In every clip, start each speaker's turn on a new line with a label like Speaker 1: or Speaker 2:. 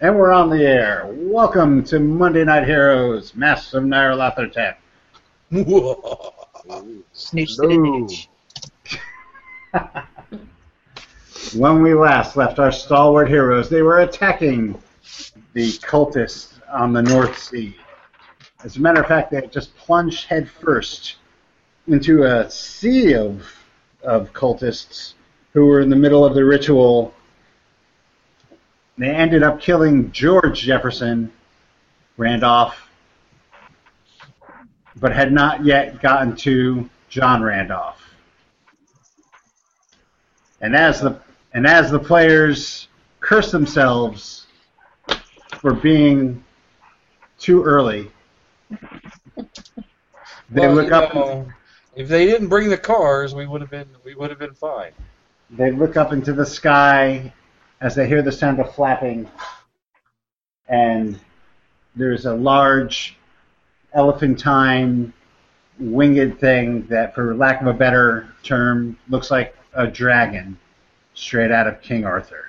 Speaker 1: And we're on the air. Welcome to Monday Night Heroes, Masks of Nyarlathotep.
Speaker 2: Snooch
Speaker 1: Hello.
Speaker 2: snitch.
Speaker 1: When we last left our stalwart heroes, they were attacking the cultists on the North Sea. As a matter of fact, they had just plunged headfirst into a sea of, of cultists who were in the middle of the ritual. They ended up killing George Jefferson, Randolph, but had not yet gotten to John Randolph. And as the and as the players curse themselves for being too early, they
Speaker 3: Well,
Speaker 1: look
Speaker 3: you
Speaker 1: up.
Speaker 3: know, if they didn't bring the cars, we would have been we would have been fine.
Speaker 1: They look up into the sky as they hear the sound of flapping, and there's a large elephantine winged thing that, for lack of a better term, looks like a dragon straight out of King Arthur.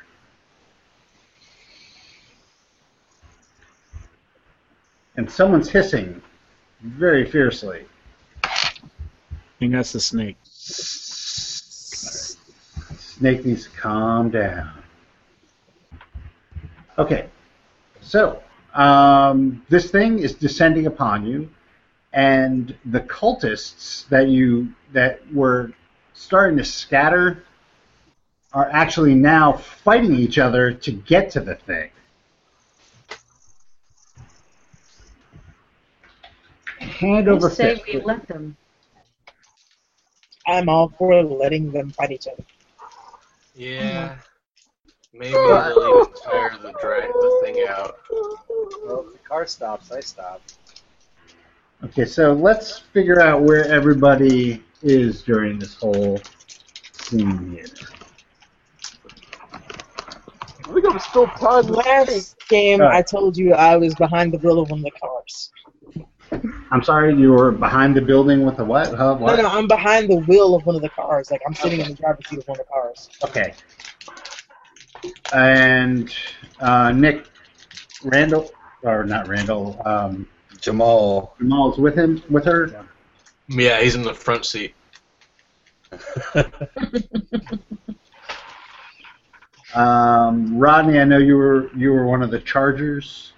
Speaker 1: And someone's hissing very fiercely.
Speaker 4: I think that's the snake.
Speaker 1: Snake needs to calm down. Okay, so um, this thing is descending upon you, and the cultists that you that were starting to scatter are actually now fighting each other to get to the thing. Hand
Speaker 5: You
Speaker 1: over
Speaker 5: say
Speaker 1: fist.
Speaker 5: we let them.
Speaker 2: I'm all for letting them fight each other.
Speaker 6: Yeah.
Speaker 3: Mm-hmm.
Speaker 6: Maybe they'll even tire the, dra- the thing out.
Speaker 7: Well, if the car stops, I stop.
Speaker 1: Okay, so let's figure out where everybody is during this whole scene here.
Speaker 8: We're gonna still time
Speaker 2: Uh, Last game, I told you I was behind the wheel of one of the cars.
Speaker 1: I'm sorry, you were behind the building with a what? Huh,
Speaker 2: No,
Speaker 1: what?
Speaker 2: no, I'm behind the wheel of one of the cars. Like I'm sitting in the driver's seat of one of the cars.
Speaker 1: Okay. And uh, Nick Randall, or not Randall, um,
Speaker 3: Jamal.
Speaker 1: Jamal's with him, with her.
Speaker 6: Yeah, he's in the front seat.
Speaker 1: Um, Rodney, I know you were you were one of the Chargers,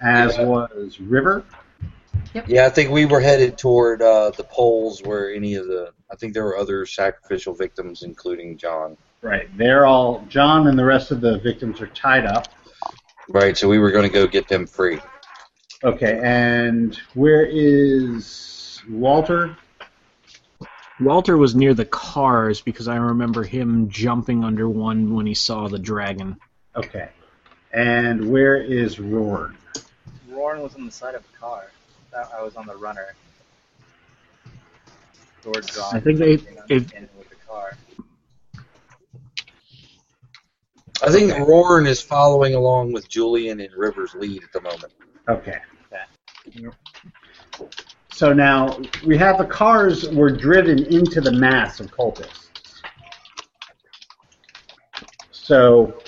Speaker 1: as
Speaker 3: Yeah.
Speaker 1: was River.
Speaker 3: Yeah, I think we were headed toward uh, the poles where any of the. I think there were other sacrificial victims, including John.
Speaker 1: Right. They're all John and the rest of the victims are tied up.
Speaker 3: Right, so we were going to go get them free.
Speaker 1: Okay, and where is Walter?
Speaker 4: Walter was near the cars because I remember him jumping under one when he saw the dragon.
Speaker 1: Okay. And where is Rorn?
Speaker 7: Roaring was on the side of the car. I I was on the runner. Door dropped.
Speaker 4: I think they-
Speaker 7: and I'm
Speaker 4: it-
Speaker 7: in with the car.
Speaker 3: I think Rorn is following along with Julian and Rivers' lead at the moment.
Speaker 1: Okay. So now we have the cars were driven into the mass of cultists. So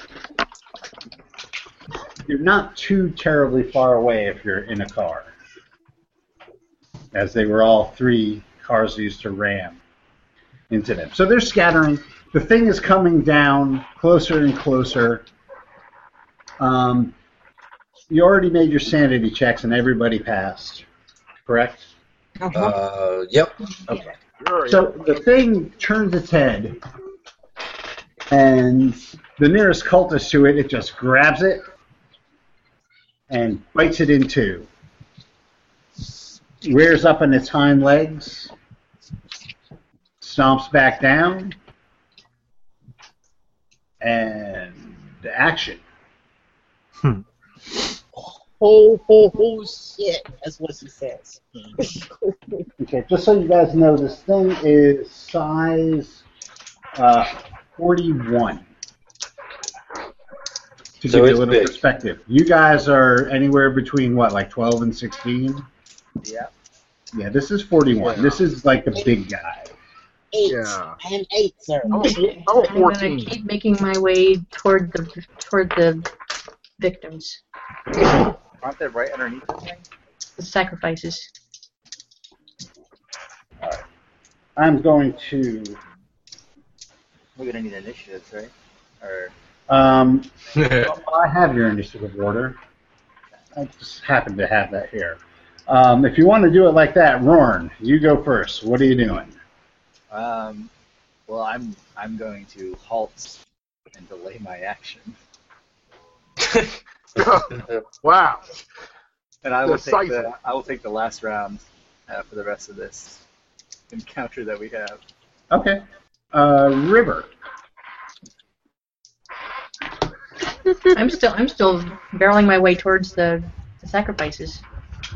Speaker 1: you're not too terribly far away if you're in a car, as they were all three cars used to ram into them. So they're scattering. The thing is coming down closer and closer. Um, you already made your sanity checks and everybody passed, correct?
Speaker 2: Uh-huh.
Speaker 3: Uh, yep.
Speaker 1: Okay.
Speaker 8: Sure.
Speaker 1: So the thing turns its head, and the nearest cultist to it, it just grabs it and bites it in two. Rears up on its hind legs, stomps back down, and action.
Speaker 2: Ho ho ho shit. That's what she says.
Speaker 1: Okay, just so you guys know, this thing is size uh, 41. To
Speaker 3: So
Speaker 1: give you
Speaker 3: it's
Speaker 1: a little
Speaker 3: big.
Speaker 1: perspective, you guys are anywhere between what, like 12 and 16?
Speaker 7: Yeah.
Speaker 1: Yeah, this is 41. This is like the big guy.
Speaker 2: Eight.
Speaker 8: Yeah.
Speaker 2: I am eight, sir.
Speaker 8: I want, I want
Speaker 5: Oh, I'm gonna
Speaker 8: 14.
Speaker 5: keep making my way toward the toward the victims,
Speaker 7: Aren't they right underneath the thing?
Speaker 5: the sacrifices.
Speaker 1: I'm going to.
Speaker 7: We're gonna need initiatives, right? Or
Speaker 1: Um,
Speaker 6: yeah.
Speaker 1: Well, I have your initiative order. I just happen to have that here. Um, if you want to do it like that, Rorn, you go first. What are you doing?
Speaker 7: um, well, I'm I'm going to halt and delay my action,
Speaker 8: wow.
Speaker 7: and I will take
Speaker 8: Decisive.
Speaker 7: the I will take the last round uh, for the rest of this encounter that we have.
Speaker 1: Okay. Uh, River.
Speaker 5: I'm still I'm still barreling my way towards the, the sacrifices.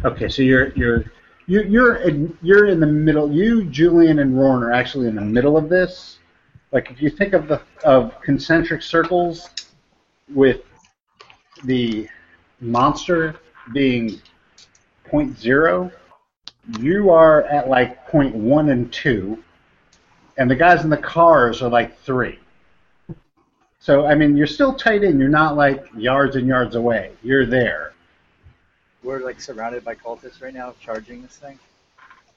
Speaker 1: Okay, so you're you're you, you're in, you're in the middle. You, Julian, and Rorn are actually in the middle of this. Like if you think of the of concentric circles, with the monster being point zero, you are at like point one and two, and the guys in the cars are like three. So I mean, you're still tight in. You're not like yards and yards away. You're there.
Speaker 7: We're like surrounded by cultists right now, charging this thing.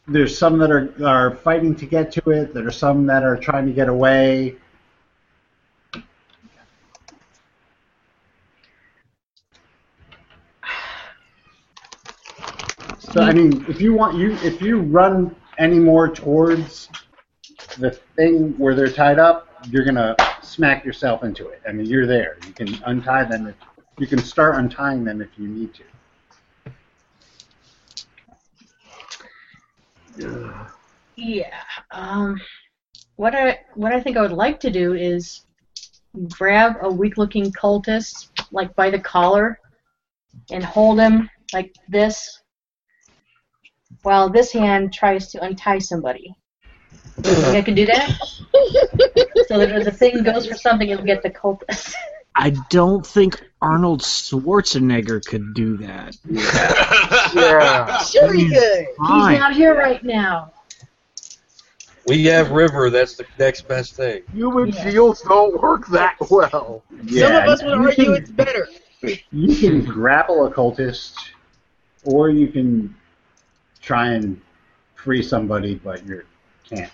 Speaker 1: there's some that are are fighting to get to it. There are some that are trying to get away. So I mean, if you want you if you run any more towards the thing where they're tied up, you're gonna smack yourself into it. I mean, you're there. You can untie them. If, you can start untying them if you need to.
Speaker 5: Yeah. Um, what I what I think I would like to do is grab a weak-looking cultist like by the collar and hold him like this, while this hand tries to untie somebody. You think I can do that? so that if the thing goes for something, it'll get the cultist.
Speaker 4: I don't think Arnold Schwarzenegger could do that.
Speaker 8: Yeah.
Speaker 2: Sure he could.
Speaker 5: He's
Speaker 4: Fine.
Speaker 5: not here right now.
Speaker 3: We have River. That's the next best thing.
Speaker 8: Human
Speaker 5: Yeah.
Speaker 8: shields don't work that well.
Speaker 2: Some of us
Speaker 1: you
Speaker 2: would
Speaker 1: can
Speaker 2: argue it's better.
Speaker 1: You can grapple a cultist, or you can try and free somebody, but you can't.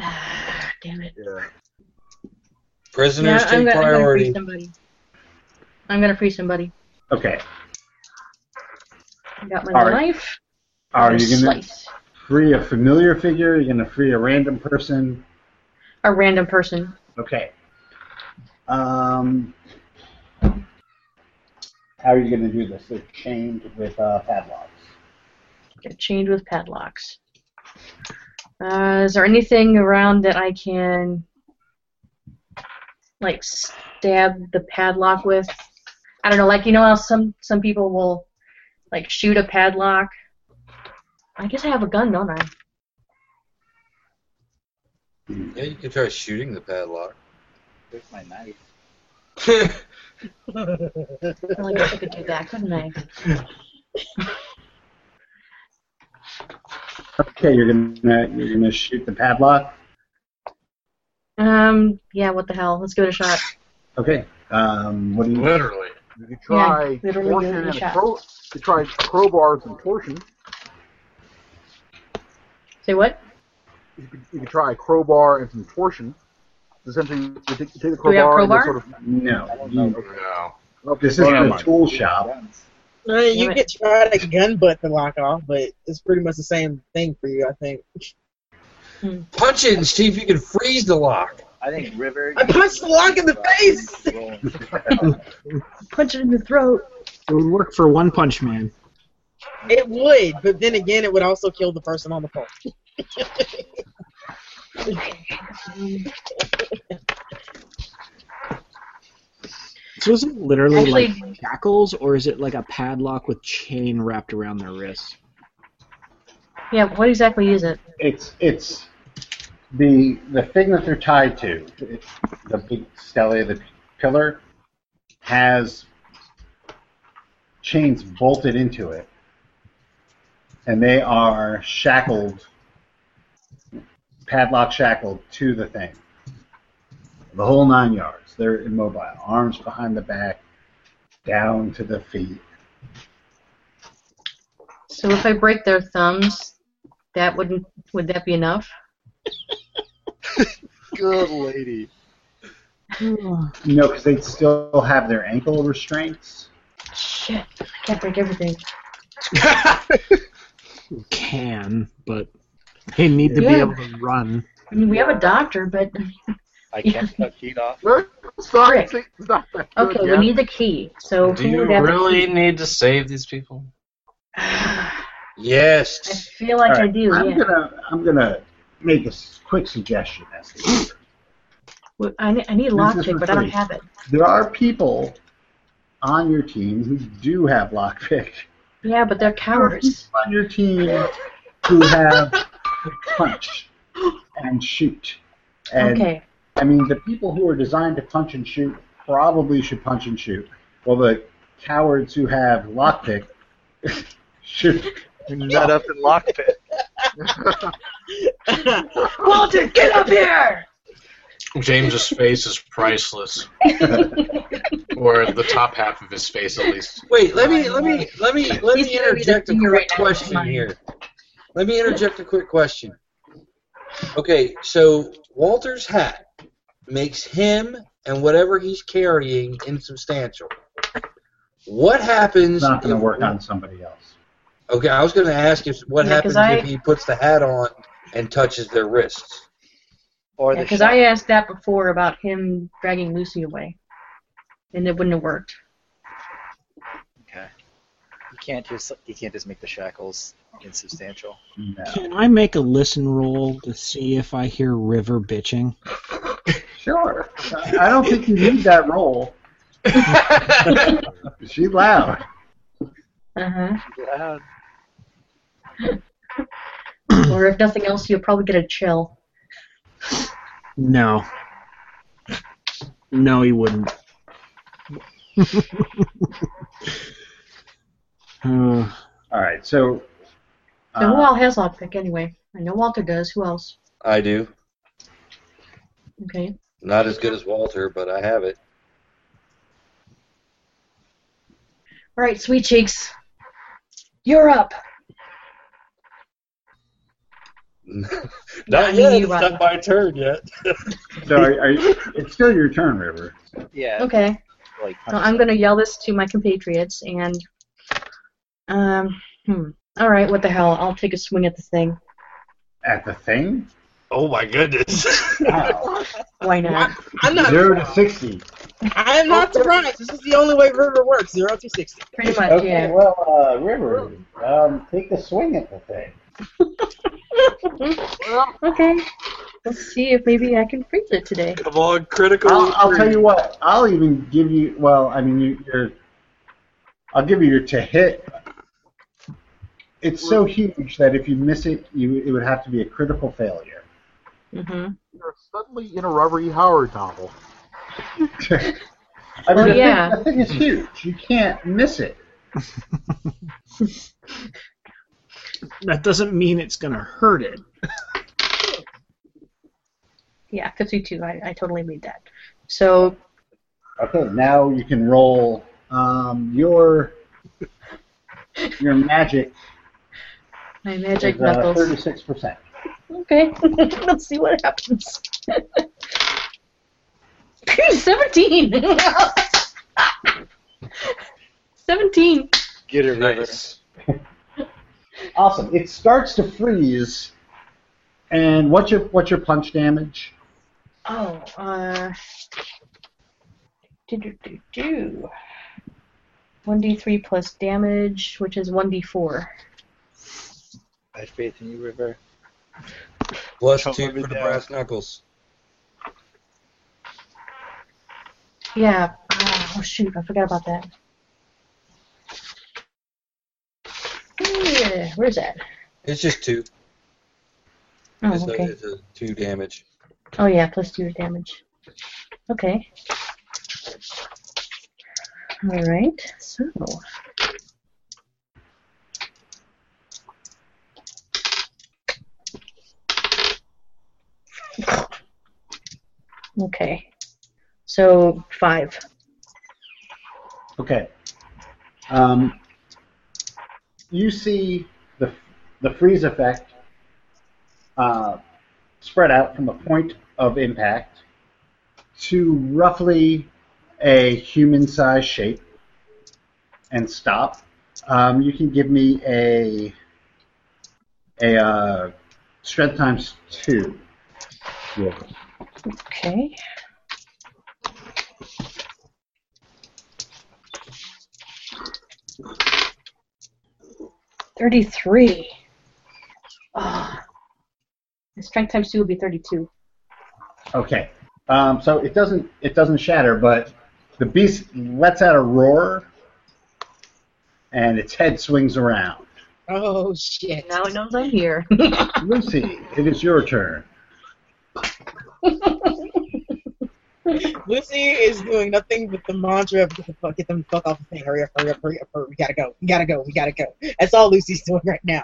Speaker 5: Ah, damn it.
Speaker 8: Yeah.
Speaker 3: Prisoners
Speaker 5: I'm
Speaker 3: take
Speaker 5: gonna, I'm gonna free
Speaker 3: priority.
Speaker 5: somebody. I'm gonna free somebody.
Speaker 1: Okay.
Speaker 5: I got my
Speaker 1: All right.
Speaker 5: knife.
Speaker 1: Are
Speaker 5: Or
Speaker 1: you going to
Speaker 5: slice
Speaker 1: free a familiar figure? You're going to free a random person?
Speaker 5: a random person?
Speaker 1: Okay. Um, how are you going to do this? They're chained with uh, padlocks.
Speaker 5: Get chained with padlocks. Uh, is there anything around that I can, like, stab the padlock with? I don't know, like you know how some some people will, like, shoot a padlock. I guess I have a gun, don't I?
Speaker 3: Yeah, you can try shooting the padlock.
Speaker 7: There's my knife.
Speaker 5: Well, I guess I could do that, couldn't I?
Speaker 1: Okay, you're going to you're going to shoot the padlock.
Speaker 5: Um, yeah, what the hell? Let's give it a shot.
Speaker 1: Okay. Um, what do you?
Speaker 6: Literally.
Speaker 8: You could try
Speaker 5: Yeah, literally
Speaker 8: torsion
Speaker 5: give it a
Speaker 8: and
Speaker 5: shot.
Speaker 8: cro- you could try crowbars and torsion.
Speaker 5: Say what?
Speaker 8: You could, you could try a crowbar and some torsion. Essentially, you take, you take the
Speaker 5: we have
Speaker 8: crowbar, and
Speaker 5: crowbar?
Speaker 8: just sort of. Mm.
Speaker 1: No.
Speaker 6: Oh,
Speaker 1: You-
Speaker 6: No.
Speaker 1: this is
Speaker 8: Hold
Speaker 1: the
Speaker 8: on.
Speaker 1: tool shop.
Speaker 7: Guns.
Speaker 2: Uh, you
Speaker 5: Damn
Speaker 2: could try to gun butt the lock off, but it's pretty much the same thing for you, I think.
Speaker 3: Punch it and see if you can freeze the lock.
Speaker 7: I think River.
Speaker 2: I punched the lock in the face!
Speaker 7: Roll.
Speaker 5: Punch it in the throat.
Speaker 4: It would work for One Punch Man.
Speaker 2: It would, but then again, it would also kill the person on the phone.
Speaker 4: So is it literally
Speaker 5: Actually,
Speaker 4: like shackles, or is it like a padlock with chain wrapped around their wrists?
Speaker 5: yeah. What exactly is it?
Speaker 1: it's it's the the thing that they're tied to, it- the big stele, the pillar, has chains bolted into it, and they are shackled, padlock shackled to the thing, the whole nine yards. They're immobile. Arms behind the back, down to the feet.
Speaker 5: So if I break their thumbs, that wouldn't would that be enough?
Speaker 7: Good lady.
Speaker 1: No, because they still have their ankle restraints.
Speaker 5: Shit, I can't break everything.
Speaker 4: Can, but they need to be
Speaker 5: Yeah.
Speaker 4: able to run.
Speaker 5: I mean, we have a doctor, but
Speaker 3: I can't cut heat off.
Speaker 8: It's not,
Speaker 5: Frick.
Speaker 8: it's not that good
Speaker 5: okay, we
Speaker 8: yet.
Speaker 5: need the key. So
Speaker 6: Do
Speaker 5: who
Speaker 6: you
Speaker 5: would have the
Speaker 6: really
Speaker 5: key?
Speaker 6: need to save these people?
Speaker 5: I
Speaker 3: Yes.
Speaker 5: feel like I
Speaker 1: Alright,
Speaker 5: do.
Speaker 1: I'm
Speaker 5: yeah.
Speaker 1: gonna I'm gonna make a s- quick suggestion. As to this.
Speaker 5: Well, I need, I need
Speaker 1: This is
Speaker 5: a lockpick,
Speaker 1: for
Speaker 5: but I don't
Speaker 1: free.
Speaker 5: have it.
Speaker 1: there are people on your team who do have lockpick.
Speaker 5: Yeah, but they're
Speaker 1: There are people
Speaker 5: cowards.
Speaker 1: on your team who have punch and shoot. And
Speaker 5: Okay.
Speaker 1: I mean, the people who are designed to punch and shoot probably should punch and shoot. Well, the cowards who have lockpick should.
Speaker 9: Nut up and lockpick.
Speaker 5: Walter, get up here!
Speaker 6: James's face is priceless, or the top half of his face at least.
Speaker 3: Wait, let me let me let me let
Speaker 5: He's
Speaker 3: me
Speaker 5: gonna be the
Speaker 3: interject a
Speaker 5: senior
Speaker 3: quick
Speaker 5: right now.
Speaker 3: question here. Let me interject a quick question. Okay, so Walter's hat makes him and whatever he's carrying insubstantial. What happens?
Speaker 1: It's not going
Speaker 3: if-
Speaker 1: to work on somebody else.
Speaker 3: Okay, I was going to ask if what
Speaker 5: Yeah, 'cause
Speaker 3: happens
Speaker 5: I-
Speaker 3: if he puts the hat on and touches their wrists.
Speaker 9: Or the
Speaker 5: Because
Speaker 9: shot.
Speaker 5: I asked that before about him dragging Lucy away, and it wouldn't have worked.
Speaker 7: Okay. You can't just you can't just make the shackles insubstantial.
Speaker 1: No.
Speaker 4: Can I make a listen roll to see if I hear River bitching?
Speaker 1: Sure. I don't think you need that role. She loud.
Speaker 5: Uh
Speaker 6: Uh-huh.
Speaker 5: huh.
Speaker 9: Loud.
Speaker 5: or if nothing else, you'll probably get a chill.
Speaker 4: No. No, he wouldn't. Uh,
Speaker 1: All right, so.
Speaker 5: So who
Speaker 1: Uh,
Speaker 5: all has lockpick anyway? I know Walter does. Who else?
Speaker 3: I do.
Speaker 5: Okay.
Speaker 3: Not as good as Walter, but I have it.
Speaker 5: All right, sweet cheeks. You're up.
Speaker 3: Not
Speaker 5: I mean,
Speaker 3: yet.
Speaker 5: you
Speaker 3: It's
Speaker 5: run.
Speaker 3: not my turn yet.
Speaker 1: so are, are you, it's still your turn, River.
Speaker 9: Yeah.
Speaker 5: Okay.
Speaker 9: Like
Speaker 5: So I'm going to yell this to my compatriots, and um, hmm. All right, what the hell? I'll take a swing at the thing.
Speaker 1: At the thing?
Speaker 9: Oh my goodness.
Speaker 1: Wow.
Speaker 5: Why not?
Speaker 2: I'm not.
Speaker 1: Zero to 60.
Speaker 2: I'm not surprised. This is the only way River works. Zero to sixty.
Speaker 5: Pretty much,
Speaker 1: Okay,
Speaker 5: yeah.
Speaker 1: well, uh, River, um, take a swing at the thing.
Speaker 5: okay. Let's see if maybe I can freeze it today.
Speaker 9: Come on, critical.
Speaker 1: I'll, I'll tell you what. I'll even give you. Well, I mean, you, you're. I'll give you your to hit. It's so huge that if you miss it, you it would have to be a critical failure.
Speaker 5: Mm-hmm.
Speaker 8: You're suddenly in a Robert E. Howard novel.
Speaker 1: I mean,
Speaker 5: Well,
Speaker 1: the, thing-
Speaker 5: yeah.
Speaker 1: the thing is huge. You can't miss it.
Speaker 4: that doesn't mean it's going to hurt it.
Speaker 5: Yeah, 52. I, I totally made that. So,
Speaker 1: Okay, now you can roll um, your your magic
Speaker 5: my
Speaker 1: is
Speaker 5: magic knuckles.
Speaker 1: thirty-six percent.
Speaker 5: Okay. Let's see what happens. 17! 17.
Speaker 9: Get it, River.
Speaker 6: Nice.
Speaker 1: Awesome. It starts to freeze. And what's your what's your punch damage?
Speaker 5: Oh, uh. Do, do, do, do. 1d3 plus damage, which is 1d4.
Speaker 9: I have faith in you, River.
Speaker 3: Plus
Speaker 9: Don't
Speaker 3: two
Speaker 9: let me
Speaker 3: for the
Speaker 9: down.
Speaker 3: brass knuckles.
Speaker 5: Yeah. Oh, shoot. I forgot about that. Yeah, Where's that?
Speaker 3: It's just two.
Speaker 5: Oh,
Speaker 3: it's, a,
Speaker 5: okay.
Speaker 3: it's a two damage.
Speaker 5: Oh, yeah, plus two damage. Okay. Alright, so. Okay. So five.
Speaker 1: Okay. Um, you see the, the freeze effect uh, spread out from the point of impact to roughly a human sized shape and stop. Um, you can give me a, a uh, strength times two.
Speaker 5: Okay. Thirty-three. Ah. The strength times two would be thirty-two.
Speaker 1: Okay. Um, so it doesn't it doesn't shatter, but the beast lets out a roar, and its head swings around.
Speaker 2: Oh shit!
Speaker 5: Now it knows I'm here.
Speaker 1: Lucy, it is your turn.
Speaker 2: Lucy is doing nothing but the mantra of get the fuck, get them the fuck off the thing. Hurry up, hurry up, hurry up, hurry up. We gotta go, we gotta go, we gotta go. That's all Lucy's doing right now.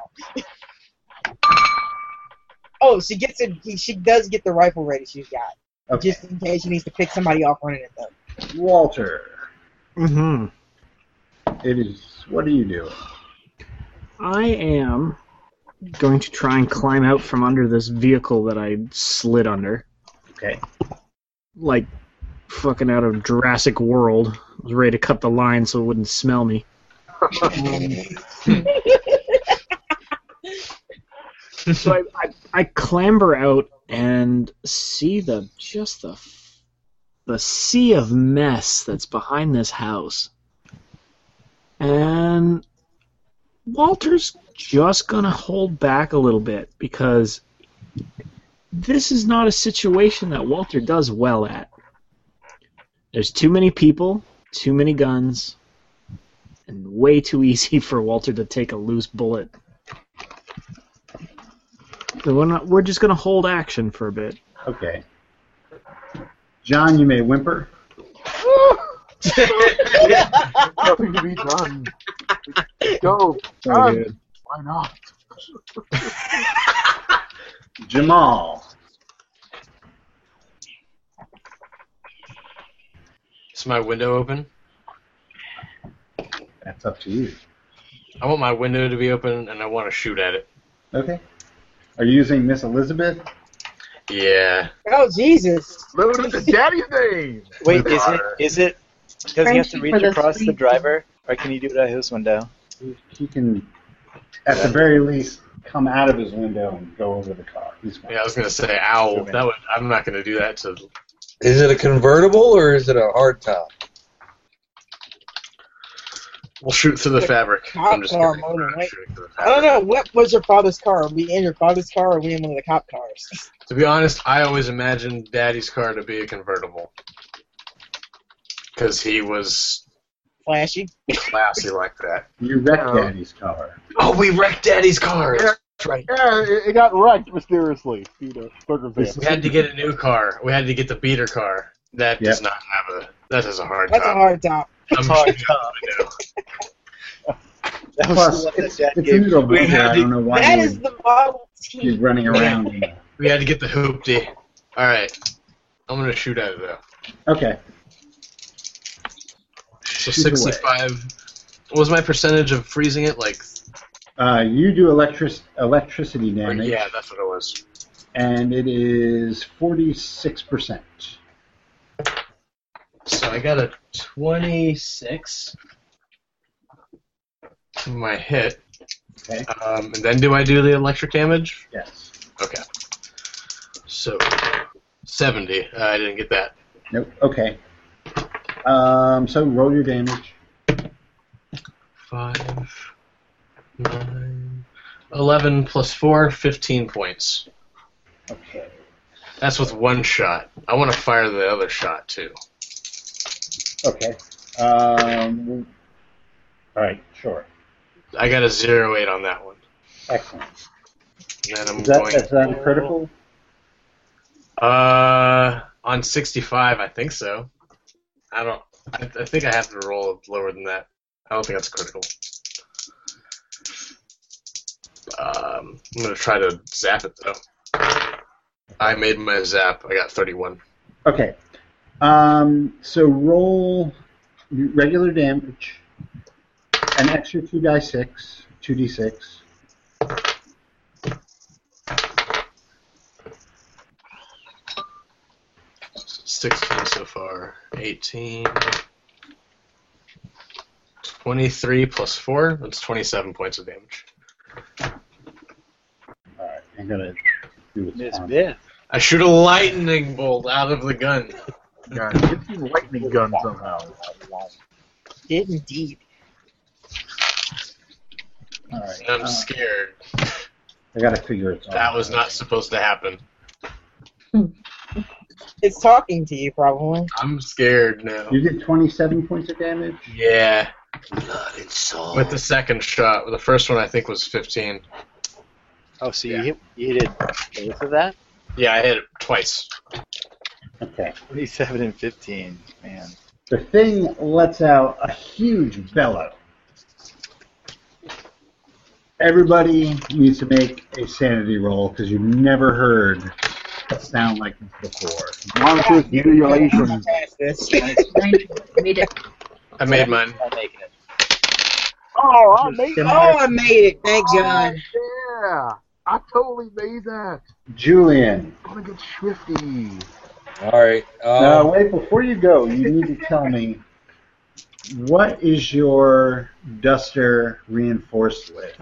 Speaker 2: oh, she gets it. She does get the rifle ready she's got,
Speaker 1: Okay.
Speaker 2: just in case she needs to pick somebody off running it though.
Speaker 1: Walter,
Speaker 4: Mm-hmm.
Speaker 1: it is. What do you do?
Speaker 4: I am going to try and climb out from under this vehicle that I slid under,
Speaker 1: Okay.
Speaker 4: like fucking out of Jurassic World. I was ready to cut the line so it wouldn't smell me. Um, so I, I, I clamber out and see the just the the sea of mess that's behind this house, and Walter's just going to hold back a little bit because this is not a situation that Walter does well at. There's too many people, too many guns, and way too easy for Walter to take a loose bullet. So we're, not, we're just going to hold action for a bit.
Speaker 1: Okay. John, you may whimper.
Speaker 8: Nothing to be done. Go. Done. Why not?
Speaker 1: Jamal,
Speaker 6: Is my window open?
Speaker 1: that's up to you.
Speaker 6: I want my window to be open, and I want to shoot at it.
Speaker 1: Okay. Are you using Miss Elizabeth?
Speaker 6: Yeah.
Speaker 2: Oh Jesus!
Speaker 8: Load the daddy's name.
Speaker 9: Wait, is it? Is it? Does he have
Speaker 5: Frenchie
Speaker 9: to
Speaker 5: for
Speaker 9: reach
Speaker 5: the
Speaker 9: across the
Speaker 5: sweet.
Speaker 9: driver, or can he do it out his window?
Speaker 1: He can, at the very least, come out of his window and go over the car. He's fine.
Speaker 6: Yeah, I was gonna say, ow. That would. I'm not gonna do that to.
Speaker 3: Is it a convertible or is it a hardtop?
Speaker 6: We'll shoot through the fabric. I'm just
Speaker 2: Popcorn,
Speaker 6: kidding.
Speaker 2: hold on,
Speaker 6: I'm
Speaker 2: wait.
Speaker 6: shooting through the
Speaker 2: I don't
Speaker 6: fabric.
Speaker 2: know what was your father's car. Are we in your father's car? Or are we in one of the cop cars?
Speaker 6: To be honest, I always imagined Daddy's car to be a convertible because he was
Speaker 2: Flashy.
Speaker 6: classy like that.
Speaker 1: You wrecked
Speaker 8: Oh.
Speaker 1: Daddy's car.
Speaker 6: Oh, we wrecked Daddy's car. That's right.
Speaker 8: Yeah, it, it got wrecked mysteriously due to circumstances.
Speaker 6: We had to get a new car. We had to get the beater car. That does not have a. That is a hard
Speaker 2: That's a
Speaker 6: time.
Speaker 2: hard top.
Speaker 6: I'm
Speaker 9: hard
Speaker 6: shooting out the window.
Speaker 9: That was
Speaker 1: Plus,
Speaker 9: the one that
Speaker 1: it's,
Speaker 9: Dad
Speaker 1: it's
Speaker 9: gave.
Speaker 1: a little
Speaker 6: We
Speaker 1: bugger.
Speaker 6: had
Speaker 1: I
Speaker 6: to-
Speaker 1: don't know why
Speaker 2: That
Speaker 1: you
Speaker 2: is
Speaker 1: would
Speaker 2: the model
Speaker 1: keep
Speaker 2: T.
Speaker 1: running around. in that.
Speaker 6: We had to get the hoopty. All right. I'm gonna shoot at it though.
Speaker 1: Okay.
Speaker 6: So
Speaker 1: Shoot away.
Speaker 6: 65. What was my percentage of freezing it? Like,
Speaker 1: Uh, you do electric electricity damage,
Speaker 6: yeah, that's what it was.
Speaker 1: and it is forty-six percent.
Speaker 6: So I got a 26. for My hit.
Speaker 1: Okay.
Speaker 6: Um, and then do I do the electric damage?
Speaker 1: Yes.
Speaker 6: Okay. So 70. Uh, I didn't get that.
Speaker 1: Nope. Okay. Um, so roll your damage.
Speaker 6: Five, nine, 11 plus 4, 15 points.
Speaker 1: Okay.
Speaker 6: That's with one shot. I want to fire the other shot too.
Speaker 1: Okay. Um, all right. Sure.
Speaker 6: I got a zero eight on that one.
Speaker 1: Excellent.
Speaker 6: And then I'm
Speaker 1: Is that,
Speaker 6: going.
Speaker 1: is that critical?
Speaker 6: Uh, on 65, I think so. I don't. I, I think I have to roll lower than that. I don't think that's critical. Um, I'm gonna try to zap it though. I made my zap. I got 31.
Speaker 1: Okay. Um, so roll regular damage, an extra two die six, two d six.
Speaker 6: Sixteen so far. Eighteen. Twenty-three plus four. That's twenty-seven points of damage.
Speaker 1: All right, I'm gonna do Um, what's
Speaker 9: Miss
Speaker 1: on.
Speaker 9: Biff.
Speaker 6: I shoot a lightning bolt out of the gun.
Speaker 8: Yeah, get these lightning guns somehow.
Speaker 2: Indeed.
Speaker 1: All right,
Speaker 6: And I'm
Speaker 1: uh,
Speaker 6: scared.
Speaker 1: I gotta figure it out.
Speaker 6: That was not supposed to happen.
Speaker 2: It's talking to you, probably.
Speaker 6: I'm scared now.
Speaker 1: You did 27 points of damage.
Speaker 6: Yeah.
Speaker 3: Blood and soul.
Speaker 6: With the second shot. The first one I think was 15.
Speaker 9: Oh, so
Speaker 6: Yeah.
Speaker 9: you hit, you did both of that?
Speaker 6: Yeah, I hit it twice.
Speaker 1: Okay.
Speaker 9: 27 and 15, man.
Speaker 1: The thing lets out a huge bellow. Everybody needs to make a sanity roll because you've never heard a sound like this before.
Speaker 8: Monstrous
Speaker 2: Pass
Speaker 8: mutilations.
Speaker 2: this.
Speaker 5: Made it.
Speaker 6: I made mine.
Speaker 9: I'm making it.
Speaker 8: Oh, I made
Speaker 1: Just
Speaker 8: that.
Speaker 2: Oh, I made it. Thank God.
Speaker 8: Yeah, I totally made that.
Speaker 1: Julian,
Speaker 8: I'm gonna get swifty.
Speaker 3: All right. Um,
Speaker 9: Uh,
Speaker 1: now wait before you go. You need to tell me what is your duster reinforced with?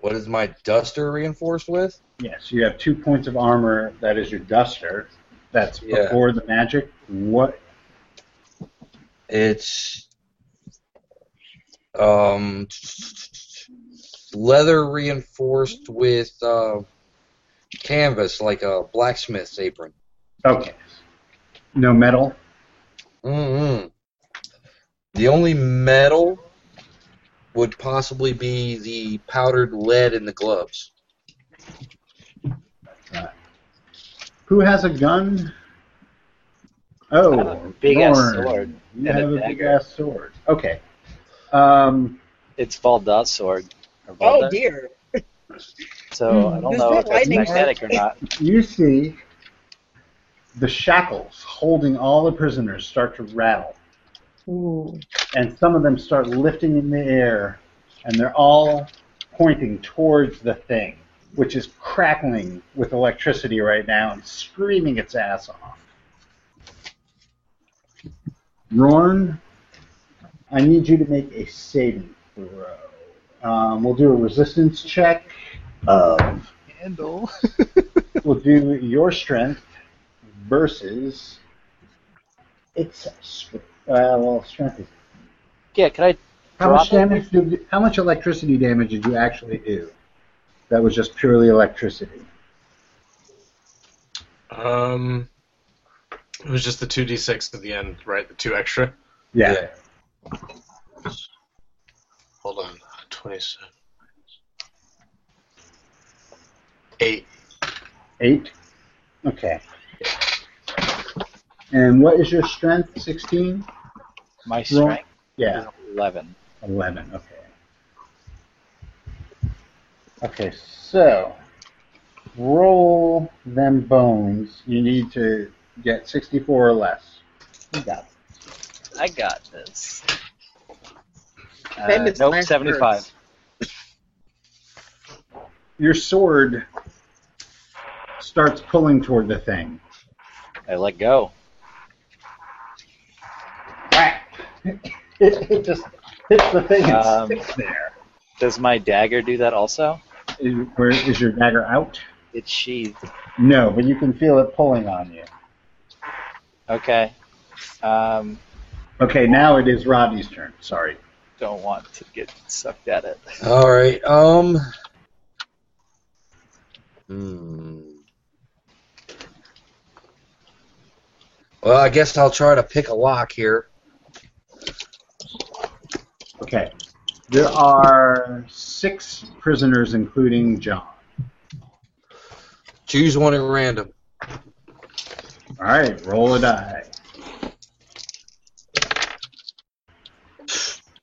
Speaker 3: What is my duster reinforced with?
Speaker 1: Yes, you have two points of armor. That is your duster. That's
Speaker 3: Yeah.
Speaker 1: before the magic. What?
Speaker 3: It's um leather reinforced with uh, canvas, like a blacksmith's apron.
Speaker 1: Okay. No metal.
Speaker 3: Mm-hmm. The only metal would possibly be the powdered lead in the gloves.
Speaker 1: Who has a gun? Oh,
Speaker 9: I have a big-ass
Speaker 1: Lorne.
Speaker 9: sword
Speaker 1: You
Speaker 9: and a
Speaker 1: have a
Speaker 9: dagger.
Speaker 1: big ass sword. Okay. Um,
Speaker 9: It's Valda's sword. Or
Speaker 2: Oh
Speaker 9: Valda.
Speaker 2: dear.
Speaker 5: Hmm.
Speaker 9: so I don't
Speaker 2: Does
Speaker 9: know
Speaker 2: that
Speaker 9: if that's
Speaker 2: lightning
Speaker 9: magnetic or
Speaker 2: work?
Speaker 9: not.
Speaker 1: you see the shackles holding all the prisoners start to rattle,
Speaker 5: Ooh.
Speaker 1: and some of them start lifting in the air, and they're all pointing towards the thing, which is crackling with electricity right now and screaming its ass off. Rorn, I need you to make a saving throw. Um, we'll do a resistance check. Of,
Speaker 9: Handle.
Speaker 1: we'll do your strength versus its strength. Uh, well, strength is.
Speaker 9: Yeah, can I?
Speaker 1: How much
Speaker 9: Drop it?
Speaker 1: damage? Did, how much electricity damage did you actually do? That was just purely electricity.
Speaker 6: Um, it was just the 2d6 at the end, right? The two extra.
Speaker 1: Yeah.
Speaker 6: Hold on. 27. 8.
Speaker 1: Eight. Okay. And what is your strength? Sixteen.
Speaker 9: My strength
Speaker 1: Yeah.
Speaker 9: is 11.
Speaker 1: Eleven. Okay. Okay. So roll them bones. You need to get sixty-four or less. You got it.
Speaker 9: I got this.
Speaker 2: Same
Speaker 9: Uh,
Speaker 2: as
Speaker 9: nope,
Speaker 2: last
Speaker 9: 75.
Speaker 2: words.
Speaker 1: Your sword starts pulling toward the thing.
Speaker 9: I let go.
Speaker 1: It, it just hits the thing and
Speaker 9: Um,
Speaker 1: sticks there.
Speaker 9: Does my dagger do that also?
Speaker 1: Is, where is your dagger out?
Speaker 9: It's sheathed.
Speaker 1: No, but you can feel it pulling on you.
Speaker 9: Okay. Um,
Speaker 1: Okay, now it is Rodney's turn. Sorry.
Speaker 9: don't want to get sucked at it.
Speaker 3: All right. Um. Hmm. Well, I guess I'll try to pick a lock here.
Speaker 1: Okay. There are six prisoners, including John.
Speaker 3: Choose one at random.
Speaker 1: All right, roll a die.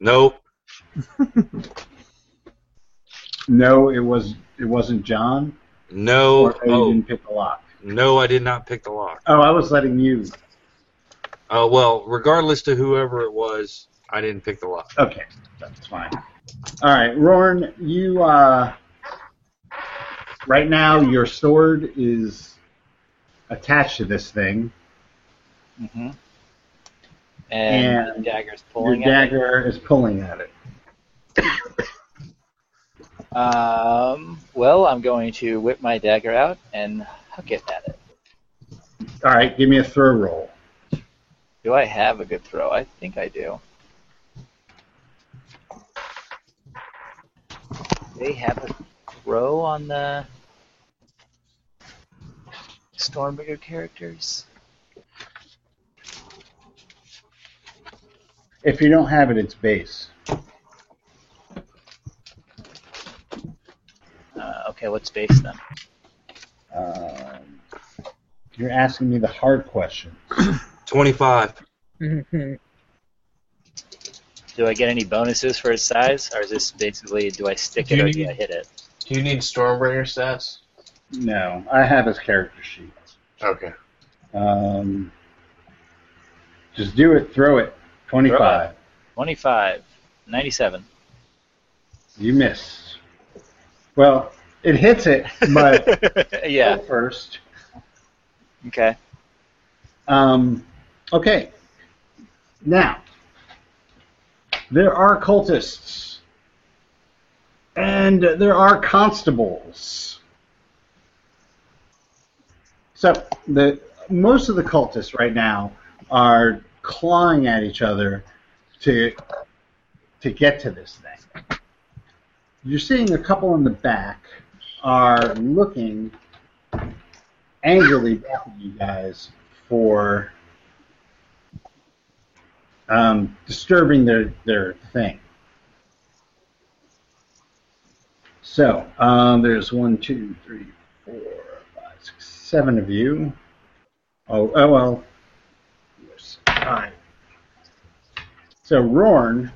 Speaker 3: Nope.
Speaker 1: No, it was it wasn't John.
Speaker 3: No.
Speaker 1: or you
Speaker 3: Oh,
Speaker 1: didn't pick the lock.
Speaker 3: No, I did not pick the lock.
Speaker 1: Oh, I was letting you.
Speaker 3: Uh, well, regardless to whoever it was, I didn't pick the lock.
Speaker 1: Okay, that's fine. All right, Rorn, you. Uh, right now, your sword is attached to this thing.
Speaker 9: Mm-hmm. And,
Speaker 1: And
Speaker 9: the dagger's
Speaker 1: Your
Speaker 9: pulling at
Speaker 1: dagger is pulling at it.
Speaker 9: it. Um, well, I'm going to whip my dagger out and hook it at it.
Speaker 1: All right, give me a throw roll.
Speaker 9: Do I have a good throw? I think I do. They have a throw on the Stormbreaker characters.
Speaker 1: If you don't have it, it's base.
Speaker 9: Uh, okay, what's base then?
Speaker 1: Um, you're asking me the hard question.
Speaker 3: 25.
Speaker 2: Mhm.
Speaker 9: Do I get any bonuses for its size, or is this basically do I stick it
Speaker 6: You
Speaker 9: or
Speaker 6: need-
Speaker 9: do I hit it?
Speaker 6: Do you need Stormbringer stats?
Speaker 1: No, I have his character sheet.
Speaker 6: Okay.
Speaker 1: Um, just do it. Throw it.
Speaker 9: Throw
Speaker 1: Twenty-five.
Speaker 9: 25, 97.
Speaker 1: You miss. Well, it hits it, but
Speaker 9: yeah.
Speaker 1: first.
Speaker 9: Okay.
Speaker 1: Um, okay. Now, there are cultists, and there are constables. So the most of the cultists right now are clawing at each other to to get to this thing. You're seeing a couple in the back are looking angrily back at you guys for um, disturbing their, their thing. So, um, there's one, two, three, four, five, six, seven of you. Oh, oh well. There's nine. So, Rorn.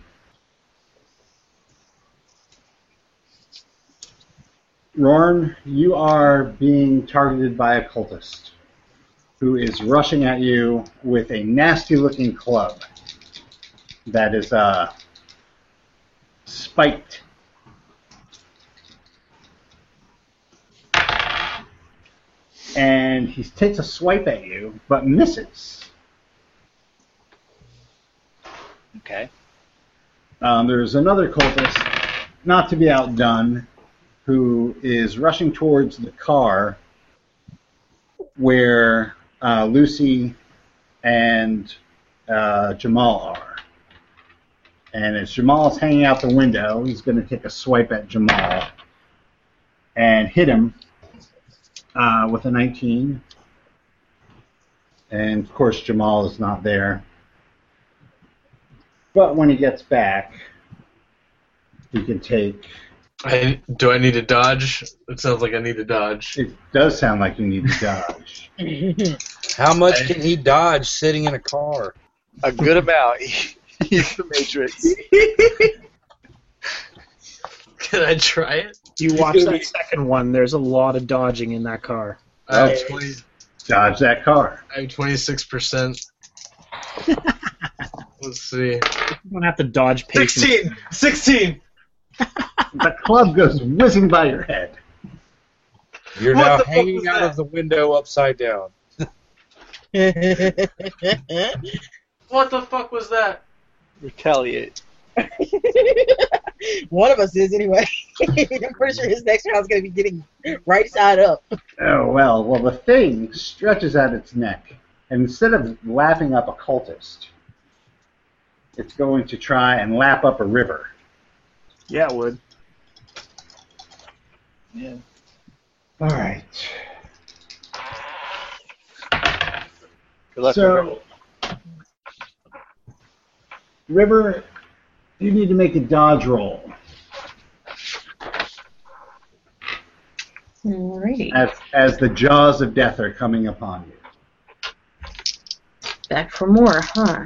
Speaker 1: Rorn, you are being targeted by a cultist who is rushing at you with a nasty looking club that is uh, spiked. And he takes a swipe at you, but misses.
Speaker 9: Okay.
Speaker 1: Um, there's another cultist, not to be outdone, who is rushing towards the car where uh, Lucy and uh, Jamal are. And as Jamal's hanging out the window, he's going to take a swipe at Jamal and hit him uh, with a 19. And of course, Jamal is not there. But when he gets back, he can take.
Speaker 6: I, do I need to dodge? It sounds like I need to dodge.
Speaker 1: It does sound like you need to dodge.
Speaker 3: How much can he dodge sitting in a car?
Speaker 9: A good amount. He's the Matrix.
Speaker 6: Can I try it?
Speaker 4: You watch that second one. There's a lot of dodging in that car.
Speaker 6: I have, 20,
Speaker 1: dodge that car.
Speaker 6: I have 26%. Let's see.
Speaker 4: I'm gonna have to dodge patience.
Speaker 6: 16!
Speaker 1: The club goes whizzing by your head.
Speaker 3: You're
Speaker 6: What
Speaker 3: now
Speaker 6: the fuck was
Speaker 3: hanging out
Speaker 6: that?
Speaker 3: of the window upside down.
Speaker 6: What the fuck was that?
Speaker 9: Retaliate.
Speaker 2: One of us is anyway. I'm pretty sure his next round's gonna be getting right side up.
Speaker 1: Oh well, well the thing stretches out its neck, and instead of lapping up a cultist, it's going to try and lap up a river.
Speaker 4: Yeah, it would.
Speaker 9: Yeah.
Speaker 1: All right.
Speaker 9: Good luck.
Speaker 1: So, River, you need to make a dodge roll.
Speaker 5: Alrighty.
Speaker 1: as as the jaws of death are coming upon you.
Speaker 5: Back for more, huh?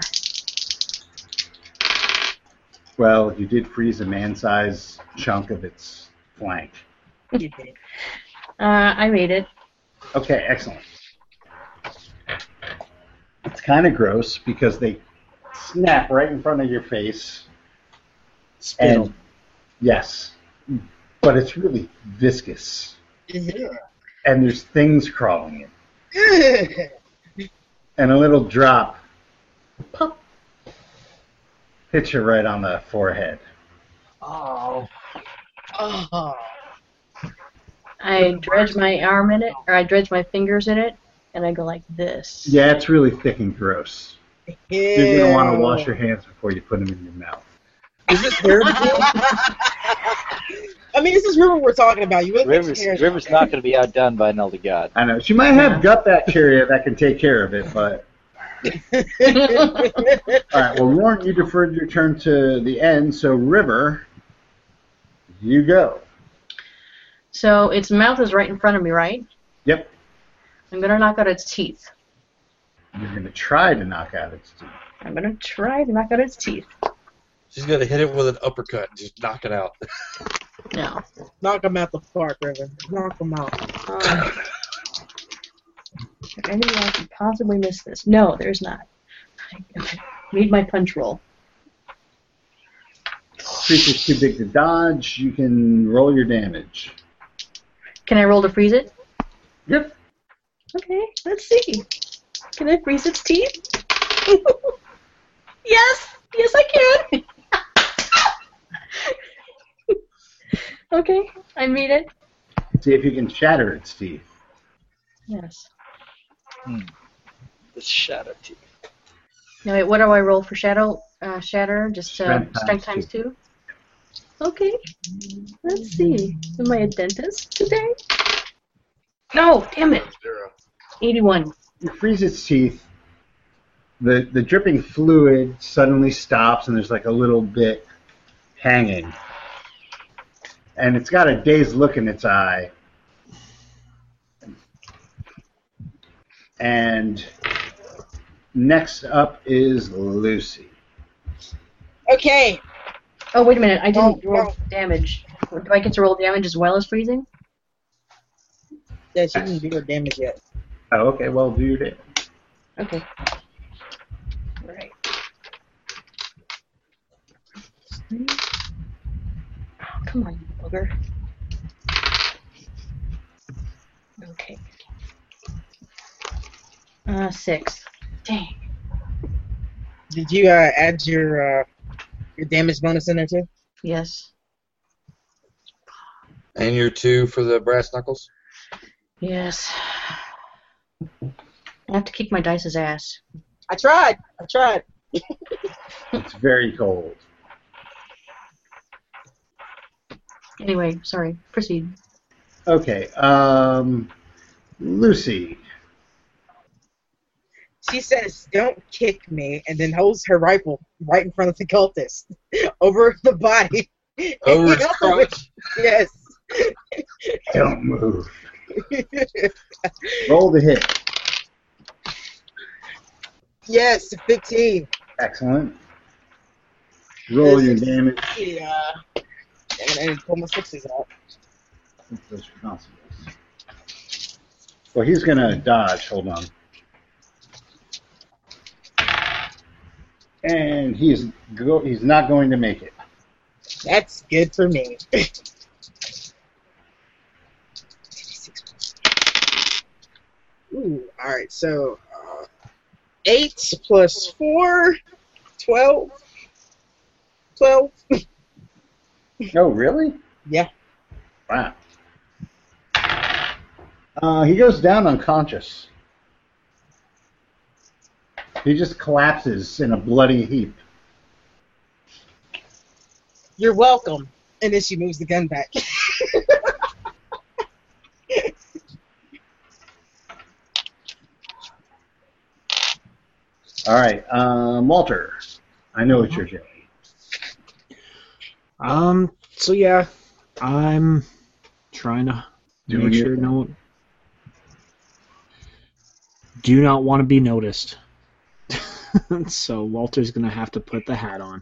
Speaker 1: Well, you did freeze a man-sized chunk of its flank.
Speaker 5: Uh, I made it.
Speaker 1: Okay, excellent. It's kind of gross because they snap right in front of your face.
Speaker 4: Spittle.
Speaker 1: And yes, but it's really viscous, and there's things crawling in, and a little drop
Speaker 5: Pop.
Speaker 1: hits you right on the forehead.
Speaker 8: Oh,
Speaker 2: oh,
Speaker 5: I dredge my arm in it, or I dredge my fingers in it, and I go like this.
Speaker 1: Yeah, it's really thick and gross.
Speaker 2: yeah.
Speaker 1: You're gonna want to wash your hands before you put them in your mouth.
Speaker 3: Is it heritable?
Speaker 2: I mean, this is River we're talking about. You really think
Speaker 9: Rivers,
Speaker 2: she cares
Speaker 9: Rivers
Speaker 2: about
Speaker 9: not going to be outdone by an elder god.
Speaker 1: I know she might have gut bacteria that can take care of it, but
Speaker 2: that?
Speaker 1: all right. Well, Lauren, you deferred your turn to the end, so River, you go.
Speaker 5: So its mouth is right in front of me, right?
Speaker 1: Yep,
Speaker 5: I'm gonna knock out its teeth.
Speaker 1: you're gonna try to knock out its teeth.
Speaker 5: I'm gonna try to knock out its teeth.
Speaker 3: She's gonna hit it with an uppercut and just knock it out.
Speaker 5: No.
Speaker 2: Knock him out the park, River. Knock him out.
Speaker 5: Um, is there any way I could possibly miss this? No, there's not. I need my punch roll.
Speaker 1: Creature's too big to dodge. You can roll your damage.
Speaker 5: Can I roll to freeze it?
Speaker 1: Yep.
Speaker 5: Okay, let's see. Can I freeze its teeth? yes, yes, I can. okay, I made it.
Speaker 1: See if you can shatter its teeth.
Speaker 5: Yes.
Speaker 9: The shadow teeth.
Speaker 5: Now, wait, what do I roll for shadow? Uh, shatter, just uh,
Speaker 1: Strength times
Speaker 5: strength times two. Okay. Let's see. Am I a dentist today? No, damn it.
Speaker 6: Zero.
Speaker 5: Eighty-one.
Speaker 1: You freeze its teeth. The the dripping fluid suddenly stops, and there's like a little bit hanging. And it's got a dazed look in its eye. And next up is Lucy.
Speaker 2: Okay.
Speaker 5: Oh, wait a minute. I didn't
Speaker 2: Oh,
Speaker 5: roll
Speaker 2: no.
Speaker 5: damage. Do I get to roll damage as well as freezing?
Speaker 2: Yeah, she didn't do her damage yet.
Speaker 1: Oh, okay. Well, do your damage.
Speaker 5: Okay. Alright. Oh, come on, you booger. Okay. Uh, six. Dang.
Speaker 2: Did you uh, add your uh, your damage bonus in there too?
Speaker 5: Yes.
Speaker 3: And your two for the brass knuckles.
Speaker 5: Yes. I have to kick my dice's ass.
Speaker 2: I tried. I tried.
Speaker 1: It's very cold.
Speaker 5: Anyway, sorry. Proceed.
Speaker 1: Okay. Um, Lucy.
Speaker 2: She says, "Don't kick me," and then holds her rifle right in front of the cultist over the body.
Speaker 3: Over
Speaker 2: And
Speaker 3: its
Speaker 2: also with-
Speaker 3: crotch.
Speaker 2: Yes.
Speaker 1: Don't move. Roll the hit.
Speaker 2: yes. Fifteen.
Speaker 1: Excellent. Roll
Speaker 2: This
Speaker 1: your
Speaker 2: is-
Speaker 1: damage.
Speaker 2: Yeah. And I didn't pull my sixes out.
Speaker 1: with those constables. Well, he's gonna dodge. Hold on. And he's go- he's not going to make it.
Speaker 2: That's good for me. Ooh, all right, so uh, 8 plus 4, 12. 12.
Speaker 1: Oh, really?
Speaker 2: Yeah.
Speaker 1: Wow. Uh, he goes down unconscious. He just collapses in a bloody heap.
Speaker 2: You're welcome. And then she moves the gun back.
Speaker 1: All right, um, Walter. I know it's your job.
Speaker 4: Um. So yeah, I'm trying to
Speaker 1: Doing
Speaker 4: make
Speaker 1: your
Speaker 4: sure
Speaker 1: thing.
Speaker 4: no one. Do not want to be noticed. so Walter's gonna have to put the hat on.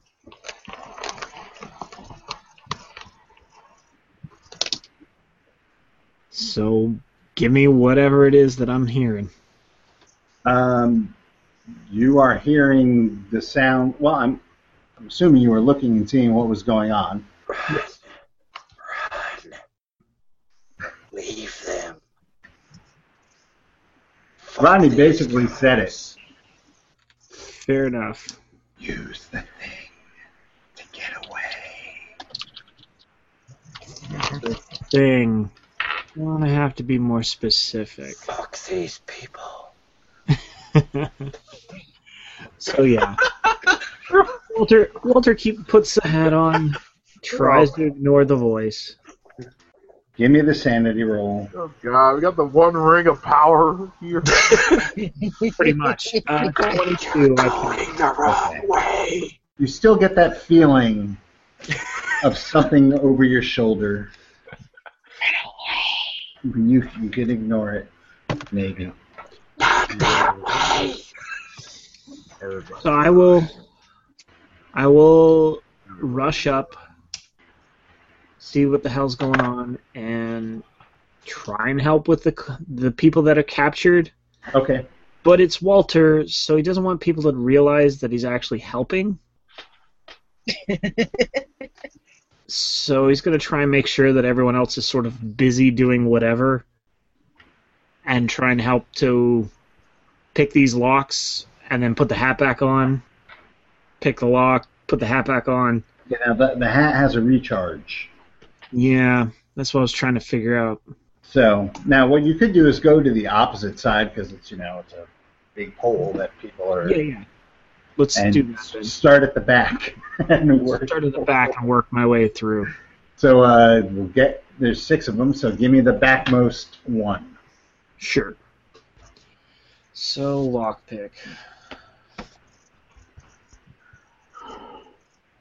Speaker 4: So give me whatever it is that I'm hearing.
Speaker 1: Um, you are hearing the sound. Well, I'm, I'm assuming you were looking and seeing what was going on.
Speaker 3: Run. Leave them. Fuck
Speaker 1: Rodney
Speaker 3: these
Speaker 1: basically said it.
Speaker 3: guys.
Speaker 4: Fair enough.
Speaker 1: Use the thing to get away.
Speaker 4: Thing. You're gonna have to be more specific.
Speaker 3: Fuck these people.
Speaker 4: so yeah. Walter Walter keep puts the hat on, tries to ignore the voice.
Speaker 1: Give me the sanity roll.
Speaker 8: Oh god, we got the one ring of power here.
Speaker 4: Pretty much. Uh, 22, I think.
Speaker 3: the
Speaker 1: wrong
Speaker 3: way.
Speaker 1: You still get that feeling of something over your shoulder. You, you can ignore it, maybe.
Speaker 4: So I will I will rush up, see what the hell's going on, and try and help with the c- the people that are captured.
Speaker 1: Okay.
Speaker 4: But it's Walter, so he doesn't want people to realize that he's actually helping. so he's going to try and make sure that everyone else is sort of busy doing whatever and try and help to pick these locks and then put the hat back on. Pick the lock, put the hat back on.
Speaker 1: You know, the, the hat has a recharge.
Speaker 4: Yeah, that's what I was trying to figure out.
Speaker 1: So now, what you could do is go to the opposite side because it's you know it's a big pole that people are
Speaker 4: Yeah, yeah. Let's
Speaker 1: and
Speaker 4: do that. then.
Speaker 1: start at the back and work.
Speaker 4: Start at the back and work my way through.
Speaker 1: So uh, we'll get there's six of them. So give me the backmost one.
Speaker 4: Sure. So lockpick.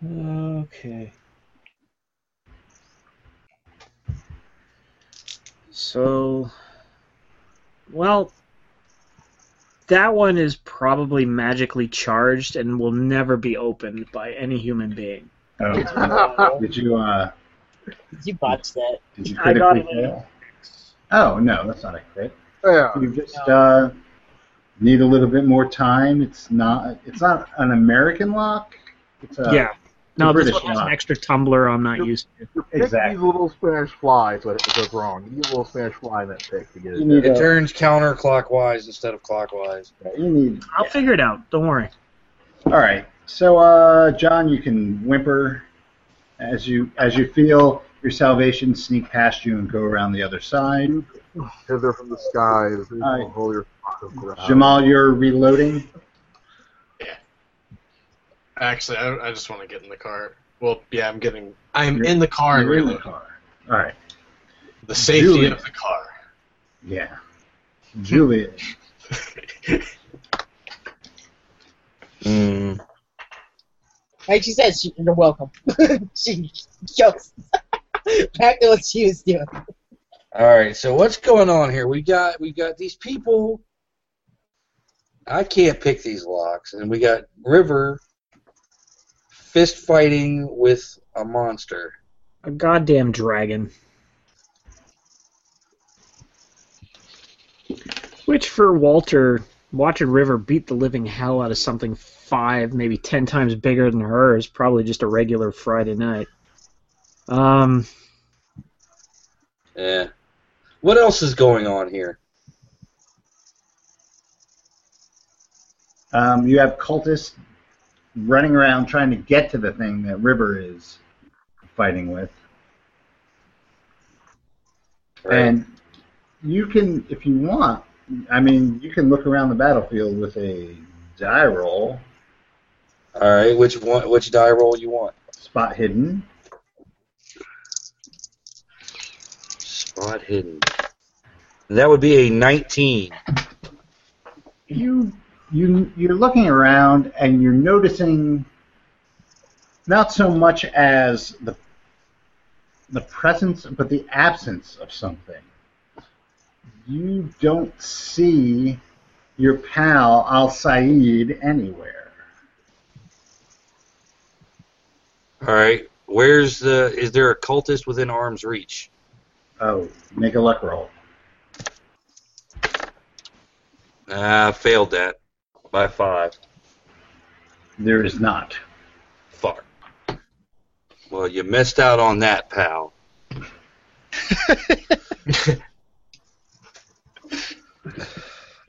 Speaker 4: Okay. So well that one is probably magically charged and will never be opened by any human being.
Speaker 1: Oh, did you uh,
Speaker 2: You botched that.
Speaker 1: did you
Speaker 4: I got
Speaker 1: critically
Speaker 4: it.
Speaker 1: fail? Oh no, that's not a crit.
Speaker 8: yeah.
Speaker 4: Oh,
Speaker 1: You just uh, need a little bit more time. It's not it's not an American lock. It's a,
Speaker 4: yeah. No, this
Speaker 1: British
Speaker 4: one has
Speaker 1: lock.
Speaker 4: an extra tumbler I'm not
Speaker 8: Yep.
Speaker 4: used to.
Speaker 8: Your pick
Speaker 1: Exactly.
Speaker 8: needs a little Spanish fly is what it goes wrong. You need a little Spanish fly in that pick to get
Speaker 1: You
Speaker 8: it.
Speaker 1: need
Speaker 3: It
Speaker 1: a,
Speaker 3: turns counterclockwise instead of clockwise.
Speaker 1: you need
Speaker 4: I'll figure it out. Don't worry.
Speaker 1: All right. So, uh, John, you can whimper as you as you feel your salvation sneak past you and go around the other side.
Speaker 8: Hither from the skies, the
Speaker 1: Alright.
Speaker 8: holier spot of
Speaker 6: Uh,
Speaker 8: ground.
Speaker 1: Jamal, you're reloading.
Speaker 6: Actually, I, I just want to get in the car. Well, yeah, I'm getting. I'm
Speaker 1: You're-
Speaker 6: in the car and
Speaker 1: You're in the
Speaker 6: reloading.
Speaker 1: car. All right.
Speaker 6: The safety
Speaker 1: Julie.
Speaker 6: of the car.
Speaker 1: Yeah. Julia,
Speaker 3: Mm.
Speaker 2: Like she said, she, you're welcome. she goes back to what she was doing.
Speaker 3: All right, so what's going on here? We got we got these people. I can't pick these locks, and we got River fist fighting with a monster.
Speaker 4: A goddamn dragon. Which for Walter, watching River beat the living hell out of something five, maybe ten times bigger than her is probably just a regular Friday night. Um,
Speaker 3: Yeah. What else is going on here?
Speaker 1: um, you have cultists running around trying to get to the thing that River is fighting with. And you can, if you want, I mean, you can look around the battlefield with a die roll,
Speaker 3: All right, which one? Which die roll you want?
Speaker 1: spot hidden.
Speaker 3: Spot hidden. That would be a 19.
Speaker 1: you you you're looking around and you're noticing not so much as the the presence but the absence of something you don't see your pal al said anywhere
Speaker 3: All right. Where's the? Is there a cultist within arm's reach?
Speaker 1: oh make a luck roll
Speaker 3: Ah, failed that by five.
Speaker 1: There is not.
Speaker 3: Fuck. Well, you missed out on that, pal.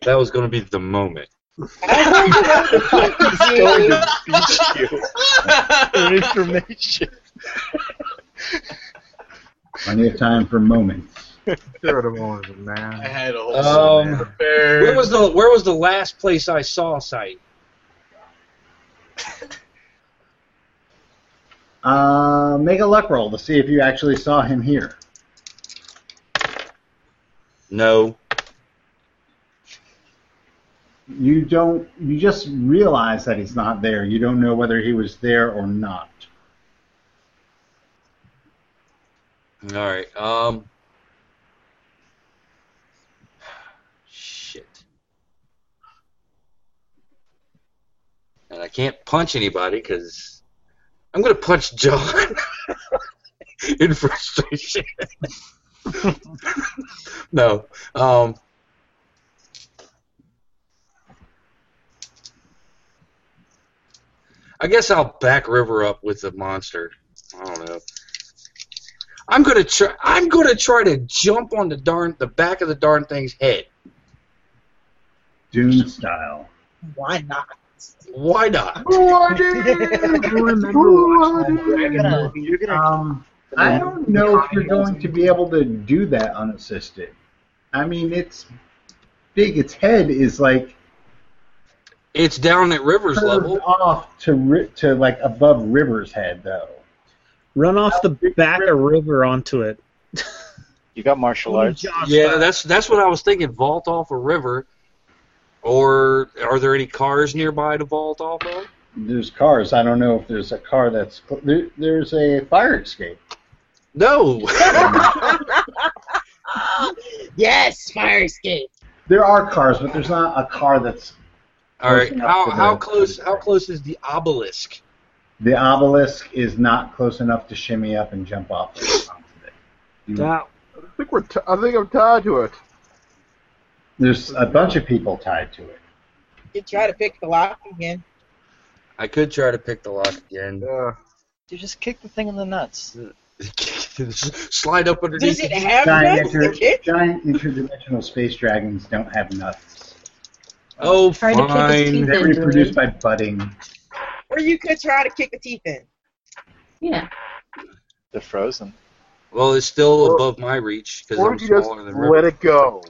Speaker 3: that was going to be the moment.
Speaker 9: going to beat you for information.
Speaker 1: Plenty of time for moments.
Speaker 6: I had a whole
Speaker 10: Oh.
Speaker 11: Um,
Speaker 6: set prepared.
Speaker 11: Where was the Where was the last place I saw sight?
Speaker 1: Uh, make a luck roll to see if you actually saw him here.
Speaker 3: No.
Speaker 1: You don't. You just realize that he's not there. You don't know whether he was there or not.
Speaker 3: All right. Um. Shit. And I can't punch anybody because I'm gonna punch John in frustration. no. Um. I guess I'll back River up with the monster. I don't know. I'm gonna try. I'm gonna try to jump on the darn the back of the darn thing's head.
Speaker 1: Dune style.
Speaker 2: Why not?
Speaker 3: Why not?
Speaker 9: You're gonna
Speaker 1: Um, I don't know if you're going to be able to do that unassisted. I mean, it's big. Its head is like
Speaker 3: It's down at Rivers
Speaker 1: curved
Speaker 3: level.
Speaker 1: off to ri- to like above River's head, though.
Speaker 4: Run off the back of river onto it.
Speaker 9: You got martial
Speaker 1: Oh,
Speaker 9: arts.
Speaker 3: Yeah, that's that's what I was thinking. Vault off a river, or are there any cars nearby to vault off of?
Speaker 1: There's cars. I don't know if there's a car that's cl- there, there's a fire escape.
Speaker 3: No.
Speaker 2: yes, fire escape.
Speaker 1: There are cars, but there's not a car that's
Speaker 3: All right.
Speaker 1: Close enough
Speaker 3: How
Speaker 1: to
Speaker 3: how
Speaker 1: the-
Speaker 3: close how close is the obelisk?
Speaker 1: the obelisk is not close enough to shimmy up and jump off. the top of it.
Speaker 4: That
Speaker 8: I think we're. T- I think I'm tied to it.
Speaker 1: There's a bunch of people tied to it.
Speaker 2: You try to pick the lock again.
Speaker 3: I could try to pick the lock again.
Speaker 8: Yeah.
Speaker 9: You just kick the thing in the nuts.
Speaker 3: Slide up underneath.
Speaker 2: Does it have
Speaker 1: Giant, inter-
Speaker 2: nuts? Okay.
Speaker 1: giant interdimensional space dragons don't have nuts.
Speaker 3: Oh,
Speaker 5: Try to kick his
Speaker 3: fine.
Speaker 5: teeth
Speaker 1: They're
Speaker 5: in.
Speaker 1: reproduced
Speaker 5: Julian.
Speaker 1: by budding.
Speaker 2: Or you could try to kick the teeth in.
Speaker 5: Yeah.
Speaker 9: They're frozen.
Speaker 3: Well, it's still
Speaker 8: Or-
Speaker 3: above my reach because
Speaker 8: Or
Speaker 3: I'm
Speaker 8: do you just
Speaker 3: smaller than River.
Speaker 8: let it go?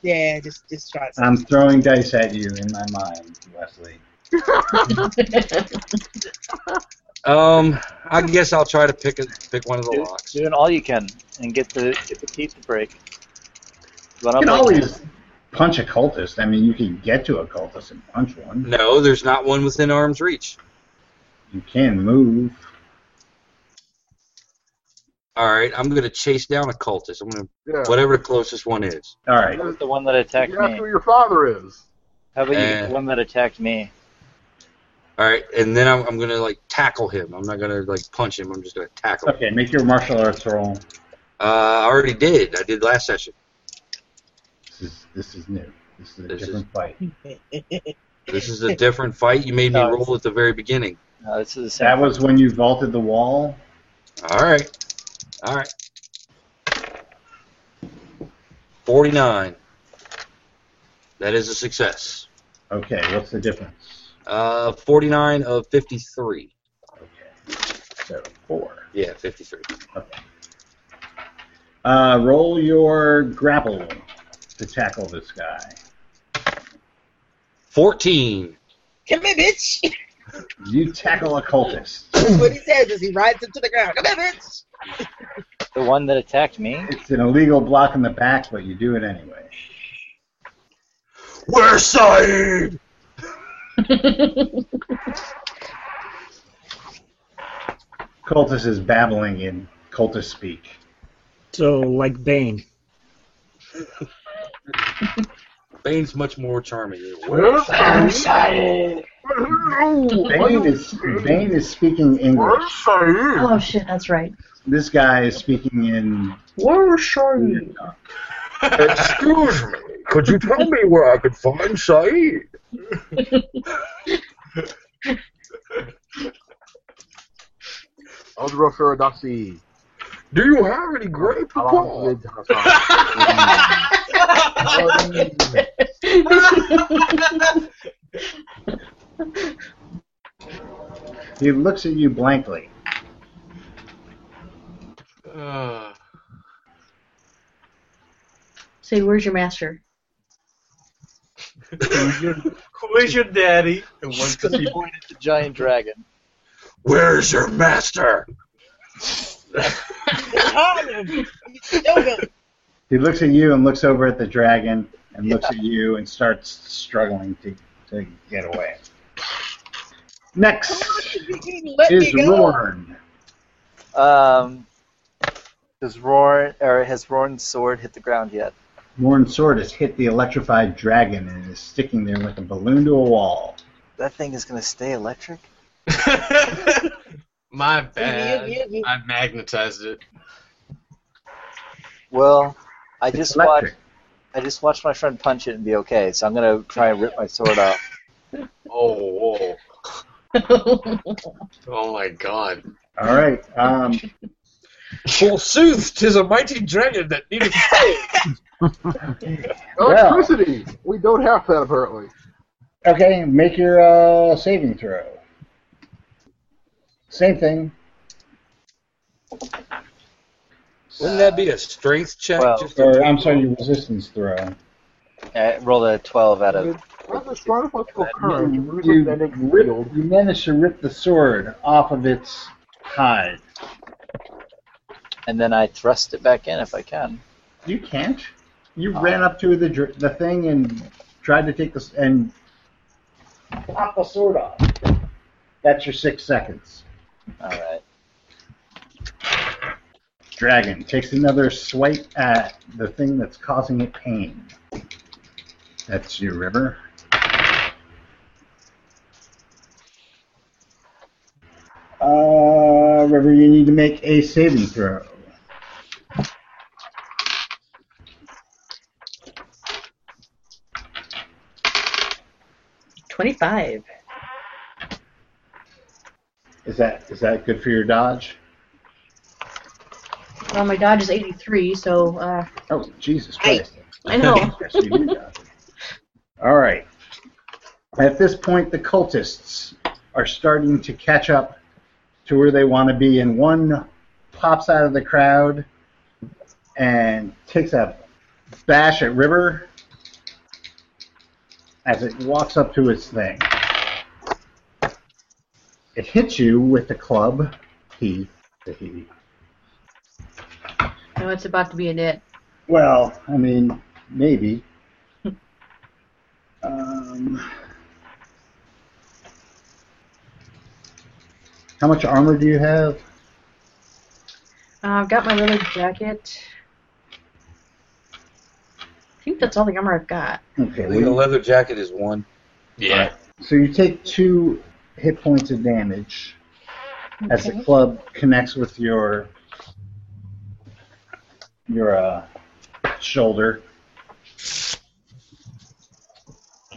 Speaker 2: Yeah, just just try it.
Speaker 1: I'm throwing dice at you in my mind, Wesley.
Speaker 3: Um, I guess I'll try to pick a, pick one of the
Speaker 9: Do,
Speaker 3: locks.
Speaker 9: doing all you can and get the get the teeth to break. Run
Speaker 1: You
Speaker 9: up
Speaker 1: can
Speaker 9: like-
Speaker 1: always punch a cultist. I mean, you can get to a cultist and punch one.
Speaker 3: No, there's not one within arm's reach.
Speaker 1: You can move.
Speaker 3: All right, I'm gonna chase down a cultist. I'm gonna
Speaker 8: Yeah.
Speaker 3: whatever the closest one is.
Speaker 1: All right.
Speaker 9: the one that attacked
Speaker 8: You're
Speaker 9: me.
Speaker 8: after your father is.
Speaker 9: How about you get
Speaker 3: Eh.
Speaker 9: the one that attacked me?
Speaker 3: All right, and then I'm, I'm gonna like tackle him. I'm not gonna like punch him. I'm just gonna tackle him.
Speaker 1: Okay, make your martial arts roll.
Speaker 3: Uh, I already did. I did last session.
Speaker 1: This is this is new. This is a
Speaker 3: This is-
Speaker 1: different fight.
Speaker 3: This is a different fight. You made me
Speaker 9: Oh.
Speaker 3: roll at the very beginning.
Speaker 9: No, Uh, this is the same.
Speaker 1: That was when you vaulted the wall.
Speaker 3: All right, all right. Forty-nine. That is a success.
Speaker 1: Okay, what's the difference?
Speaker 3: Uh, forty-nine of fifty-three.
Speaker 1: Okay, so four.
Speaker 3: Yeah, 53.
Speaker 1: Uh, roll your grapple to tackle this guy.
Speaker 3: 14.
Speaker 2: Come here, bitch.
Speaker 1: You tackle a cultist.
Speaker 2: That's what he says as he rides him to the ground. Come here, bitch.
Speaker 9: the one that attacked me.
Speaker 1: It's an illegal block in the back, but you do it anyway.
Speaker 3: We're side!
Speaker 1: Cultist is babbling in cultist speak.
Speaker 4: so like Bane.
Speaker 3: Bane's much more charming.
Speaker 8: We're
Speaker 1: Bane is Bane is speaking English.
Speaker 5: oh shit, that's right.
Speaker 1: This guy is speaking in.
Speaker 5: We're sure you.
Speaker 3: Excuse me.
Speaker 8: Could you tell me where I could find Saeed? Elder Ferodoxy.
Speaker 10: Do you have any grape?
Speaker 8: How long
Speaker 10: Paul?
Speaker 8: is it?
Speaker 1: He looks at you blankly.
Speaker 6: Uh,
Speaker 5: Say, where's your master?
Speaker 6: who's, your, who's your daddy? And what's the
Speaker 9: He pointed at the giant dragon.
Speaker 10: Where's your master?
Speaker 1: He looks at you and looks over at the dragon and looks at you and starts struggling to, to get away. Next
Speaker 2: Let
Speaker 1: is
Speaker 2: me go.
Speaker 1: Rorn.
Speaker 9: Um, does Roar or has Roar's sword hit the ground yet?
Speaker 1: Rorn's sword has hit the electrified dragon and is sticking there like a balloon to a wall.
Speaker 9: That thing is gonna stay electric.
Speaker 6: My
Speaker 2: You-
Speaker 6: bad.
Speaker 2: you- you-
Speaker 6: I magnetized it.
Speaker 9: Well, I
Speaker 1: It's
Speaker 9: just
Speaker 1: electric.
Speaker 9: watched. I just watched my friend punch it and be okay. So I'm gonna try and rip my sword off.
Speaker 6: Oh, whoa. oh my god.
Speaker 1: All right. Um,
Speaker 10: Forsooth, tis a mighty dragon that needeth
Speaker 8: Electricity. We don't have that apparently.
Speaker 1: okay, make your uh, saving throw. Same thing.
Speaker 10: Wouldn't that be a strength check?
Speaker 9: Well,
Speaker 10: just
Speaker 1: Or, I'm sorry, your resistance throw.
Speaker 9: I rolled a 12 out of.
Speaker 8: That's a strong electrical current.
Speaker 1: You,
Speaker 8: You
Speaker 1: you,
Speaker 8: magnetic
Speaker 1: rip,
Speaker 8: field.
Speaker 1: you manage to rip the sword off of its hide.
Speaker 9: And then I thrust it back in if I can.
Speaker 1: You can't. You ran up to the dr- the thing and tried to take this and pop the sword off. That's your six seconds.
Speaker 9: Alright.
Speaker 1: Dragon takes another swipe at the thing that's causing it pain. That's your river. Uh, river, you need to make a saving throw.
Speaker 2: Twenty-five.
Speaker 1: Is that is that good for your dodge?
Speaker 5: Well, my dodge is 83, so uh,
Speaker 1: Oh, Jesus
Speaker 2: Hey.
Speaker 1: Christ.
Speaker 5: I know.
Speaker 1: Yes, you do, Dodger. All right. At this point, the cultists are starting to catch up to where they want to be, and one pops out of the crowd and takes a bash at River as it walks up to its thing. It hits you with the club. He, the he.
Speaker 5: no, it's about to be a knit.
Speaker 1: Well, I mean, maybe. Um, how much armor do you have?
Speaker 5: Uh, I've got my leather jacket. I think that's all the armor I've got.
Speaker 1: Okay.
Speaker 10: I
Speaker 1: well,
Speaker 10: think the
Speaker 1: you-
Speaker 10: leather jacket is one.
Speaker 6: Yeah.
Speaker 1: so you take two hit points of damage as the
Speaker 5: Okay.
Speaker 1: club connects with your your uh, shoulder.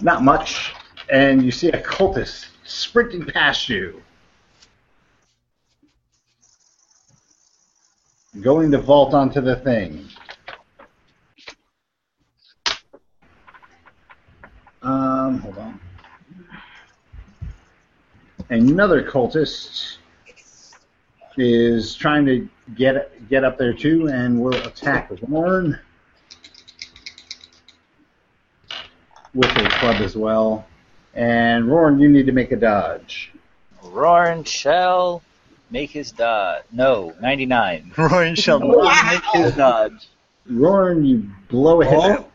Speaker 1: Not much, and you see a cultist sprinting past you, going to vault onto the thing. Um, hold on. Another cultist is trying to get get up there too, and will attack Warren with a club as well. And Roran, you need to make a dodge.
Speaker 9: Roarin' shall make his dodge. No, 99.
Speaker 7: Roaring shall
Speaker 9: Make his dodge.
Speaker 1: Roran, you blow a hit out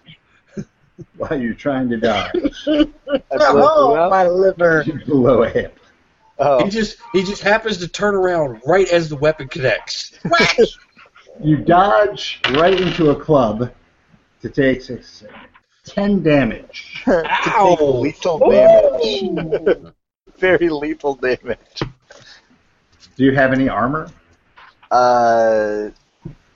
Speaker 1: while you're trying to dodge.
Speaker 9: I blew you out.
Speaker 2: my liver.
Speaker 1: you blow a hit.
Speaker 9: Oh,
Speaker 10: He just he just happens to turn around right as the weapon connects.
Speaker 1: You dodge right into a club to take six, ten damage.
Speaker 10: Ow!
Speaker 7: lethal damage.
Speaker 9: very lethal damage.
Speaker 1: Do you have any armor?
Speaker 9: Uh,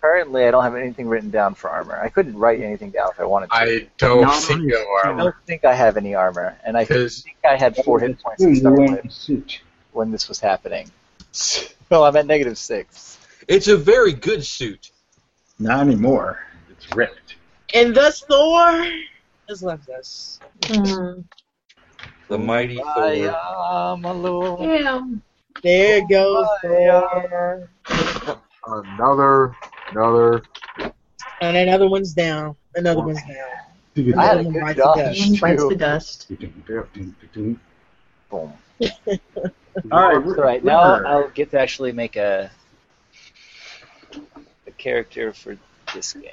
Speaker 9: currently I don't have anything written down for armor. I couldn't write anything down if I wanted to.
Speaker 6: I don't
Speaker 4: Not
Speaker 6: think
Speaker 4: on-
Speaker 6: you
Speaker 9: I
Speaker 6: are.
Speaker 9: don't think I have any armor, and I think
Speaker 6: 'Cause-
Speaker 9: I had four hit points to start with when this was happening. So I'm at negative six.
Speaker 10: It's a very good suit.
Speaker 1: Not anymore. It's ripped.
Speaker 2: And thus Thor has left us.
Speaker 5: Hmm.
Speaker 10: The mighty Thor.
Speaker 9: I am a lord.
Speaker 5: Yeah.
Speaker 2: There goes Thor.
Speaker 8: Another, another.
Speaker 2: And another one's down. Another one's down.
Speaker 9: I had a
Speaker 2: Another one
Speaker 9: good
Speaker 2: bites
Speaker 9: dodge.
Speaker 2: the
Speaker 5: One
Speaker 2: dust.
Speaker 5: bites
Speaker 8: True.
Speaker 5: the dust.
Speaker 9: Boom.
Speaker 1: All right.
Speaker 9: All right, now I'll get to actually make a a character for this game.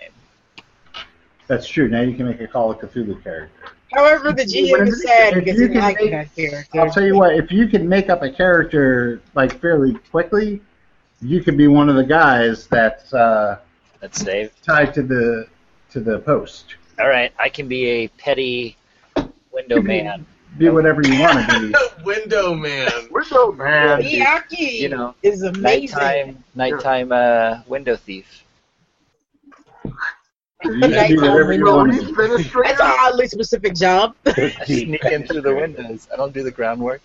Speaker 1: That's true. Now you can make a Call of Cthulhu character.
Speaker 2: However, the GM is sad because
Speaker 1: You
Speaker 2: he
Speaker 1: can
Speaker 2: liked
Speaker 1: make-
Speaker 2: that character.
Speaker 1: I'll tell you what. If you can make up a character like fairly quickly, you could be one of the guys that's uh,
Speaker 9: Let's save.
Speaker 1: tied to the to the post.
Speaker 9: All right, I can be a petty window man.
Speaker 1: Be whatever you want to be.
Speaker 6: Window man.
Speaker 8: Window man.
Speaker 2: Miyaki
Speaker 9: You know,
Speaker 2: is amazing.
Speaker 9: Nighttime, nighttime uh, window thief.
Speaker 1: You can be whatever you
Speaker 8: Window
Speaker 1: want to be.
Speaker 2: That's a
Speaker 8: administrator.
Speaker 2: oddly specific job.
Speaker 9: I sneak in through the windows. I don't do the groundwork.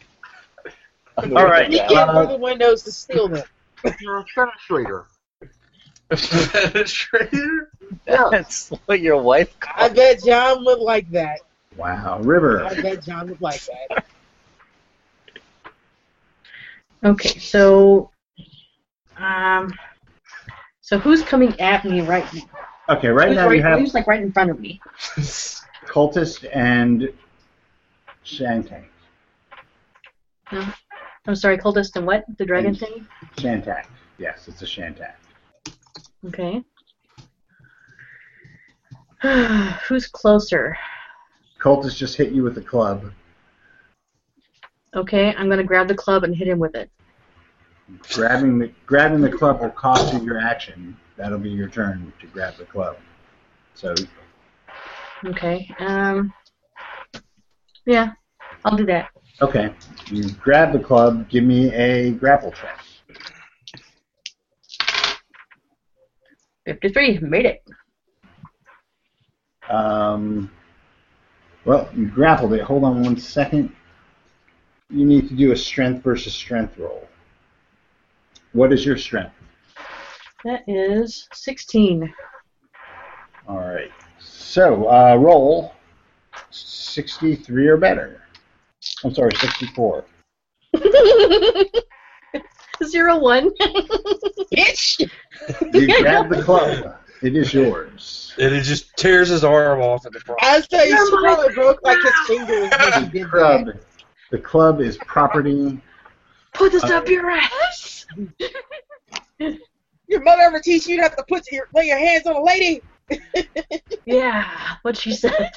Speaker 9: I'm the
Speaker 1: All right.
Speaker 9: window
Speaker 2: He
Speaker 9: guy.
Speaker 2: came through the windows to steal them.
Speaker 8: You're a fenestrator.
Speaker 6: Penetrator?
Speaker 9: That's what your wife
Speaker 2: I
Speaker 9: called.
Speaker 2: bet John would like that.
Speaker 1: Wow,
Speaker 2: I
Speaker 1: River.
Speaker 2: bet John would like that.
Speaker 5: Okay, so um, so who's coming at me right now?
Speaker 1: Okay, right
Speaker 5: who's,
Speaker 1: now
Speaker 5: right,
Speaker 1: you have
Speaker 5: who's like right in front of me?
Speaker 1: cultist and Shantak.
Speaker 5: I'm sorry, Coldest and what? The dragon thing?
Speaker 1: Shantak. Yes, it's a Shantak.
Speaker 5: Okay. who's closer?
Speaker 1: Cultist just hit you with a club.
Speaker 5: Okay, I'm gonna grab the club and hit him with it.
Speaker 1: Grabbing the grabbing the club will cost you your action. That'll be your turn to grab the club. So
Speaker 5: Okay. Um. Yeah, I'll do that.
Speaker 1: okay, you grab the club. Give me a grapple check.
Speaker 5: 53, made it.
Speaker 1: Um, well, you grappled it. Hold on one second. You need to do a strength versus strength roll. What is your strength?
Speaker 5: That is 16.
Speaker 1: All right. So uh, roll 63 or better. I'm sorry, 64.
Speaker 5: Zero one.
Speaker 2: Bitch!
Speaker 1: You grab the club. It is yours.
Speaker 10: And it just tears his arm off at the front.
Speaker 2: I was telling you,
Speaker 5: Never mind.
Speaker 2: Scarlet broke like his finger when he
Speaker 1: The
Speaker 2: did that.
Speaker 1: club, the club is property.
Speaker 5: Put this up your ass.
Speaker 2: Your mother ever teach you not to put your lay your hands on a lady?
Speaker 5: Yeah, what she said.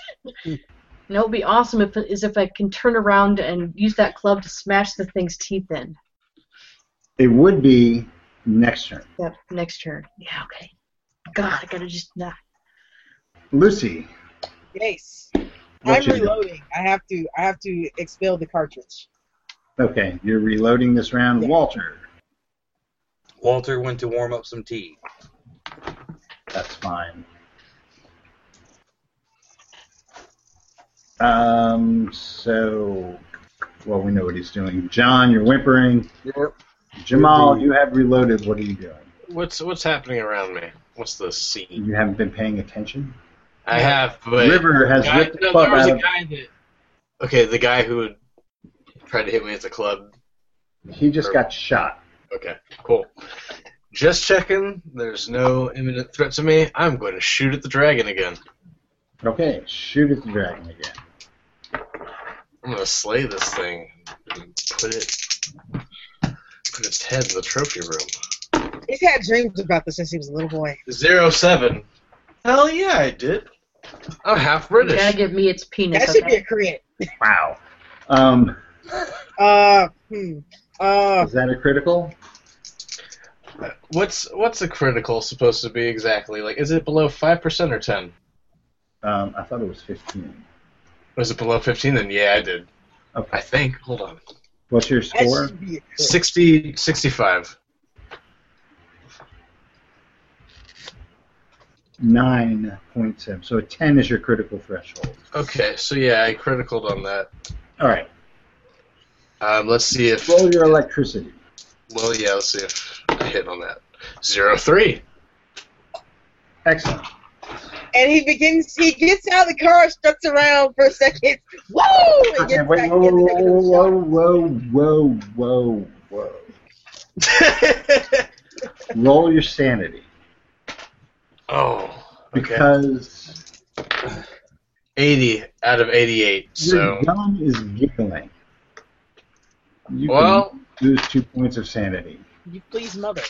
Speaker 5: No, it'd be awesome if is if I can turn around and use that club to smash the thing's teeth in.
Speaker 1: It would be next turn.
Speaker 5: Yep. Next turn. Yeah, okay. God, I gotta just nah.
Speaker 1: Lucy,
Speaker 2: Yes.
Speaker 1: What
Speaker 2: I'm
Speaker 1: you do?
Speaker 2: reloading. I have to. I have to expel the cartridge.
Speaker 1: okay, you're reloading this round. Walter,
Speaker 10: Walter went to warm up some tea.
Speaker 1: that's fine. Um, so, well, we know what he's doing. John, you're whimpering.
Speaker 8: Yep.
Speaker 1: Jamal, you have reloaded. What are you doing?
Speaker 6: What's what's happening around me? What's the scene?
Speaker 1: You haven't been paying attention?
Speaker 6: I have, but
Speaker 1: River has
Speaker 6: Guy-
Speaker 1: ripped the
Speaker 6: no,
Speaker 1: club
Speaker 6: there was
Speaker 1: out
Speaker 6: a
Speaker 1: of
Speaker 6: guy that. Okay, the guy who had tried to hit me at the club.
Speaker 1: He just got shot.
Speaker 6: Okay, cool. Just checking. There's no imminent threat to me. I'm going to shoot at the dragon again.
Speaker 1: Okay, shoot at the dragon again.
Speaker 6: I'm going to slay this thing and put it put its head in the trophy room.
Speaker 2: He's had dreams about this since he was a little boy.
Speaker 6: Zero seven. Hell yeah, I did. I'm half British.
Speaker 5: You gotta give me its penis.
Speaker 2: That should be
Speaker 5: okay?
Speaker 2: a crit.
Speaker 1: Wow. Um,
Speaker 2: Uh, hmm. Uh,
Speaker 1: is that a critical?
Speaker 6: What's what's a critical supposed to be exactly? Like, is it below five percent or ten?
Speaker 1: Um, I thought it was 15.
Speaker 6: Was it below fifteen? Then yeah, I did. I
Speaker 1: Okay.
Speaker 6: think. Hold on.
Speaker 1: What's your
Speaker 2: that
Speaker 1: score?
Speaker 2: should be a crit.
Speaker 6: 60, 65.
Speaker 1: nine points him. So a ten is your critical threshold.
Speaker 6: Okay, so yeah, I criticaled on that.
Speaker 1: All right.
Speaker 6: Um, let's see if.
Speaker 1: Roll your electricity.
Speaker 6: Well, yeah, let's see if I hit on that. Zero three.
Speaker 1: Excellent.
Speaker 2: And he begins. He gets out of the car, struts around for a second. Whoa! And
Speaker 1: Okay,
Speaker 2: gets
Speaker 1: wait,
Speaker 2: back
Speaker 1: whoa,
Speaker 2: in, taking a
Speaker 1: whoa,
Speaker 2: shot.
Speaker 1: whoa, whoa, whoa, whoa, whoa. Roll your sanity
Speaker 6: Oh, okay.
Speaker 1: because
Speaker 6: Eighty out of eighty-eight.
Speaker 1: your
Speaker 6: So
Speaker 1: gun is giggling. You
Speaker 6: well,
Speaker 1: can lose two points of sanity.
Speaker 2: You please, mother.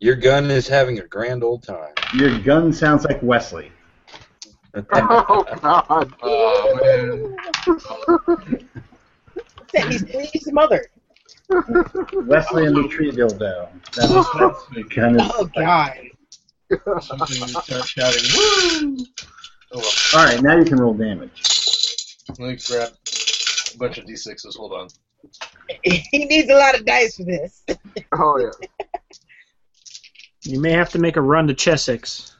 Speaker 10: Your gun is having a grand old time.
Speaker 1: Your gun sounds like Wesley.
Speaker 8: Oh God.
Speaker 6: oh man.
Speaker 2: Said he's please, mother.
Speaker 1: Wesley and the tree dildo. That was, that's the kind of.
Speaker 2: Oh God.
Speaker 6: Something you start shouting. Woo! Oh,
Speaker 1: All right, now you can roll damage.
Speaker 6: well, let me grab a bunch of d6s. Hold on.
Speaker 2: He needs a lot of dice for this.
Speaker 8: Oh yeah.
Speaker 4: You may have to make a run to Chessex.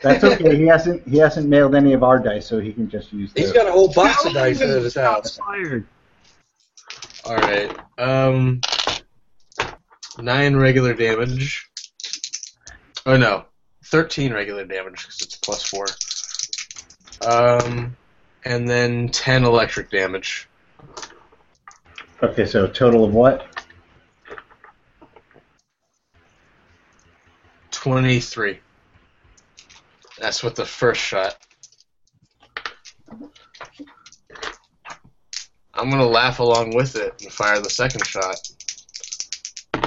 Speaker 1: That's okay. he hasn't he hasn't mailed any of our dice, so he can just use.
Speaker 10: He's
Speaker 1: those.
Speaker 10: got a whole box of dice at his house.
Speaker 4: Fired.
Speaker 6: All right. Um, nine regular damage. Oh no, thirteen regular damage because it's plus four. Um, and then ten electric damage.
Speaker 1: Okay, so total of what?
Speaker 6: Twenty-three. That's with the first shot. I'm gonna laugh along with it and fire the second shot. And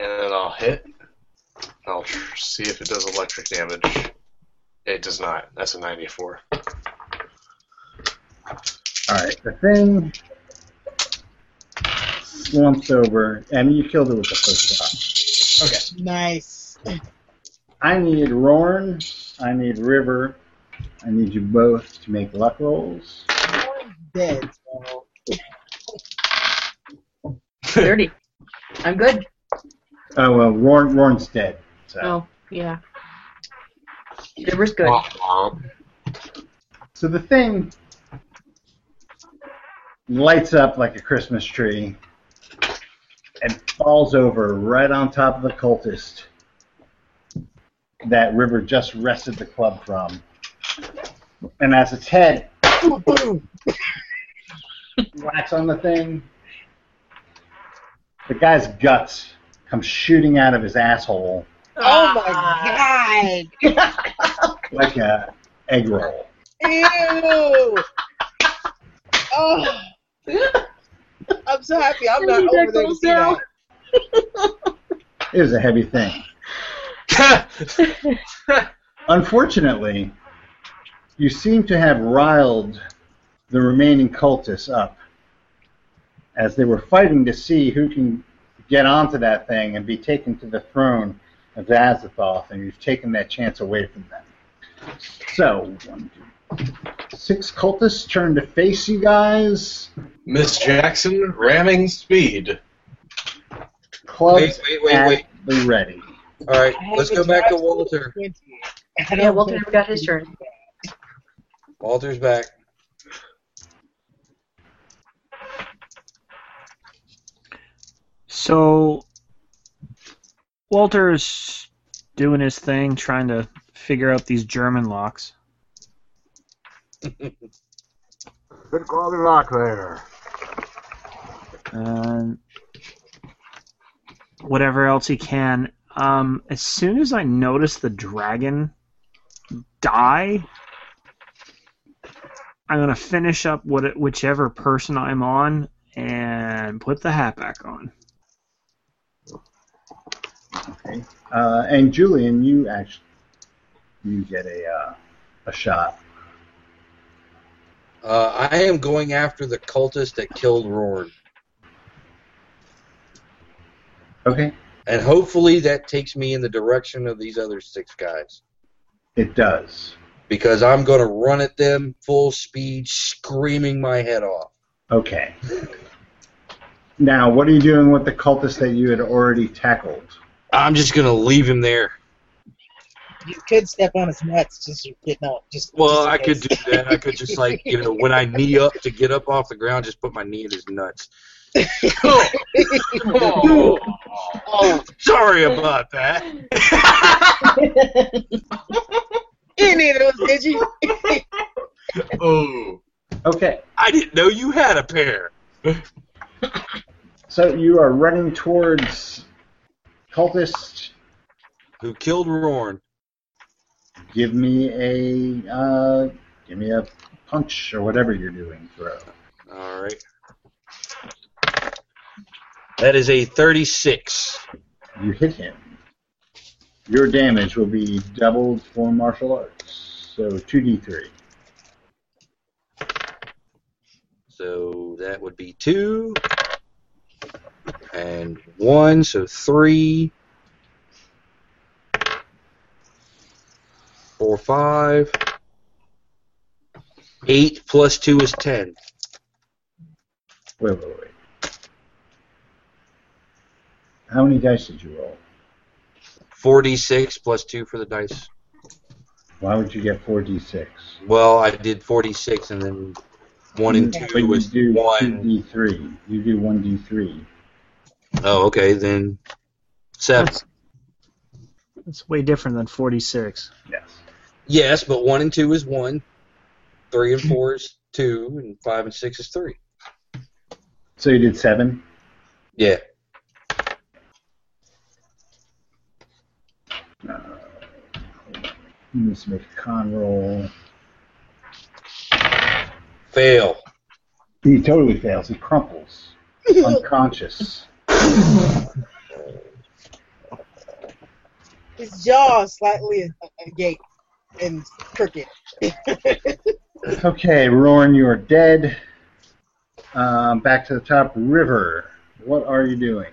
Speaker 6: then I'll hit. I'll tr- see if it does electric damage. It does not. That's a 94.
Speaker 1: All right, the thing slumps over, and you killed it with the first shot.
Speaker 2: Nice.
Speaker 1: I need Rorn. I need River. I need you both to make luck rolls.
Speaker 2: Dead. bro.
Speaker 5: 30. I'm good.
Speaker 1: Oh well, Rorn Rorn's dead. So.
Speaker 5: Oh, yeah. River's good.
Speaker 1: So the thing lights up like a Christmas tree and falls over right on top of the cultist that River just wrested the club from. And as its head
Speaker 2: Boom, boom.
Speaker 1: whacks on the thing, the guy's guts come shooting out of his asshole
Speaker 5: Ah.
Speaker 2: Oh my God.
Speaker 1: like a egg roll.
Speaker 2: Ew. Oh. I'm so happy I'm
Speaker 5: I
Speaker 2: not
Speaker 5: need that
Speaker 2: over there to
Speaker 5: goes
Speaker 2: see
Speaker 5: down.
Speaker 2: that.
Speaker 1: It was a heavy thing. Unfortunately, you seem to have riled the remaining cultists up as they were fighting to see who can get onto that thing and be taken to the throne of Azathoth, and you've taken that chance away from them. So, one, two, six cultists turn to face you guys.
Speaker 6: Miss Jackson, ramming speed.
Speaker 1: Clubs
Speaker 10: Wait, wait, wait,
Speaker 1: at
Speaker 10: wait.
Speaker 1: the ready.
Speaker 10: All right,
Speaker 2: I have
Speaker 10: let's
Speaker 2: a
Speaker 10: go back to
Speaker 2: drive-thru
Speaker 10: Walter.
Speaker 2: with 20. I
Speaker 5: Yeah,
Speaker 2: don't
Speaker 5: Walter
Speaker 2: think-
Speaker 5: never got his turn.
Speaker 10: Walter's back.
Speaker 4: So Walter's doing his thing, trying to figure out these German locks.
Speaker 8: Good quality lock there.
Speaker 4: and whatever else he can. Um, as soon as I notice the dragon die, I'm gonna finish up what whichever person I'm on and put the hat back on.
Speaker 1: Okay. Uh, and Julian, you actually you get a uh, a shot.
Speaker 10: Uh, I am going after the cultist that killed Rorn,
Speaker 1: Okay.
Speaker 10: and hopefully that takes me in the direction of these other six guys
Speaker 1: It does.
Speaker 10: because I'm going to run at them full speed, screaming my head off.
Speaker 1: Okay. Now, what are you doing with the cultist that you had already tackled?
Speaker 3: I'm just gonna leave him there.
Speaker 2: You could step on his nuts just you did not just.
Speaker 3: Well,
Speaker 2: just in
Speaker 3: I could
Speaker 2: case.
Speaker 3: do that. I could just like you know when I knee up to get up off the ground, just put my knee in his nuts. oh, sorry about that.
Speaker 2: You didn't need those, did you?
Speaker 3: Oh,
Speaker 1: Okay,
Speaker 3: I didn't know you had a pair.
Speaker 1: so you are running towards cultist.
Speaker 3: Who killed Rorn?
Speaker 1: Give me a uh, give me a punch or whatever you're doing throw.
Speaker 3: All right. That is a 36.
Speaker 1: You hit him. Your damage will be doubled for martial arts, so two d three.
Speaker 3: So that would be two and one, so three, four, five, eight plus two is ten.
Speaker 1: Wait, wait, wait. How many dice did you roll?
Speaker 3: Forty-six plus two for the dice.
Speaker 1: Why would you get four d six?
Speaker 3: Well, I did forty-six, and then one and
Speaker 1: But
Speaker 3: two
Speaker 1: you
Speaker 3: was
Speaker 1: do
Speaker 3: one.
Speaker 1: 2d3. You do 1d3.
Speaker 3: Oh, okay, then seven.
Speaker 4: That's, that's way different than 46.
Speaker 1: Yes.
Speaker 3: Yes, but one and two is one, three and four is two, and five and six is three.
Speaker 1: So you did 7?
Speaker 3: Yeah.
Speaker 1: Uh, You need to make a con roll.
Speaker 3: Fail.
Speaker 1: He totally fails. He crumples. unconscious.
Speaker 2: His jaw is slightly a- a- agape and crooked.
Speaker 1: Okay, Roaring, you are dead. Um, back to the top. River, what are you doing?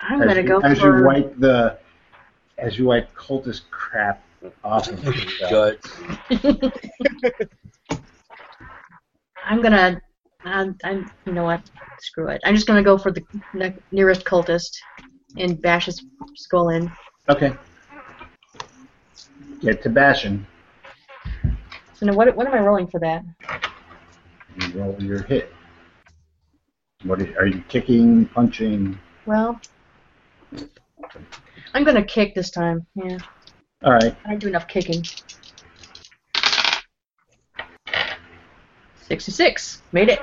Speaker 5: I'm
Speaker 1: as
Speaker 5: gonna
Speaker 1: you,
Speaker 5: go
Speaker 1: as
Speaker 5: for
Speaker 1: you wipe the as you wipe cultist crap off of yourself.
Speaker 3: Gut.
Speaker 5: I'm gonna. I'm, I'm. You know what? Screw it. I'm just gonna go for the ne- nearest cultist and bash his skull in.
Speaker 1: Okay. Get to bashing.
Speaker 5: So now, what? What am I rolling for that?
Speaker 1: You roll your hit. What are, are you kicking, punching?
Speaker 5: Well, I'm gonna kick this time. Yeah,
Speaker 1: All right.
Speaker 5: I do enough kicking. Sixty-six. Made it.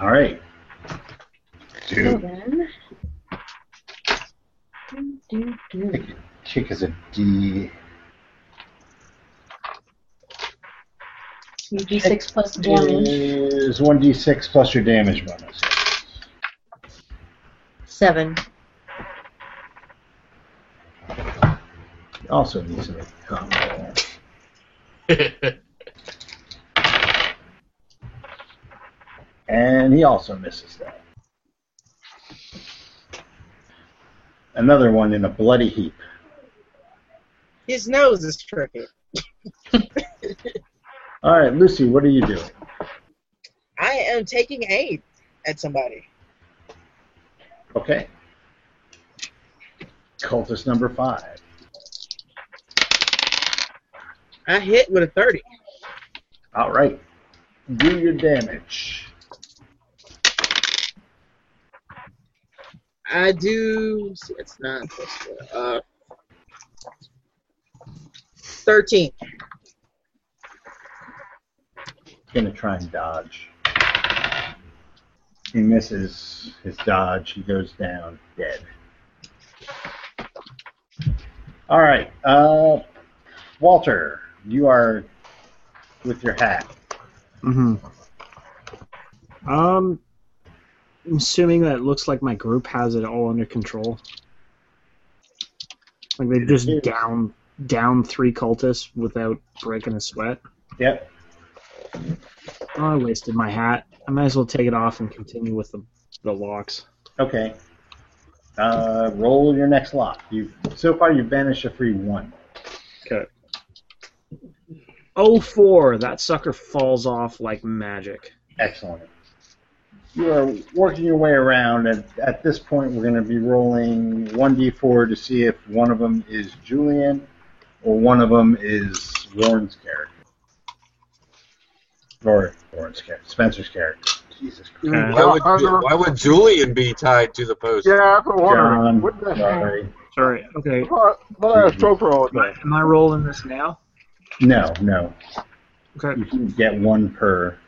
Speaker 1: All right.
Speaker 5: So
Speaker 1: Dude,
Speaker 5: then. Do, do, do.
Speaker 1: kick is a D.
Speaker 5: D6 plus damage.
Speaker 1: Is 1d6 plus your damage bonus.
Speaker 5: Seven.
Speaker 1: You Also needs to make a con roll. And he also misses that. Another one in a bloody heap.
Speaker 2: His nose is crooked.
Speaker 1: All right, Lucy, what are you doing?
Speaker 2: I am taking aim at somebody.
Speaker 1: Okay. Cultist number five.
Speaker 2: I hit with a 30.
Speaker 1: All right. Do your damage.
Speaker 2: I do. See, it's nine plus four. Uh, 13.
Speaker 1: Gonna try and dodge. He misses his dodge. He goes down dead. All right, uh, Walter, you are with your hat.
Speaker 4: Mm-hmm. Um, I'm assuming that it looks like my group has it all under control. Like they just
Speaker 1: appears.
Speaker 4: down down three cultists without breaking a sweat.
Speaker 1: Yep.
Speaker 4: Oh, I wasted my hat. I might as well take it off and continue with the the locks.
Speaker 1: Okay. Uh, roll your next lock. You so far you've banished a free one.
Speaker 4: Oh four, that sucker falls off like magic.
Speaker 1: Excellent. you are working your way around, and at this point, we're going to be rolling 1d4 to see if one of them is Julian or one of them is Warren's character. Or Warren's character. Spencer's character. Jesus Christ.
Speaker 10: Mm, Why would, Ju- why would Julian be tied to the post?
Speaker 8: Yeah, I've been wondering.
Speaker 1: John.
Speaker 8: What the heck?
Speaker 1: Sorry.
Speaker 4: Sorry. Okay.
Speaker 8: What a stroke roll.
Speaker 4: Am I- am I rolling this now?
Speaker 1: No, no.
Speaker 4: Okay.
Speaker 1: You can get one per.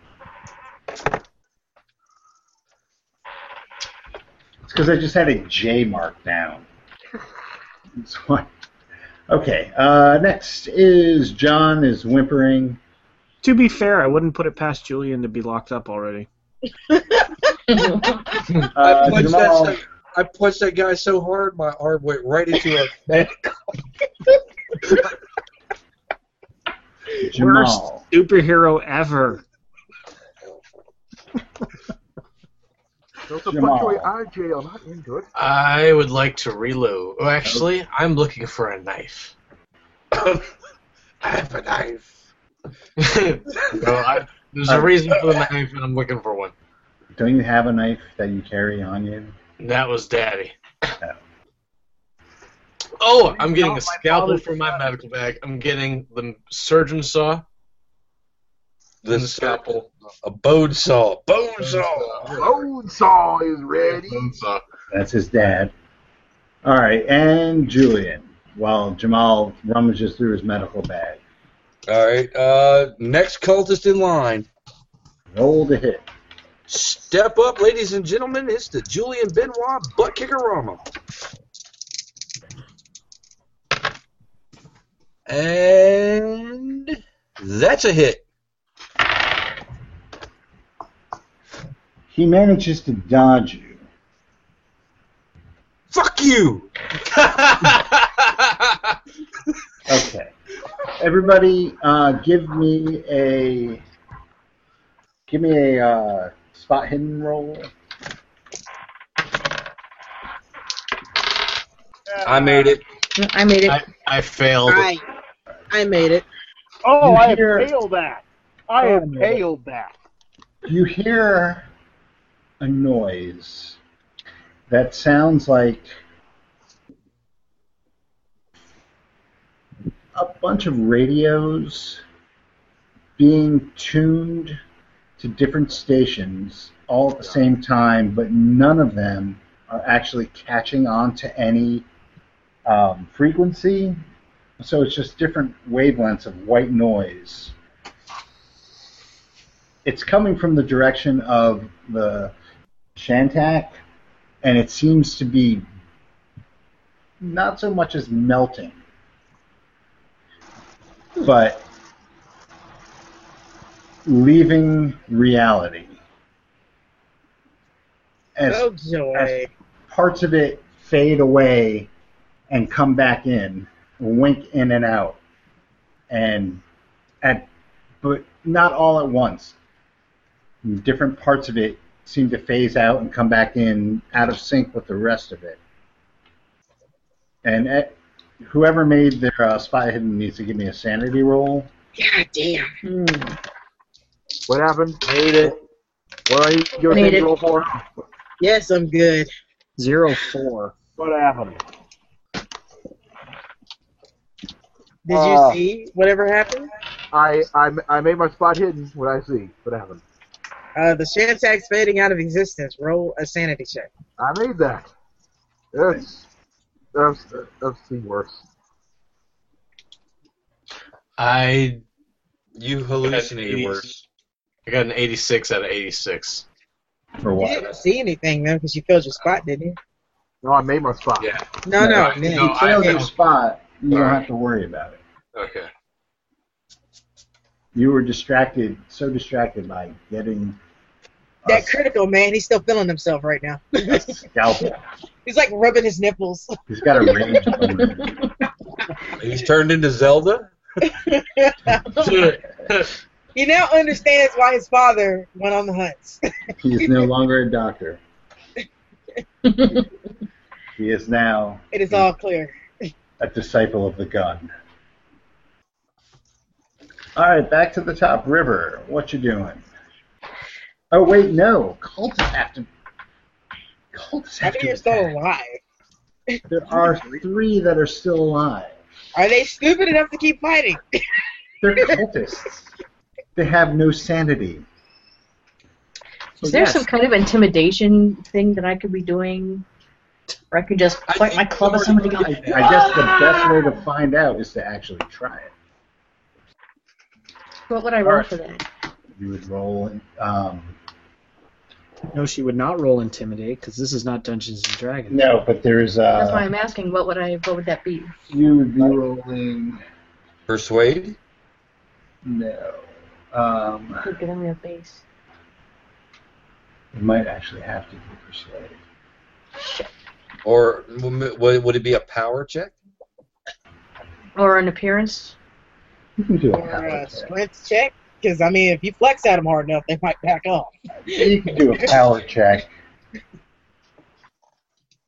Speaker 1: It's because I just had a J mark down. That's why. Okay. Uh, next is John is whimpering.
Speaker 4: To be fair, I wouldn't put it past Julian to be locked up already.
Speaker 3: I
Speaker 1: Uh,
Speaker 3: punched
Speaker 1: Jamal-
Speaker 3: that. So, I punched that guy so hard, my arm went right into a
Speaker 1: Jamal.
Speaker 4: Superhero ever.
Speaker 8: Those are
Speaker 1: Jamal.
Speaker 8: punctuate eye jail, not in good.
Speaker 6: I would like to reload. Oh, actually, I'm looking for a knife.
Speaker 10: I have a knife.
Speaker 6: no, I, there's a reason for the knife, and I'm looking for one.
Speaker 1: Don't you have a knife that you carry on you?
Speaker 6: That was Daddy. Oh, I'm getting a scalpel from my medical bag. I'm getting the surgeon saw
Speaker 10: The
Speaker 6: and the scalpel.
Speaker 10: A bone saw. Bone saw.
Speaker 8: Bone saw is ready.
Speaker 6: Bone saw.
Speaker 1: That's his dad. All right, and Julian. While Jamal rummages through his medical bag,
Speaker 10: All right. Uh, next cultist in line.
Speaker 1: roll to hit.
Speaker 10: Step up, ladies and gentlemen. It's the Julian Benoit butt kicker Rama. And that's a hit.
Speaker 1: He manages to dodge you.
Speaker 10: Fuck you.
Speaker 1: Okay. Everybody, uh, give me a give me a uh, spot hidden roll.
Speaker 10: I made it.
Speaker 5: I made it.
Speaker 6: I, I failed.
Speaker 2: I, I made it.
Speaker 1: You
Speaker 8: Oh, I have
Speaker 1: hear-
Speaker 8: failed that. I have failed that.
Speaker 1: You hear a noise that sounds like a bunch of radios being tuned to different stations all at the same time, but none of them are actually catching on to any um, frequency. So it's just different wavelengths of white noise it's coming from the direction of the Shantak, and it seems to be not so much as melting, but leaving reality. As
Speaker 2: Oh joy.
Speaker 1: parts of it fade away and come back in, wink in and out, and at but not all at once. Different parts of it seem to phase out and come back in out of sync with the rest of it. And eh, whoever made their uh, spot hidden needs to give me a sanity roll.
Speaker 2: God damn.
Speaker 5: Mm.
Speaker 8: What happened?
Speaker 10: Made it.
Speaker 8: What are you
Speaker 5: I
Speaker 8: going
Speaker 5: made
Speaker 8: to
Speaker 5: it.
Speaker 8: roll for?
Speaker 2: Yes, I'm good.
Speaker 4: Zero four.
Speaker 8: What happened?
Speaker 2: Did
Speaker 8: Uh.
Speaker 2: you see whatever happened?
Speaker 8: I, I, I made my spot hidden. What I see? What happened?
Speaker 2: Uh, the Shantak's fading out of existence. Roll a sanity check.
Speaker 8: I made that. That's that's that's the worst.
Speaker 6: I
Speaker 10: You
Speaker 6: got an
Speaker 10: hallucinated
Speaker 6: 80
Speaker 10: worse.
Speaker 6: I got an 86 out of 86.
Speaker 1: For
Speaker 2: You
Speaker 1: what?
Speaker 2: didn't see anything though, because you filled your spot, didn't you?
Speaker 8: No, I made my spot.
Speaker 10: Yeah.
Speaker 2: No, no,
Speaker 6: I-
Speaker 2: man.
Speaker 1: If you
Speaker 6: I
Speaker 1: fail your
Speaker 6: know.
Speaker 1: spot, you don't
Speaker 6: Sorry.
Speaker 1: have to worry about it.
Speaker 6: Okay.
Speaker 1: You were distracted, so distracted by getting
Speaker 2: That
Speaker 1: a
Speaker 2: critical man, he's still feeling himself right now.
Speaker 1: scalpel.
Speaker 2: He's like rubbing his nipples.
Speaker 1: He's got a rage. on him.
Speaker 10: He's turned into Zelda.
Speaker 2: He now understands why his father went on the hunts.
Speaker 1: He is no longer a doctor. he is now
Speaker 2: It is all clear.
Speaker 1: a disciple of the gun. All right, back to the top river. What you doing? Oh wait, no. Cultists have to. Cultists
Speaker 2: I
Speaker 1: have
Speaker 2: think
Speaker 1: to.
Speaker 2: you're still
Speaker 1: attack.
Speaker 2: alive.
Speaker 1: There are three that are still alive.
Speaker 2: Are they stupid enough to keep fighting?
Speaker 1: They're cultists. they have no sanity. So
Speaker 5: Is there
Speaker 1: yes,
Speaker 5: some kind of intimidation thing that I could be doing? Or I could just
Speaker 3: I
Speaker 5: point my
Speaker 3: think
Speaker 5: club at
Speaker 3: we're
Speaker 5: somebody and
Speaker 1: I,
Speaker 5: go,
Speaker 1: I guess the best way to find out is to actually try it.
Speaker 5: what would I roll for that?
Speaker 1: You would roll. Um,
Speaker 4: No, she would not roll intimidate because this is not Dungeons and Dragons.
Speaker 1: no, but there's.
Speaker 5: That's why
Speaker 1: Uh,
Speaker 5: I'm asking, what would I, what would that be?
Speaker 1: you would be rolling.
Speaker 10: Persuade?
Speaker 1: No. Um,
Speaker 5: Look, I only have base.
Speaker 1: it might actually have to be persuaded.
Speaker 10: Or w- w- would it be a power check?
Speaker 5: Or an appearance?
Speaker 1: You can do a
Speaker 2: Or
Speaker 1: power
Speaker 2: a
Speaker 1: check.
Speaker 2: strength check? Because, I mean, if you flex at them hard enough, they might back off.
Speaker 1: You can do a power check.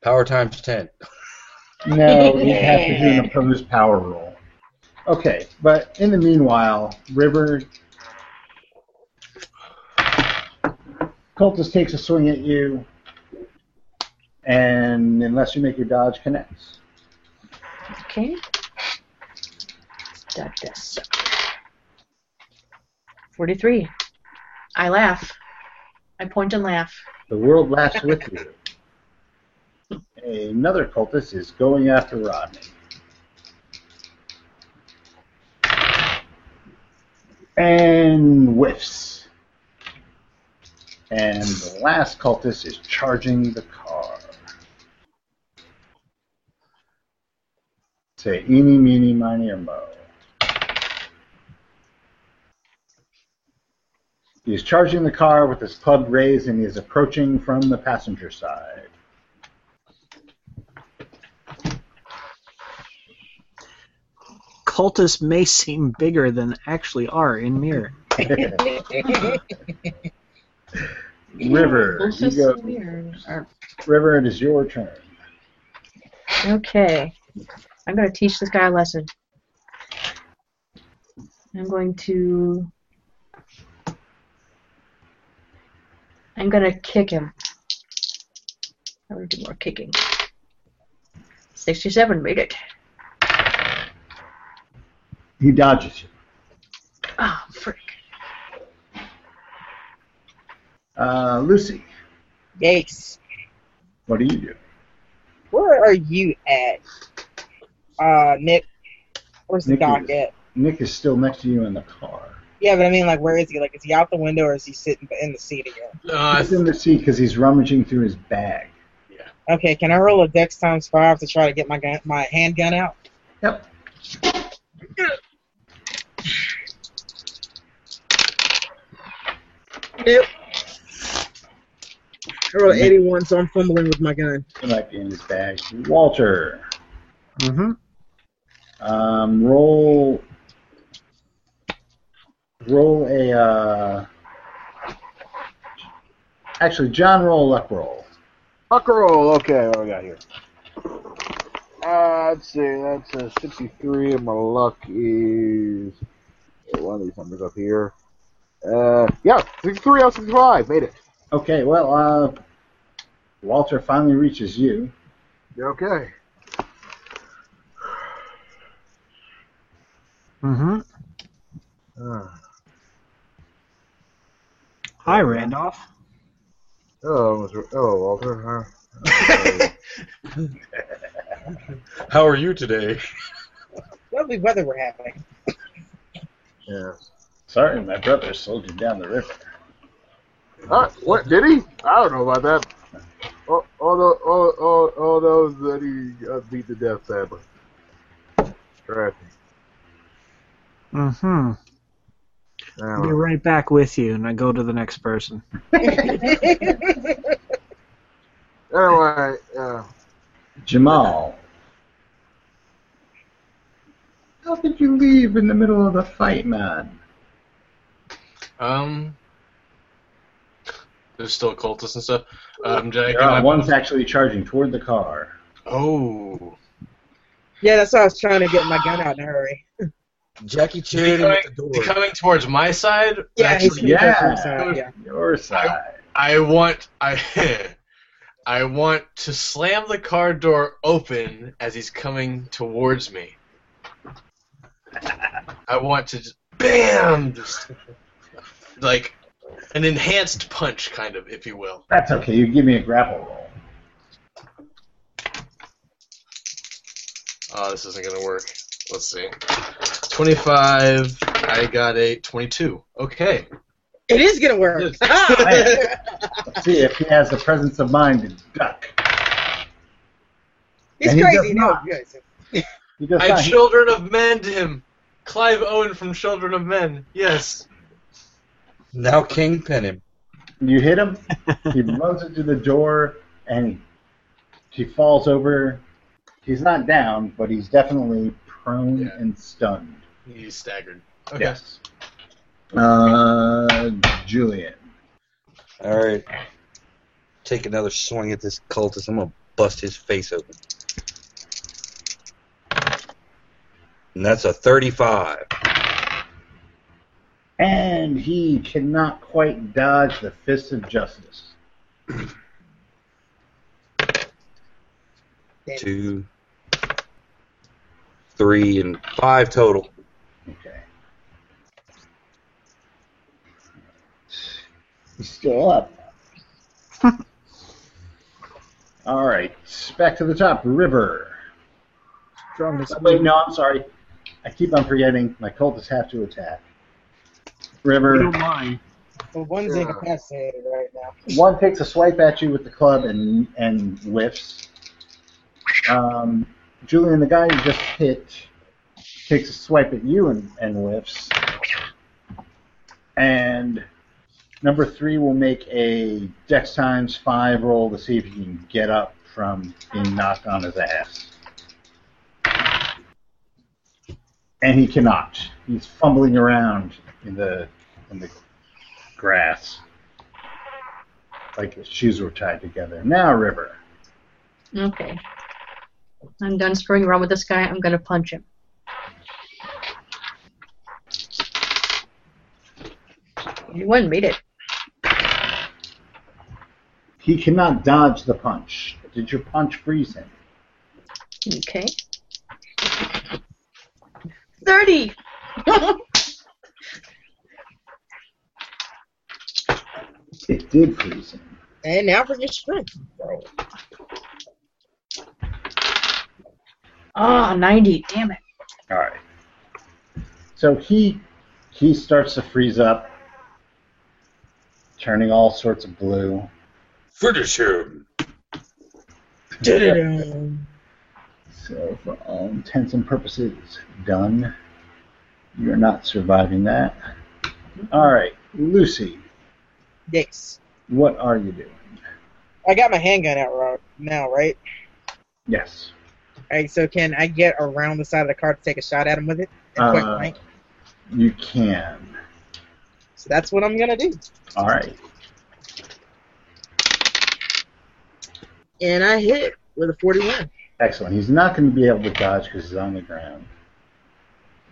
Speaker 10: Power times 10.
Speaker 1: No, you have to do an opposed power roll. Okay, but in the meanwhile, River Cultist takes a swing at you, and unless you make your dodge, connects.
Speaker 5: Okay. Dot this. 43. I laugh. I point and laugh.
Speaker 1: The world laughs with you. Another cultist is going after Rodney. And whiffs. And the last cultist is charging the car. Say, eeny, meeny, miny, or mo. He is charging the car with his club raised and he is approaching from the passenger side.
Speaker 4: Cultists may seem bigger than they actually are in mirror.
Speaker 1: River,
Speaker 5: It's
Speaker 1: you
Speaker 5: just
Speaker 1: go.
Speaker 5: weird.
Speaker 1: River, it is your turn.
Speaker 5: Okay. I'm going to teach this guy a lesson. I'm going to. I'm going to kick him. I'm going to do more kicking. 67 made it.
Speaker 1: He dodges you.
Speaker 5: Ah, frick.
Speaker 1: Uh, Lucy,
Speaker 2: Yikes.
Speaker 1: what do you do?
Speaker 2: Where are you at? Uh, Nick? Where's the
Speaker 1: Nick
Speaker 2: doc
Speaker 1: is-
Speaker 2: at?
Speaker 1: Nick is still next to you in the car.
Speaker 2: Yeah, but I mean, like, where is he? Like, is he out the window or is he sitting in the seat again?
Speaker 6: Uh,
Speaker 1: He's in the seat because he's rummaging through his bag.
Speaker 2: Okay, can I roll a dex times five to try to get my gun, my handgun out?
Speaker 1: Yep.
Speaker 2: I rolled 81, so I'm fumbling with my gun.
Speaker 1: It might be in his bag. Walter,
Speaker 4: Mm-hmm.
Speaker 1: um, roll. Roll a. Uh, actually, John, roll a luck roll.
Speaker 8: Huck roll. Okay, what we got here? Uh, let's see. That's a 63, and my luck is get one of these numbers up here. Uh, yeah, 63 out of 65. Made it.
Speaker 1: Okay, well, uh, Walter finally reaches you.
Speaker 8: You're okay.
Speaker 4: Mm-hmm.
Speaker 8: Uh,
Speaker 4: Hi, Randolph.
Speaker 8: oh, Mr. oh, Walter. Huh?
Speaker 10: How are you today?
Speaker 2: Lovely weather we're having.
Speaker 8: Yeah.
Speaker 1: Sorry, my brother sold you down the river.
Speaker 8: Uh, what did he? I don't know about that. All, all, tho- all, all, all those that he uh, beat to death, sadly. Tragic.
Speaker 4: Mm-hmm.
Speaker 8: I
Speaker 4: I'll
Speaker 8: don't
Speaker 4: be
Speaker 8: know.
Speaker 4: right back with you, and I go to the next person.
Speaker 8: Anyway, uh, yeah.
Speaker 1: Jamal. How did you leave in the middle of the fight, man?
Speaker 6: um, there's still cultists and stuff. Um, did I get
Speaker 1: Uh,
Speaker 6: my-
Speaker 1: one's actually charging toward the car.
Speaker 6: Oh,
Speaker 2: Yeah, that's why I was trying to get my gun out in a hurry.
Speaker 3: Jackie
Speaker 6: Is
Speaker 3: Chan
Speaker 6: he
Speaker 3: him at the door.
Speaker 6: Is he coming towards my side?
Speaker 2: Yeah, he's
Speaker 6: Actually,
Speaker 2: gonna go for
Speaker 1: yeah.
Speaker 2: his side, yeah.
Speaker 1: Your side.
Speaker 6: I want I I want to slam the car door open as he's coming towards me. I want to just bam just like an enhanced punch kind of, if you will.
Speaker 1: That's okay. You give me a grapple roll.
Speaker 6: Oh, this isn't gonna work. Let's see. Twenty five, I got a twenty two. Okay.
Speaker 2: It is gonna work.
Speaker 1: Let's see if he has the presence of mind to duck.
Speaker 2: He's
Speaker 1: And he does
Speaker 2: crazy. No,
Speaker 1: not.
Speaker 2: he is.
Speaker 1: He does
Speaker 6: I
Speaker 1: not.
Speaker 6: Children of Men to him. Clive Owen from Children of Men. Yes.
Speaker 3: Now kingpin him.
Speaker 1: You hit him. He runs into the door, and he, she falls over. He's not down, but he's definitely prone
Speaker 6: Yeah.
Speaker 1: and stunned.
Speaker 6: He's staggered. Okay.
Speaker 1: Yes. Uh, Julian.
Speaker 3: All right. Take another swing at this cultist. I'm gonna bust his face open. And that's a 35.
Speaker 1: And he cannot quite dodge the fist of justice.
Speaker 3: Two, three, and five total.
Speaker 1: Okay. He's still up. All right, back to the top. River.
Speaker 4: Strongest.
Speaker 1: Wait, no, I'm sorry. I keep on forgetting. My cultists have to attack.
Speaker 4: You
Speaker 1: River.
Speaker 4: don't mind.
Speaker 2: Well, one's incapacitated right now.
Speaker 1: One takes a swipe at you with the club and and whiffs. Um, Julian, the guy you just hit, takes a swipe at you and, and whiffs. And number three will make a dex times five roll to see if he can get up from being knocked on his ass. And he cannot. He's fumbling around in the in the grass like his shoes were tied together. Now, River.
Speaker 5: Okay. I'm done screwing around with this guy. I'm gonna punch him. You wouldn't meet it.
Speaker 1: He cannot dodge the punch. Did your punch freeze him?
Speaker 5: Okay. Thirty.
Speaker 1: It did freeze him.
Speaker 2: And now for your strength.
Speaker 5: Ah, 90. Damn it.
Speaker 1: All right. So he he starts to freeze up, turning all sorts of blue.
Speaker 10: Finish him.
Speaker 2: Da-da-dum.
Speaker 1: So, for all intents and purposes, done. You're not surviving that. All right, Lucy.
Speaker 2: Yes.
Speaker 1: What are you doing?
Speaker 2: I got my handgun out right now, right?
Speaker 1: Yes.
Speaker 2: Alright, so can I get around the side of the car to take a shot at him with it? And point
Speaker 1: Uh,
Speaker 2: blank?
Speaker 1: You can.
Speaker 2: So that's what I'm gonna do.
Speaker 1: All right.
Speaker 2: And I hit with a 41. What
Speaker 1: Excellent. He's not going to be able to dodge because he's on the ground.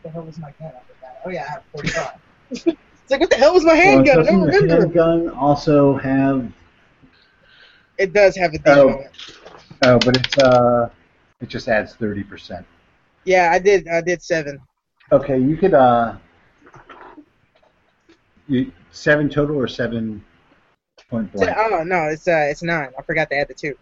Speaker 2: the hell was my gun? I forgot. Oh yeah, I have 45. it's like what the hell was my
Speaker 1: Well,
Speaker 2: handgun? I
Speaker 1: doesn't
Speaker 2: don't
Speaker 1: the
Speaker 2: remember.
Speaker 1: handgun also have?
Speaker 2: It does have a D
Speaker 1: Oh.
Speaker 2: on it.
Speaker 1: Oh, but it's uh, it just adds thirty percent.
Speaker 2: Yeah, I did. I did seven.
Speaker 1: Okay, you could uh, you, seven total or seven point
Speaker 2: Se-
Speaker 1: blank,
Speaker 2: Oh no, it's uh, it's nine. I forgot to add the two.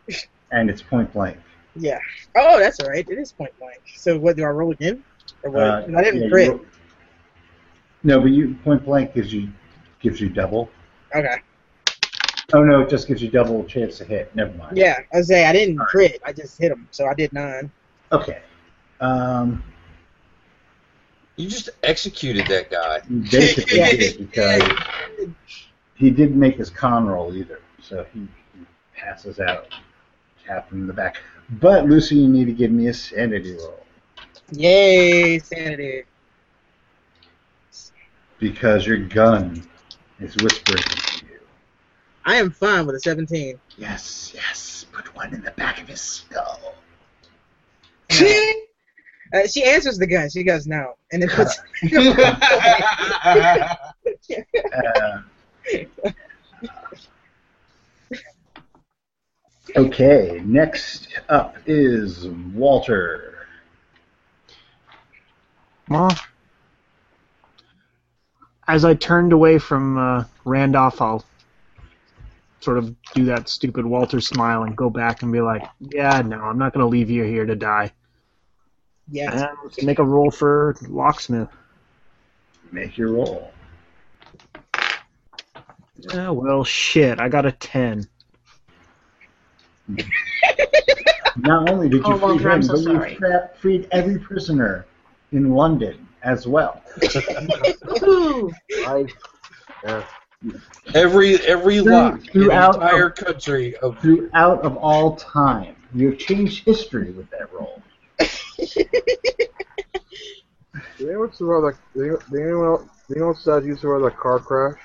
Speaker 1: and it's point blank.
Speaker 2: Yeah. Oh, that's all right. It is point blank. So what do I roll again? Or what?
Speaker 1: Uh,
Speaker 2: I didn't
Speaker 1: yeah, you
Speaker 2: crit.
Speaker 1: roll- No, but you point blank gives you gives you double.
Speaker 2: Okay.
Speaker 1: Oh no, it just gives you double chance to hit. Never mind.
Speaker 2: Yeah, I was saying I didn't
Speaker 1: All right.
Speaker 2: crit. I just hit him, so I did nine.
Speaker 1: Okay. Um,
Speaker 3: You just executed that guy.
Speaker 1: basically did because he didn't make his con roll either, so he, he passes out, tapped him in the back. But Lucy, you need to give me a sanity roll
Speaker 2: Yay, sanity.
Speaker 1: because your gun is whispering to you.
Speaker 2: I am fine with a 17.
Speaker 1: Yes, yes. Put one in the back of his skull.
Speaker 2: Uh, she answers the gun. She goes no, and then puts.
Speaker 1: Uh, okay, next up is Walter.
Speaker 12: Well, as I turned away from uh, Randolph, I'll sort of do that stupid Walter smile and go back and be like, "Yeah, no, I'm not going to leave you here to die."
Speaker 2: yes.
Speaker 12: And let's make a roll for locksmith.
Speaker 1: Make your roll.
Speaker 12: Oh, well, shit, I got a ten.
Speaker 1: Not only did you
Speaker 5: Oh,
Speaker 1: free
Speaker 5: Walter,
Speaker 1: him,
Speaker 5: I'm so
Speaker 1: but
Speaker 5: sorry.
Speaker 1: you fra- freed every prisoner in London as well. Uh-huh.
Speaker 5: Woohoo!
Speaker 8: Right? Yeah.
Speaker 3: Every every
Speaker 1: Through-
Speaker 3: lock in the
Speaker 1: throughout-
Speaker 3: entire country of
Speaker 1: Throughout of all time, you have changed history with that roll.
Speaker 8: Did anyone survive that? Did anyone, did anyone else? Did anyone besides you survive that car crash?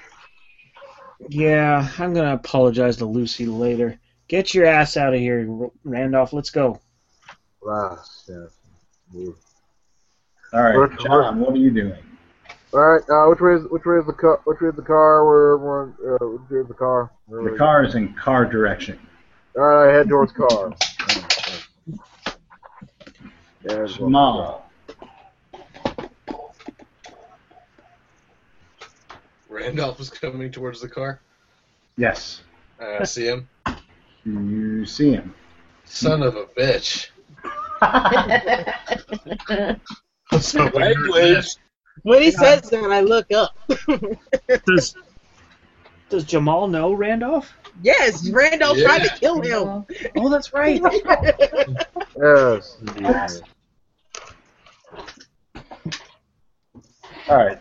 Speaker 12: Yeah, I'm gonna apologize to Lucy later. Get your ass out of here, R- Randolph. Let's go.
Speaker 8: Last. Yeah.
Speaker 1: All right,
Speaker 8: Work-
Speaker 1: John, what are you doing?
Speaker 8: All right. Uh, which way is which way is the car? Which way is the car? We're we're uh, which way is the car? Where
Speaker 1: The
Speaker 8: is-
Speaker 1: car is in car direction.
Speaker 8: All right, head towards car. There's one.
Speaker 1: Small.
Speaker 6: Randolph is coming towards the car.
Speaker 1: Yes,
Speaker 6: I see him.
Speaker 1: you see him.
Speaker 6: Son of a bitch.
Speaker 3: language.
Speaker 2: When he says that, I look up.
Speaker 12: Does Does Jamal know Randolph?
Speaker 2: Yes, Randolph
Speaker 6: Yeah.
Speaker 2: tried to kill him.
Speaker 12: Oh, that's right.
Speaker 8: Yes. yes.
Speaker 1: All right.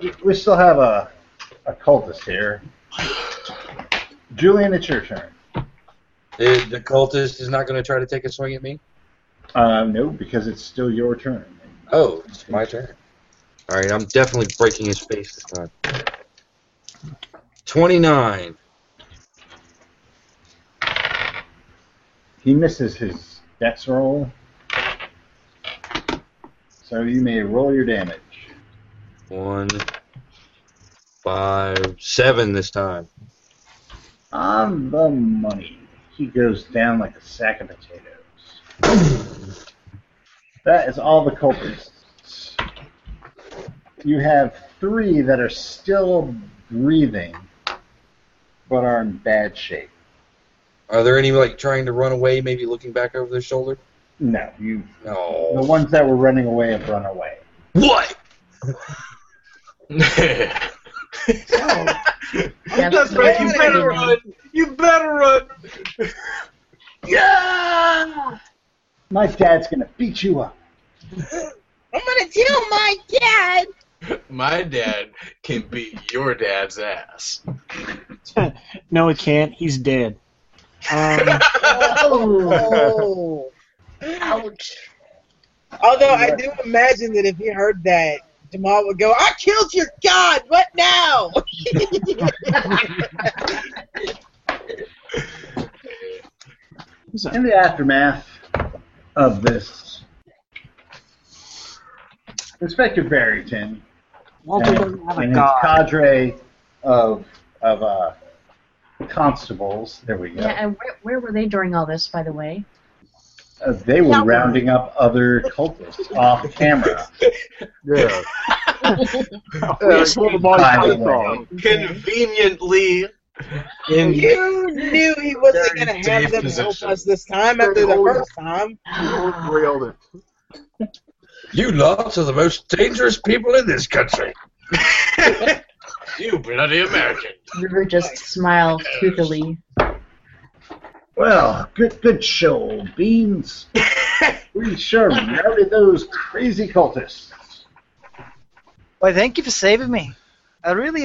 Speaker 1: We- We still have a, a cultist here. Julian, it's your turn.
Speaker 3: The, the cultist is not going to try to take a swing at me.
Speaker 1: Uh, no, because it's still your turn.
Speaker 3: Oh, it's my turn. All right, I'm definitely breaking his face this time. Twenty-nine.
Speaker 1: He misses his dex roll. So you may roll your damage.
Speaker 3: One, five, seven this time.
Speaker 1: On the money. He goes down like a sack of potatoes. That is all the culprits. You have three that are still breathing, but are in bad shape.
Speaker 3: Are there any like trying to run away? Maybe looking back over their shoulder.
Speaker 1: No, you. The
Speaker 3: No.
Speaker 1: ones that were running away have run away.
Speaker 3: What?
Speaker 5: That's
Speaker 2: right, you better
Speaker 10: You better run.
Speaker 1: My dad's gonna beat you up.
Speaker 2: I'm gonna kill my dad.
Speaker 6: My dad can beat your dad's ass.
Speaker 12: no, it can't. He's dead. Um,
Speaker 2: Oh.
Speaker 5: Ouch.
Speaker 2: Although I do imagine that if he heard that, Jamal would go, "I killed your god. What now?"
Speaker 1: In the aftermath of this, Inspector Barrington
Speaker 12: Walter
Speaker 1: and,
Speaker 12: doesn't have a
Speaker 1: and his
Speaker 12: god.
Speaker 1: cadre of of uh, constables, there we go,
Speaker 5: Yeah, and where, where were they during all this, by the way?
Speaker 1: uh, they were
Speaker 2: Yeah.
Speaker 1: rounding up other cultists off camera.
Speaker 8: Yeah.
Speaker 12: We just rolled them all
Speaker 1: By
Speaker 12: out.
Speaker 1: the way,
Speaker 6: Conveniently.
Speaker 3: In
Speaker 2: you knew he wasn't
Speaker 6: Very
Speaker 2: gonna have
Speaker 6: safe
Speaker 2: them help
Speaker 6: position.
Speaker 2: us this time after the first time.
Speaker 8: Railed it.
Speaker 3: You lots are the most dangerous people in this country.
Speaker 6: You bloody American.
Speaker 5: River just smiled toothily.
Speaker 1: well, good good show, Beans. we sure routed those crazy cultists.
Speaker 13: Why, thank you for saving me. I really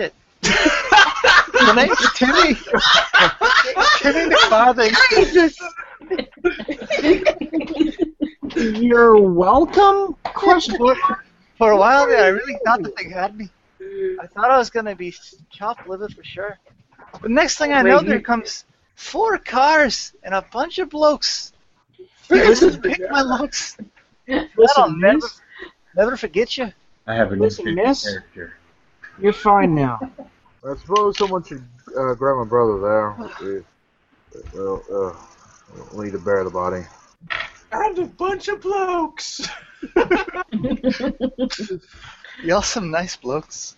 Speaker 13: it. My name's Timmy. Timmy McFarthing.
Speaker 2: Jesus.
Speaker 12: You're welcome? Question
Speaker 13: For, for a while there, I really thought that they had me. I thought I was going to be chopped liver for sure. But next thing I know, there comes four cars and a bunch of blokes. They just pick my locks.
Speaker 9: That'll never, never forget you.
Speaker 1: I have a new
Speaker 9: Listen,
Speaker 1: favorite
Speaker 9: miss.
Speaker 1: character.
Speaker 4: You're fine now.
Speaker 8: I suppose someone should uh, grab my brother there. Well, uh, we need to bury the body.
Speaker 6: And a bunch of blokes.
Speaker 9: Y'all some nice blokes.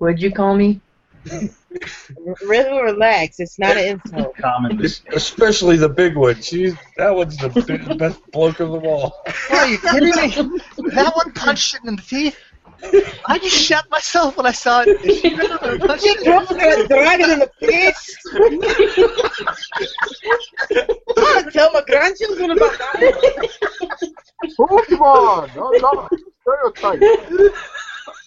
Speaker 5: Would you call me?
Speaker 2: Riddle, relax. It's not an insult.
Speaker 1: Common
Speaker 3: Especially the big one. She's that one's the big, best bloke of them all.
Speaker 9: Are you kidding me? That one punched it in the teeth. I just shot myself when I saw it. She
Speaker 2: dropped it right in the face. I tell my grandchildren about that.
Speaker 8: Pokemon! No, no, stereotype.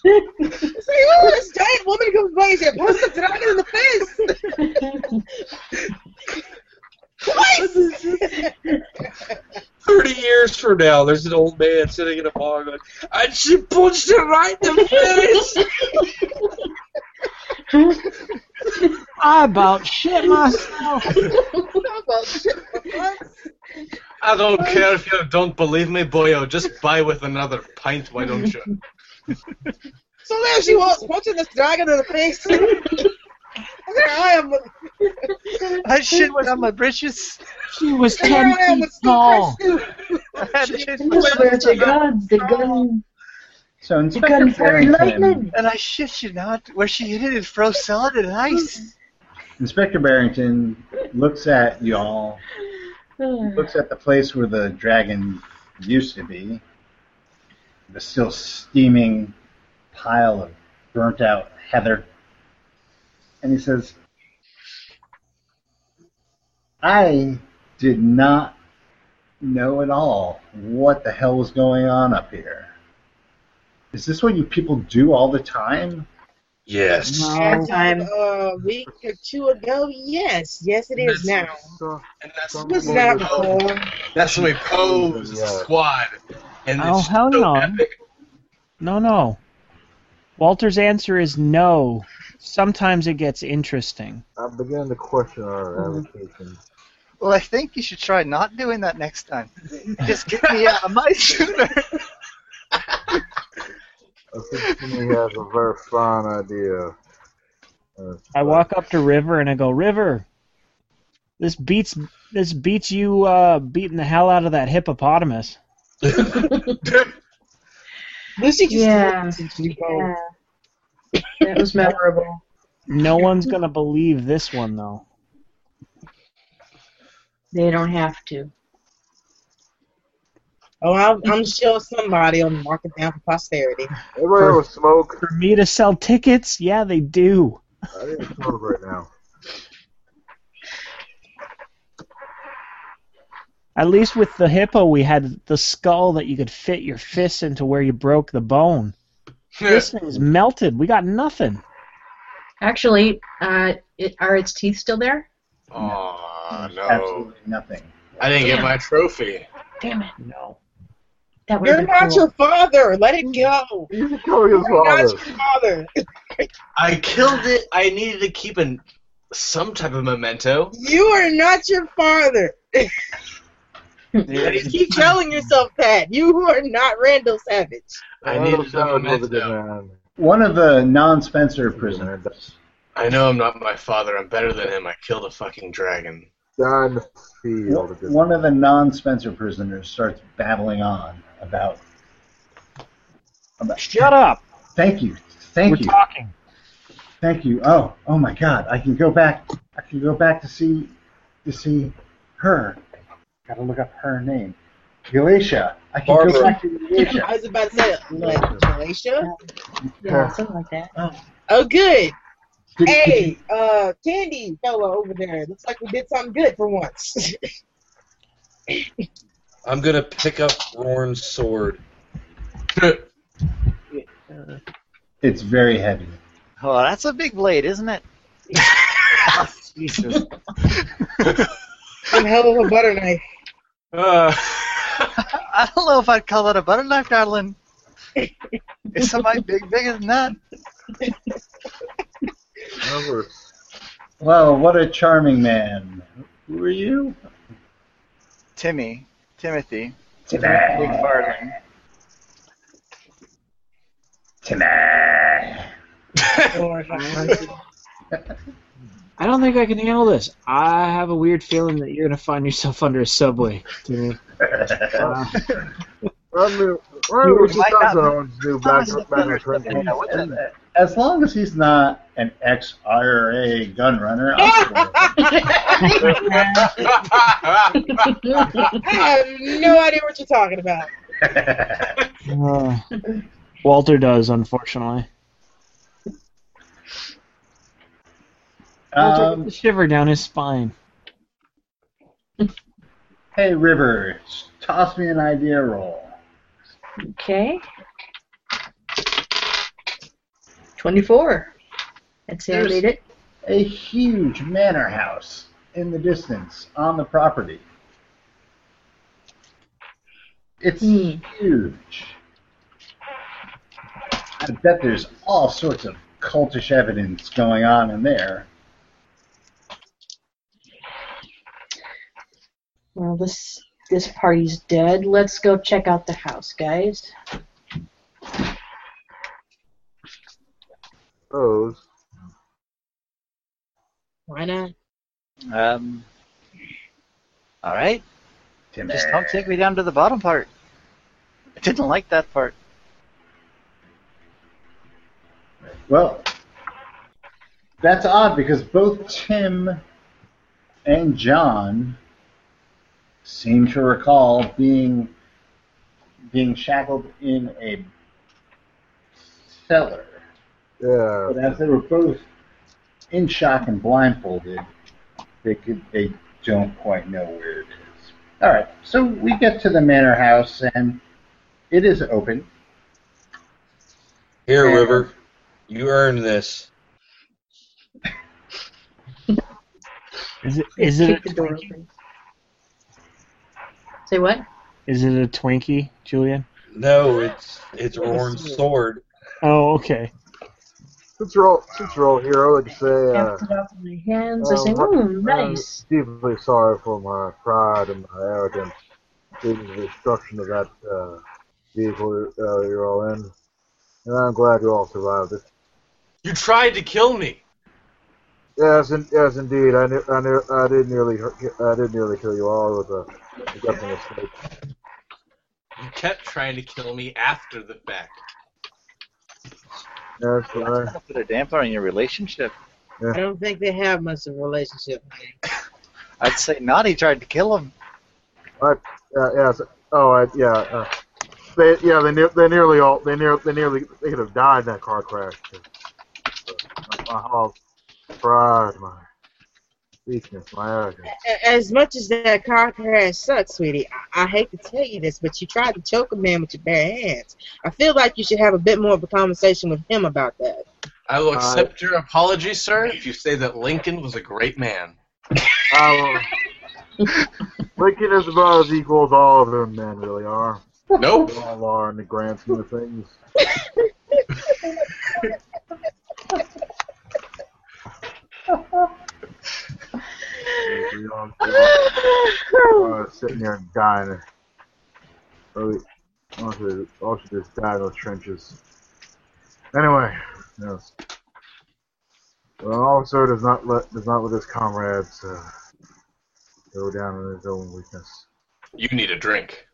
Speaker 2: It's like, oh, this giant woman comes by and she puts the dragon in the face. Twice.
Speaker 3: Thirty years from now, there's an old man sitting in a bar going, and she punched it right in the face.
Speaker 4: I about shit myself.
Speaker 6: I don't care if you don't believe me, boyo. Just buy with another pint, why don't you?
Speaker 2: so there she was, punching this dragon in the face. And there I am.
Speaker 9: I shit went on my britches.
Speaker 4: She was
Speaker 2: And here
Speaker 4: ten
Speaker 2: I am
Speaker 4: feet
Speaker 2: with
Speaker 4: tall.
Speaker 2: still
Speaker 9: I had to shit
Speaker 5: Where's the
Speaker 9: myself.
Speaker 5: guns? The gun.
Speaker 1: So
Speaker 5: The gun
Speaker 1: Inspector
Speaker 5: fired
Speaker 1: Barrington,
Speaker 5: lightning.
Speaker 9: And I shit you not, where she hit it and froze solid and ice.
Speaker 1: Inspector Barrington looks at y'all, looks at the place where the dragon used to be, the still steaming pile of burnt out heather, and he says, I did not know at all what the hell was going on up here. Is this what you people do all the time?
Speaker 3: Yes.
Speaker 4: No.
Speaker 2: time. A week or two ago, yes, yes, it is now.
Speaker 8: So,
Speaker 6: And that's
Speaker 2: Was that before?
Speaker 6: That's when we pose as a squad. And
Speaker 4: Oh,
Speaker 6: it's
Speaker 4: hell
Speaker 6: so
Speaker 4: no.
Speaker 6: epic.
Speaker 4: No, no. Walter's answer is no. Sometimes it gets interesting.
Speaker 8: I'm beginning to question our allocation.
Speaker 9: Well, I think you should try not doing that next time. Just get me out of my sooner.
Speaker 8: I think Jimmy has a very fine idea. Uh,
Speaker 4: I walk up to River and I go, River, this beats this beats you uh, beating the hell out of that hippopotamus.
Speaker 2: Lucy just
Speaker 5: Yeah.
Speaker 2: you
Speaker 5: yeah. That was memorable.
Speaker 4: No one's gonna believe this one though.
Speaker 5: They don't have to.
Speaker 2: Oh, I'm, I'm sure somebody will mark it down for posterity.
Speaker 8: Everybody have a smoke?
Speaker 4: For me to sell tickets, yeah, they do.
Speaker 8: I need a smoke right now.
Speaker 4: At least with the hippo, we had the skull that you could fit your fist into where you broke the bone. This thing's melted. We got nothing.
Speaker 5: Actually, uh, it, are its teeth still there?
Speaker 6: Aw, Uh, no.
Speaker 1: Absolutely nothing.
Speaker 6: I didn't get my trophy.
Speaker 5: Damn it.
Speaker 4: No.
Speaker 5: That would
Speaker 2: You're
Speaker 5: have been
Speaker 2: not
Speaker 5: cool.
Speaker 2: your father. Let it go. You're
Speaker 8: Kill your
Speaker 2: not
Speaker 8: father.
Speaker 2: your father.
Speaker 6: I killed it. I needed to keep an some type of memento.
Speaker 2: You are not your father. Keep telling yourself that. You are not Randall Savage.
Speaker 6: I
Speaker 8: Adam
Speaker 6: needed a
Speaker 8: Savage was a good
Speaker 6: memento.
Speaker 8: man.
Speaker 1: One of the non-Spencer prisoners.
Speaker 6: I know I'm not my father. I'm better than him. I killed a fucking dragon.
Speaker 8: John Field. a good
Speaker 1: One of the non-Spencer prisoners starts babbling on about. about
Speaker 4: Shut up.
Speaker 1: Thank you.
Speaker 4: We're
Speaker 1: Thank you.
Speaker 4: talking.
Speaker 1: Thank you. Oh, oh my God! I can go back. I can go back to see, to see her. Gotta look up her name. Galatia. I can go
Speaker 3: Barbara.
Speaker 1: back to
Speaker 2: I
Speaker 1: Galatia.
Speaker 2: was about to say, like, Galatia?
Speaker 5: Yeah, something like that.
Speaker 2: Oh, good.
Speaker 1: Did- did you-
Speaker 2: Hey, uh, Candy fella over there. Looks like we did something good for once.
Speaker 3: I'm gonna pick up Rorn's sword.
Speaker 1: It's very heavy.
Speaker 9: Oh, that's a big blade, isn't it?
Speaker 4: Jesus.
Speaker 2: Some hell of a butter knife.
Speaker 6: Uh,
Speaker 9: I don't know if I'd call it a butter knife, darling. It's somebody big, bigger than that.
Speaker 8: Number.
Speaker 1: Well, what a charming man. Who are you?
Speaker 9: Timmy. Timothy.
Speaker 7: Timmy.
Speaker 9: Big Farting.
Speaker 7: Timmy.
Speaker 4: I don't think I can handle this. I have a weird feeling that you're gonna find yourself under a subway. Timmy. Uh,
Speaker 8: Well,
Speaker 1: You
Speaker 8: we just
Speaker 1: might
Speaker 8: talked
Speaker 1: not-
Speaker 8: about what to do back back in
Speaker 1: Yeah, what's in
Speaker 8: Trenton.
Speaker 1: that? As long as he's not an ex IRA gun runner,
Speaker 2: I have no idea what you're talking about.
Speaker 4: uh, Walter does, unfortunately. Walter
Speaker 1: Um,
Speaker 4: gets a shiver down his spine.
Speaker 1: hey, River, toss me an idea roll.
Speaker 5: Okay. 24. That's how I
Speaker 1: There's
Speaker 5: made it.
Speaker 1: A huge manor house in the distance on the property. It's huge. I bet there's all sorts of cultish evidence going on in there.
Speaker 5: Well, this this party's dead. Let's go check out the house, guys.
Speaker 8: Those.
Speaker 2: Why not?
Speaker 9: Um. All right.
Speaker 1: Timmy.
Speaker 9: Just don't take me down to the bottom part. I didn't like that part.
Speaker 1: Well, that's odd because both Tim and John seem to recall being being shackled in a cellar.
Speaker 8: Yeah.
Speaker 1: But as they were both in shock and blindfolded, they could they don't quite know where it is. All right, so we get to the manor house and it is open.
Speaker 3: Here, River, you earned this.
Speaker 4: Is it? Is it?
Speaker 5: Kick the door open. Say what?
Speaker 4: Is it a Twinkie, Julian?
Speaker 3: No, it's it's Roran's sword.
Speaker 4: Oh, okay.
Speaker 8: Since you're all, since you're all here, I would say. Uh,
Speaker 5: After off my hands, I
Speaker 8: Uh,
Speaker 5: say,
Speaker 8: what-
Speaker 5: "Ooh,
Speaker 8: I'm
Speaker 5: nice."
Speaker 8: deeply sorry for my pride and my arrogance leading to the destruction of that uh, vehicle uh, you're all in. And I'm glad you all survived it.
Speaker 6: You tried to kill me.
Speaker 8: Yes, in, yes, indeed. I, ne- I, ne- I did nearly, hurt- I did nearly kill you all with a a guessing mistake.
Speaker 6: You kept trying to kill me after the fact.
Speaker 8: That's right.
Speaker 9: Put a damper on your relationship.
Speaker 2: I don't think they have much of a relationship.
Speaker 9: I'd say Naughty tried to kill him.
Speaker 8: I, uh, yes. Oh, I, yeah. Uh, they, yeah, they, ne- they nearly all, they near, they nearly, they could have died in that car crash. My, my whole pride, my weakness, my arrogance.
Speaker 2: A- As much as that car crash sucks, sweetie, I-, I hate to tell you this, but you tried to choke a man with your bare hands. I feel like you should have a bit more of a conversation with him about that.
Speaker 6: I will accept your apology, sir, if you say that Lincoln was a great man.
Speaker 8: I will. Lincoln is about as equal as all of them men really are.
Speaker 6: Nope.
Speaker 8: They all are in the grand scheme of things. we all we all are Uh, sitting here and dying. Or we all should, all should just die in those trenches. Anyway, yes. Well, an officer does not let does not let his comrades uh, go down in his own weakness.
Speaker 6: You need a drink.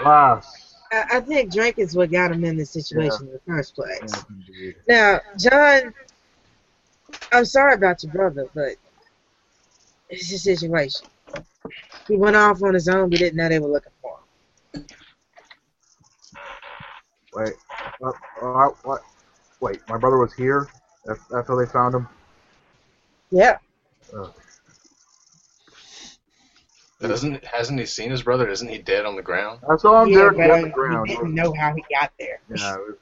Speaker 8: Alas,
Speaker 2: I, I think drink is what got him in this situation in the first place.
Speaker 8: yes, indeed.
Speaker 2: Now, John, I'm sorry about your brother, but it's a situation. He went off on his own. We didn't know they were looking for him.
Speaker 8: Wait, what, uh, what? Wait, my brother was here. That's, that's how they found him.
Speaker 2: Yeah.
Speaker 8: Oh,
Speaker 6: Doesn't hasn't he seen his brother? Isn't he dead on the ground?
Speaker 8: I saw him
Speaker 2: yeah,
Speaker 8: there on the
Speaker 2: but we
Speaker 8: ground.
Speaker 2: didn't know how he got there.
Speaker 8: Yeah, it was-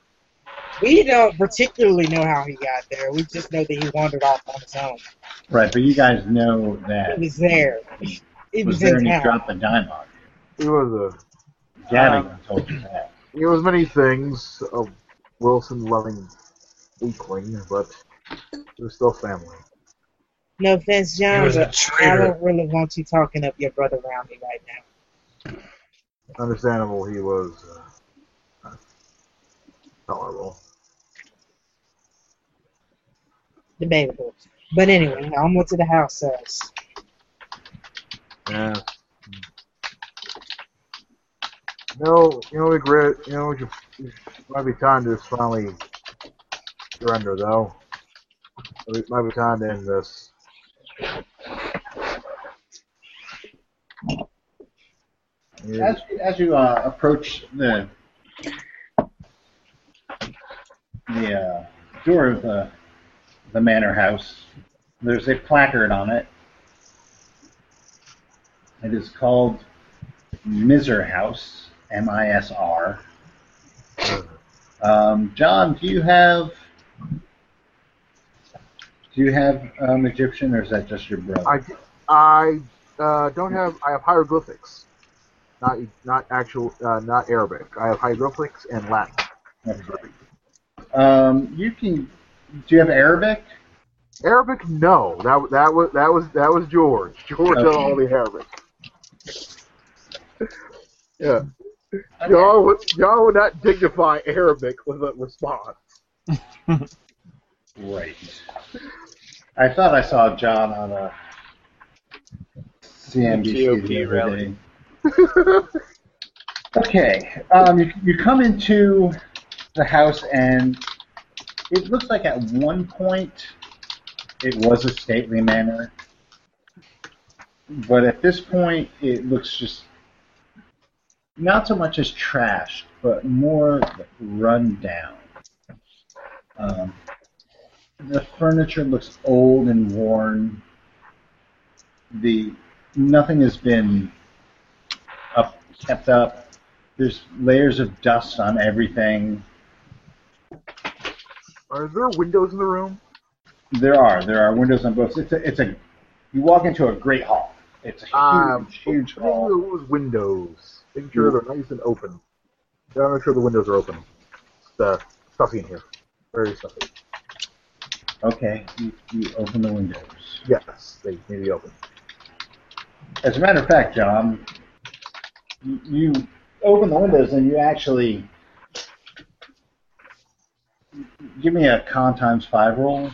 Speaker 2: We don't particularly know how he got there. We just know that he wandered off on his own.
Speaker 1: Right, but you guys know that.
Speaker 2: He was there. He
Speaker 1: was
Speaker 2: was,
Speaker 1: there
Speaker 2: in
Speaker 1: and you
Speaker 2: town.
Speaker 1: dropped a dime on it.
Speaker 8: he was
Speaker 1: Gavin told you that.
Speaker 8: a he was many things a Wilson loving weakling, but he was still family.
Speaker 2: No offense,
Speaker 8: He
Speaker 2: John,
Speaker 8: was a
Speaker 2: but I
Speaker 8: traitor.
Speaker 2: don't really want you talking up your brother around me right now.
Speaker 8: Understandable, he was uh, not tolerable.
Speaker 2: Debatable. But anyway, on to the house uh, says.
Speaker 8: Yeah. No, you know, regret. You know, you, you might be time to finally surrender, though. It might be time to end this.
Speaker 1: As, as you uh, approach the the uh, door of the the manor house, there's a placard on it. It is called Miser House, M-I-S-R. Um, John, do you have do you have um, Egyptian, or is that just your brother?
Speaker 8: I, I uh, don't have. I have hieroglyphics, not not actual, uh, not Arabic. I have hieroglyphics and Latin.
Speaker 1: Um, you can. Do you have Arabic?
Speaker 8: Arabic, no. That that was that was that was George. George had all the Arabic. Yeah. Y'all would, y'all would not dignify Arabic with a response.
Speaker 1: Right. I thought I saw John on a CNBC the
Speaker 9: GOP
Speaker 1: other
Speaker 9: rally.
Speaker 1: day. okay, um, you, you come into the house and it looks like at one point it was a stately manor, but at this point it looks just not so much as trash, but more run down. Um, the furniture looks old and worn. The nothing has been up kept up. There's layers of dust on everything.
Speaker 8: Are there windows in the room?
Speaker 1: There are there are windows on both. It's a it's a you walk into a great hall. It's a huge
Speaker 8: Um,
Speaker 1: huge hall.
Speaker 8: Those windows. Making sure they're nice and open. Gotta make sure the windows are open. It's uh, stuffy in here. Very stuffy.
Speaker 1: Okay, you, you open the windows.
Speaker 8: Yes, they need to be open.
Speaker 1: As a matter of fact, John, you, you open the windows and you actually give me a con times five roll.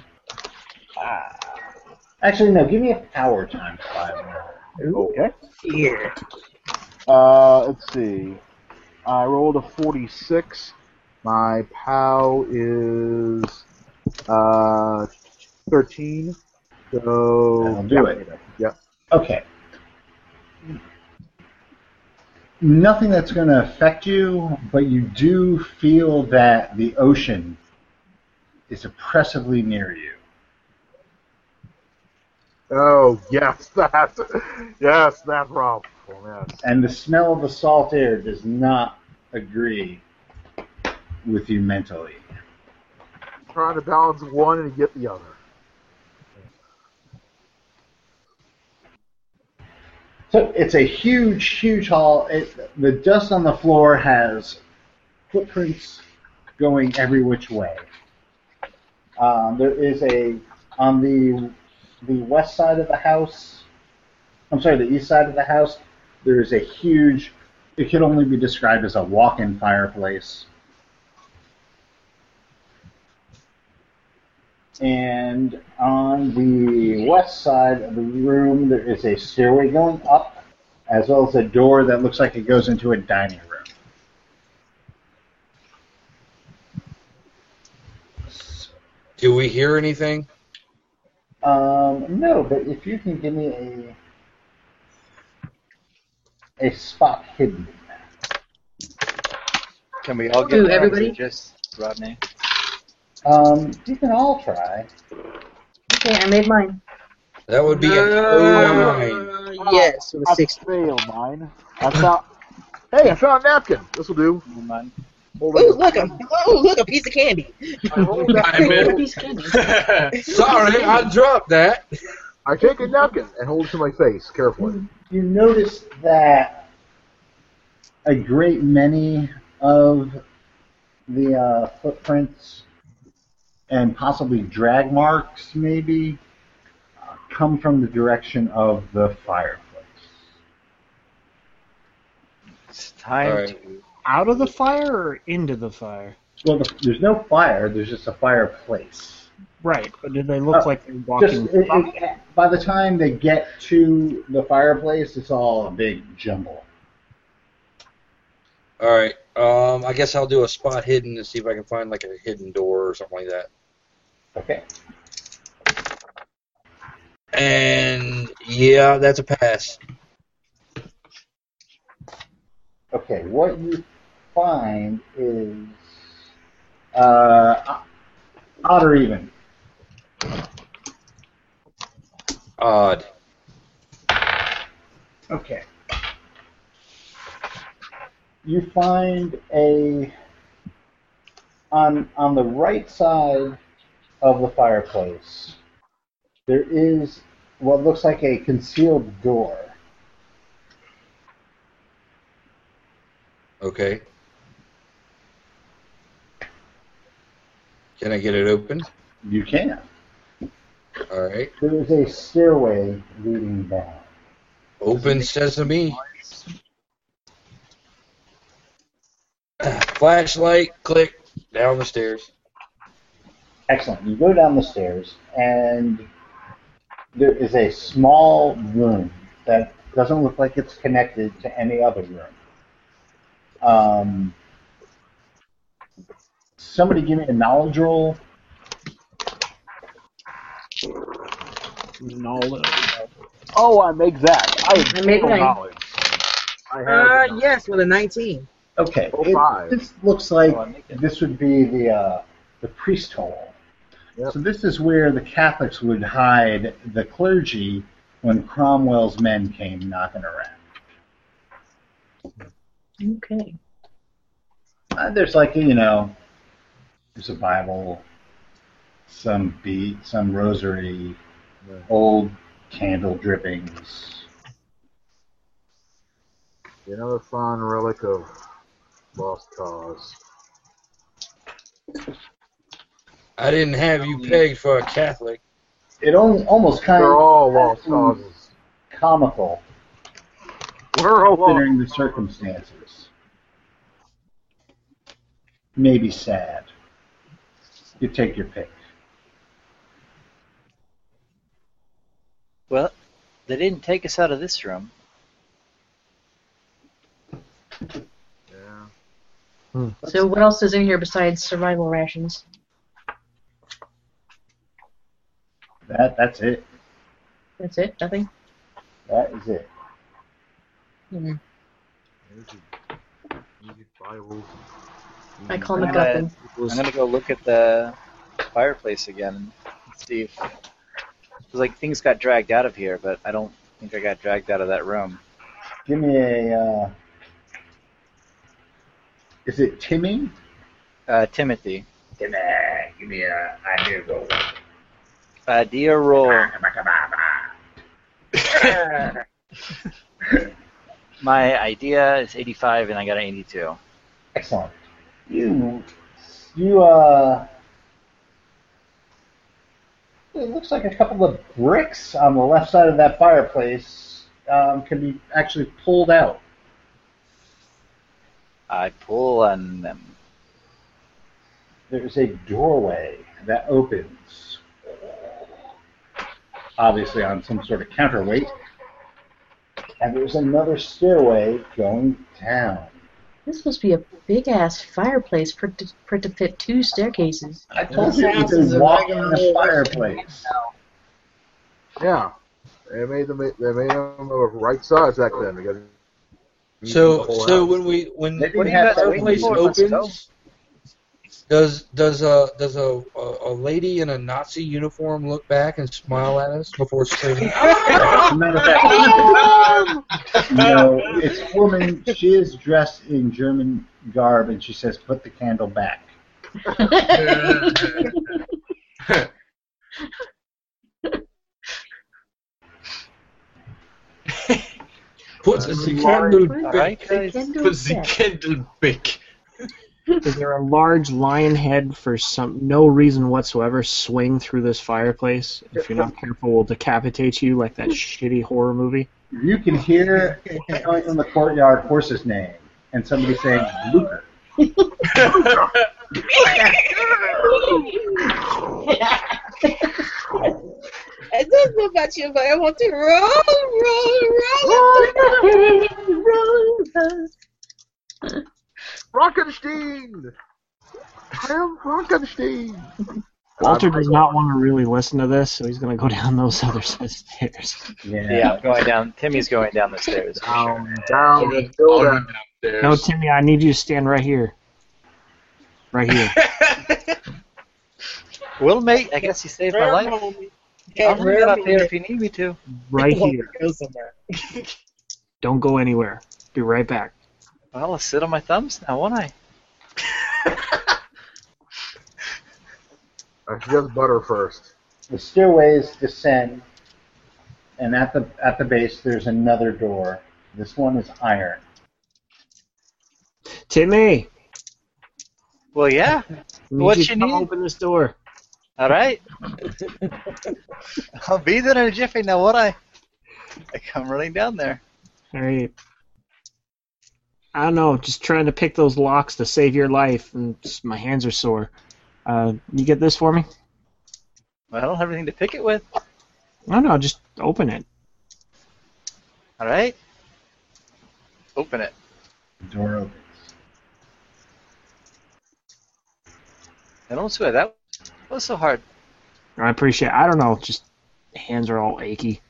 Speaker 1: Ah. Actually, no, give me a power times five roll.
Speaker 2: Oh.
Speaker 8: Okay.
Speaker 2: Yeah.
Speaker 8: Uh, let's see. I rolled a 46. My POW is uh, 13. So.
Speaker 1: That'll do
Speaker 8: yeah,
Speaker 1: it.
Speaker 8: Yeah.
Speaker 1: Okay. Nothing that's going to affect you, but you do feel that the ocean is oppressively near you.
Speaker 8: Oh, yes, that's. Yes, that's Rob. Oh, yes.
Speaker 1: And the smell of the salt air does not agree with you mentally.
Speaker 8: Trying to balance one and get the other.
Speaker 1: So it's a huge, huge hall. It, the dust on the floor has footprints going every which way. Um, there is a on the the west side of the house. I'm sorry, the east side of the house. There is a huge. It could only be described as a walk-in fireplace. And on the west side of the room, there is a stairway going up, as well as a door that looks like it goes into a dining room.
Speaker 3: Do we hear anything?
Speaker 1: Um, no, but if you can give me a a spot hidden.
Speaker 9: Can we all
Speaker 2: Who,
Speaker 9: get there, or is
Speaker 2: everybody?
Speaker 9: it Just Rodney.
Speaker 1: Um, you can all try.
Speaker 5: Okay, I made mine.
Speaker 3: That would be an O
Speaker 2: Uh, yes, with a
Speaker 8: I
Speaker 2: six.
Speaker 8: failed mine. I found. hey, I found a napkin. This will do.
Speaker 9: Mine.
Speaker 8: Hold
Speaker 2: Ooh,
Speaker 8: on.
Speaker 2: look a ooh, look a piece of candy.
Speaker 8: I rolled that.
Speaker 6: I meant-
Speaker 5: These kids.
Speaker 3: Sorry, I dropped that.
Speaker 8: I take a napkin and hold it to my face carefully.
Speaker 1: Mm-hmm. You notice that a great many of the uh, footprints and possibly drag marks, maybe, uh, come from the direction of the fireplace.
Speaker 13: It's time
Speaker 3: Alright.
Speaker 13: to.
Speaker 12: Out of the fire or into the fire?
Speaker 1: Well, the, there's no fire. There's just a fireplace.
Speaker 12: Right, but do they
Speaker 4: Uh,
Speaker 12: look
Speaker 1: Oh,
Speaker 12: like they're
Speaker 1: Just
Speaker 12: walking?
Speaker 1: it, it, by the time they get to the fireplace, it's all a big jumble.
Speaker 3: All right. Um, I guess I'll do a spot hidden to see if I can find like a hidden door or something like that.
Speaker 1: Okay.
Speaker 3: And yeah, that's a pass.
Speaker 1: Okay, what you find is uh, odd or even.
Speaker 3: Odd.
Speaker 1: Okay. You find a on on the right side of the fireplace. There is what looks like a concealed door.
Speaker 3: Okay. Can I get it open?
Speaker 1: You can.
Speaker 3: All right.
Speaker 1: There is a stairway leading down.
Speaker 3: Open sesame. Ah, Flashlight, click, down the stairs.
Speaker 1: Excellent. You go down the stairs, and there is a small room that doesn't look like it's connected to any other room. Um, somebody give me a knowledge roll.
Speaker 12: Knowledge.
Speaker 8: Oh, I make that. I,
Speaker 2: I make
Speaker 8: total
Speaker 2: mine.
Speaker 8: knowledge. I have
Speaker 2: Uh, yes, with a 19.
Speaker 1: Okay.
Speaker 8: Oh,
Speaker 1: it-
Speaker 8: five.
Speaker 1: this looks like this would be the uh, the priest hole. So this is where the Catholics would hide the clergy when Cromwell's men came knocking around.
Speaker 5: Okay.
Speaker 1: Uh, there's like you know, there's a Bible, some bead, some rosary, old candle drippings.
Speaker 8: Another fine relic of lost cause.
Speaker 3: I didn't have you pegged for a Catholic.
Speaker 1: It only, almost kind
Speaker 8: They're
Speaker 1: of
Speaker 8: all lost causes.
Speaker 1: comical
Speaker 8: We're all lost.
Speaker 1: considering the circumstances. Maybe sad. You take your pick.
Speaker 9: Well, they didn't take us out of this room.
Speaker 8: Yeah.
Speaker 5: So what else is in here besides survival rations?
Speaker 1: That that's it.
Speaker 5: That's it. Nothing.
Speaker 1: That is it.
Speaker 8: Easy- easy Bible.
Speaker 5: I
Speaker 2: Oh,
Speaker 5: call
Speaker 8: Uh,
Speaker 9: I'm
Speaker 5: MacGuffin.
Speaker 9: gonna, I'm gonna go look at the fireplace again and see if. 'cause, like, things got dragged out of here, but I don't think I got dragged out of that room.
Speaker 1: Give me a. Uh, is it Timmy?
Speaker 9: Uh, Timothy.
Speaker 1: Timmy, give me a. I hear go.
Speaker 9: Idea roll. My idea is 85, and I got an 82.
Speaker 1: Excellent. You, you, uh, it looks like a couple of bricks on the left side of that fireplace um, can be actually pulled out.
Speaker 9: I pull on them.
Speaker 1: There's a doorway that opens, obviously on some sort of counterweight, and there's another stairway going down.
Speaker 5: This must be a big ass fireplace for it to, for it to fit two staircases.
Speaker 1: I told
Speaker 2: This
Speaker 1: you you
Speaker 2: house is
Speaker 1: could
Speaker 2: a
Speaker 1: walk in
Speaker 2: regular
Speaker 1: the
Speaker 2: old-
Speaker 1: fireplace.
Speaker 8: Yeah. They made them. They made them of right size back then. Because
Speaker 3: So,
Speaker 8: Whole
Speaker 3: so
Speaker 8: house.
Speaker 3: when we when
Speaker 1: They
Speaker 3: when
Speaker 1: didn't have
Speaker 3: the
Speaker 1: that
Speaker 3: fireplace
Speaker 1: many
Speaker 9: doors, though.
Speaker 3: opens, does does a does a, a a lady in a Nazi uniform look back and smile at us before screaming?
Speaker 1: As a matter of fact, no, it's a woman. She is dressed in German garb, and she says, "Put the candle back."
Speaker 6: Puts the candle
Speaker 9: Alright,
Speaker 6: back.
Speaker 9: guys.
Speaker 6: Puts the candle back.
Speaker 12: Is there a large lion head for some no reason whatsoever swing through this fireplace? If you're not careful, will decapitate you like that shitty horror movie.
Speaker 1: You can hear echoing in the courtyard horses' names. and somebody saying Luca.
Speaker 2: I don't know about you, but I want to roll, roll, roll.
Speaker 8: Rockenstein! I am Rockenstein!
Speaker 4: Walter does not want to really listen to this, so he's going to go down those other side of the stairs.
Speaker 9: Yeah. I'm going down. Timmy's going down the stairs. Down,
Speaker 8: down the building.
Speaker 4: No, Timmy, I need you to stand right here. Right here.
Speaker 9: Well, mate, I guess you saved my life. I'll run out there if you need me to.
Speaker 4: Right here. Don't go anywhere. Be right back.
Speaker 9: Well, I'll sit on my thumbs now, won't I?
Speaker 8: I should just butter first.
Speaker 1: The stairways descend, and at the at the base there's another door. This one is iron.
Speaker 4: Timmy,
Speaker 9: Well, yeah.
Speaker 4: I need
Speaker 9: What
Speaker 4: you
Speaker 9: you
Speaker 4: to come
Speaker 9: need?
Speaker 4: open this door.
Speaker 9: All right. I'll be there in a jiffy now, won't I? I come running down there.
Speaker 4: All right. I don't know, just trying to pick those locks to save your life, and just- my hands are sore. Uh, you get this for me?
Speaker 9: I don't have anything to pick it with.
Speaker 4: No, no, just open it.
Speaker 9: All right. Open it.
Speaker 1: Door opens.
Speaker 9: I don't swear that was so hard.
Speaker 4: I appreciate. I don't know, just hands are all achy.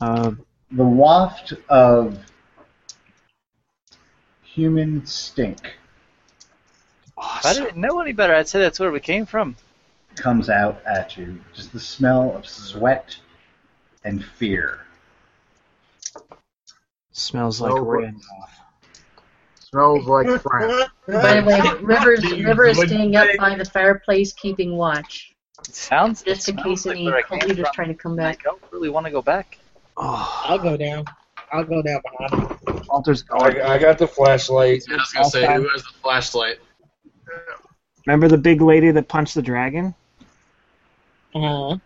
Speaker 4: Um,
Speaker 1: The waft of human stink
Speaker 9: If I didn't know any better, I'd say that's where we came from.
Speaker 1: comes out at you. Just the smell of sweat and fear.
Speaker 4: smells like
Speaker 8: Oh, but-
Speaker 4: Rand.
Speaker 8: Smells like France.
Speaker 5: By the way, Rivers River is
Speaker 8: would
Speaker 5: staying up by the fireplace, keeping watch,
Speaker 9: It sounds
Speaker 5: just in case
Speaker 9: like
Speaker 5: any
Speaker 9: where I came
Speaker 5: computers
Speaker 9: from.
Speaker 5: trying to come
Speaker 9: I
Speaker 5: back.
Speaker 9: don't really want to go back.
Speaker 4: Oh,
Speaker 2: I'll go down. I'll go down behind him.
Speaker 4: Walter's gone.
Speaker 3: Oh, I, I got the flashlight.
Speaker 6: I was gonna say, who has the flashlight?
Speaker 4: Remember the big lady that punched the dragon,
Speaker 2: Uh-huh.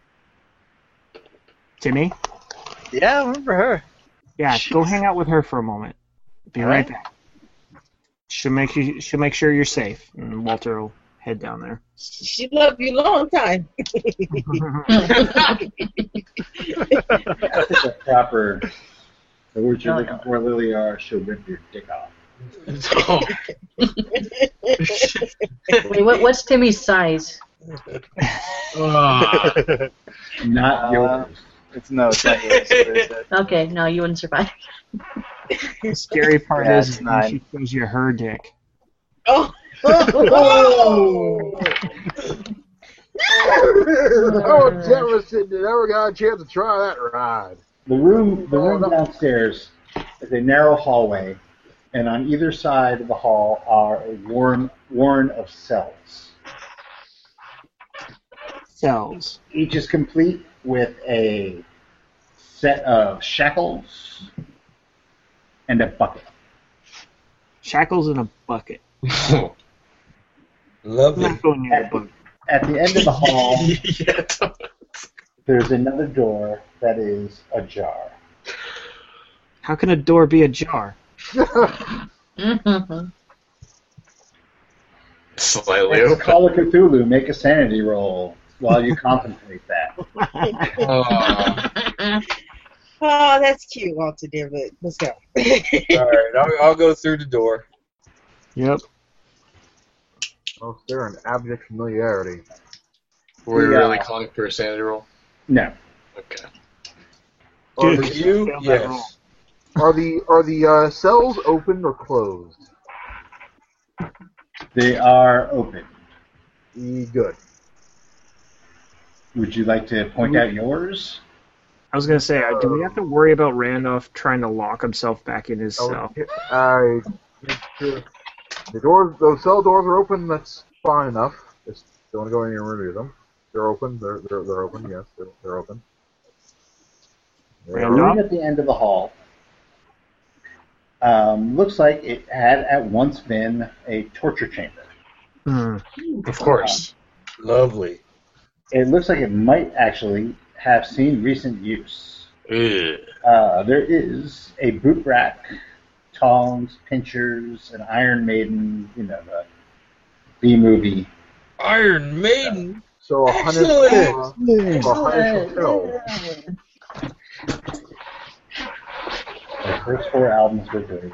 Speaker 4: Timmy?
Speaker 9: Yeah, I remember her.
Speaker 4: Yeah, go hang out with her for a moment. Be right,
Speaker 9: Alright.
Speaker 4: back. She'll make you. She'll make sure you're safe, and Walter will head down there.
Speaker 2: She loved you long time.
Speaker 1: That's the proper. The words you're
Speaker 5: No,
Speaker 1: looking for, Lily, are she'll rip your dick off.
Speaker 6: Oh,
Speaker 5: Wait, what, what's Timmy's size?
Speaker 6: Ah.
Speaker 1: Not
Speaker 5: Uh,
Speaker 1: yours.
Speaker 9: It's no, it's not yours. What is it?
Speaker 5: Okay, no, you wouldn't survive.
Speaker 4: The scary part
Speaker 9: Yeah,
Speaker 4: is
Speaker 9: it's
Speaker 4: is when
Speaker 9: nine.
Speaker 4: she shows you her dick.
Speaker 2: Oh. oh.
Speaker 8: Oh, it's never seen- never got a chance to try that ride.
Speaker 1: The room, the room downstairs is a narrow hallway, and on either side of the hall are a warren, warren of cells.
Speaker 4: Cells.
Speaker 1: Each is complete with a set of shackles and a bucket.
Speaker 4: Shackles in a bucket. I'm
Speaker 3: Lovely.
Speaker 4: not going near the
Speaker 1: At,
Speaker 4: bucket.
Speaker 1: at the end of the hall,
Speaker 6: yeah,
Speaker 1: there's another door that is ajar.
Speaker 4: How can a door be ajar?
Speaker 5: Mhm.
Speaker 6: slightly
Speaker 1: Let's
Speaker 6: open.
Speaker 1: Call of Cthulhu, make a sanity roll while you contemplate that.
Speaker 6: Ah.
Speaker 2: Oh, that's cute, Walter dear, but let's go.
Speaker 3: All right, I'll, I'll go through the door.
Speaker 4: Yep.
Speaker 8: Oh, they're in abject familiarity.
Speaker 6: We're
Speaker 1: Yeah.
Speaker 6: really calling for a sanity roll.
Speaker 1: No.
Speaker 6: Okay.
Speaker 3: For
Speaker 8: Are the,
Speaker 3: you,
Speaker 4: Failed that roll.
Speaker 3: yes.
Speaker 8: are the are the uh, cells open or closed?
Speaker 1: They are open.
Speaker 8: E, good.
Speaker 1: Would you like to point out yours?
Speaker 4: I was gonna say, uh, do we have to worry about Randolph trying to lock himself back in
Speaker 12: Oh.
Speaker 4: his cell?
Speaker 8: I the doors, those cell doors are open. That's fine enough. Just don't want to go in here and review them. They're open. They're they're, they're open. Yes, they're, they're open.
Speaker 1: The
Speaker 8: They're
Speaker 4: Randolph?
Speaker 1: room at the end of the hall um, looks like it had at once been a torture chamber.
Speaker 4: Hmm.
Speaker 6: Of course.
Speaker 3: Lovely.
Speaker 1: It looks like it might actually have seen recent use.
Speaker 6: Ugh.
Speaker 1: Uh, there is a boot rack, tongs, pinchers, and Iron Maiden. You know the B movie.
Speaker 3: Iron Maiden.
Speaker 8: So a hundred
Speaker 3: Excellent.
Speaker 8: for a hundred
Speaker 3: Excellent.
Speaker 5: Oh,
Speaker 8: total.
Speaker 1: The first four albums were great.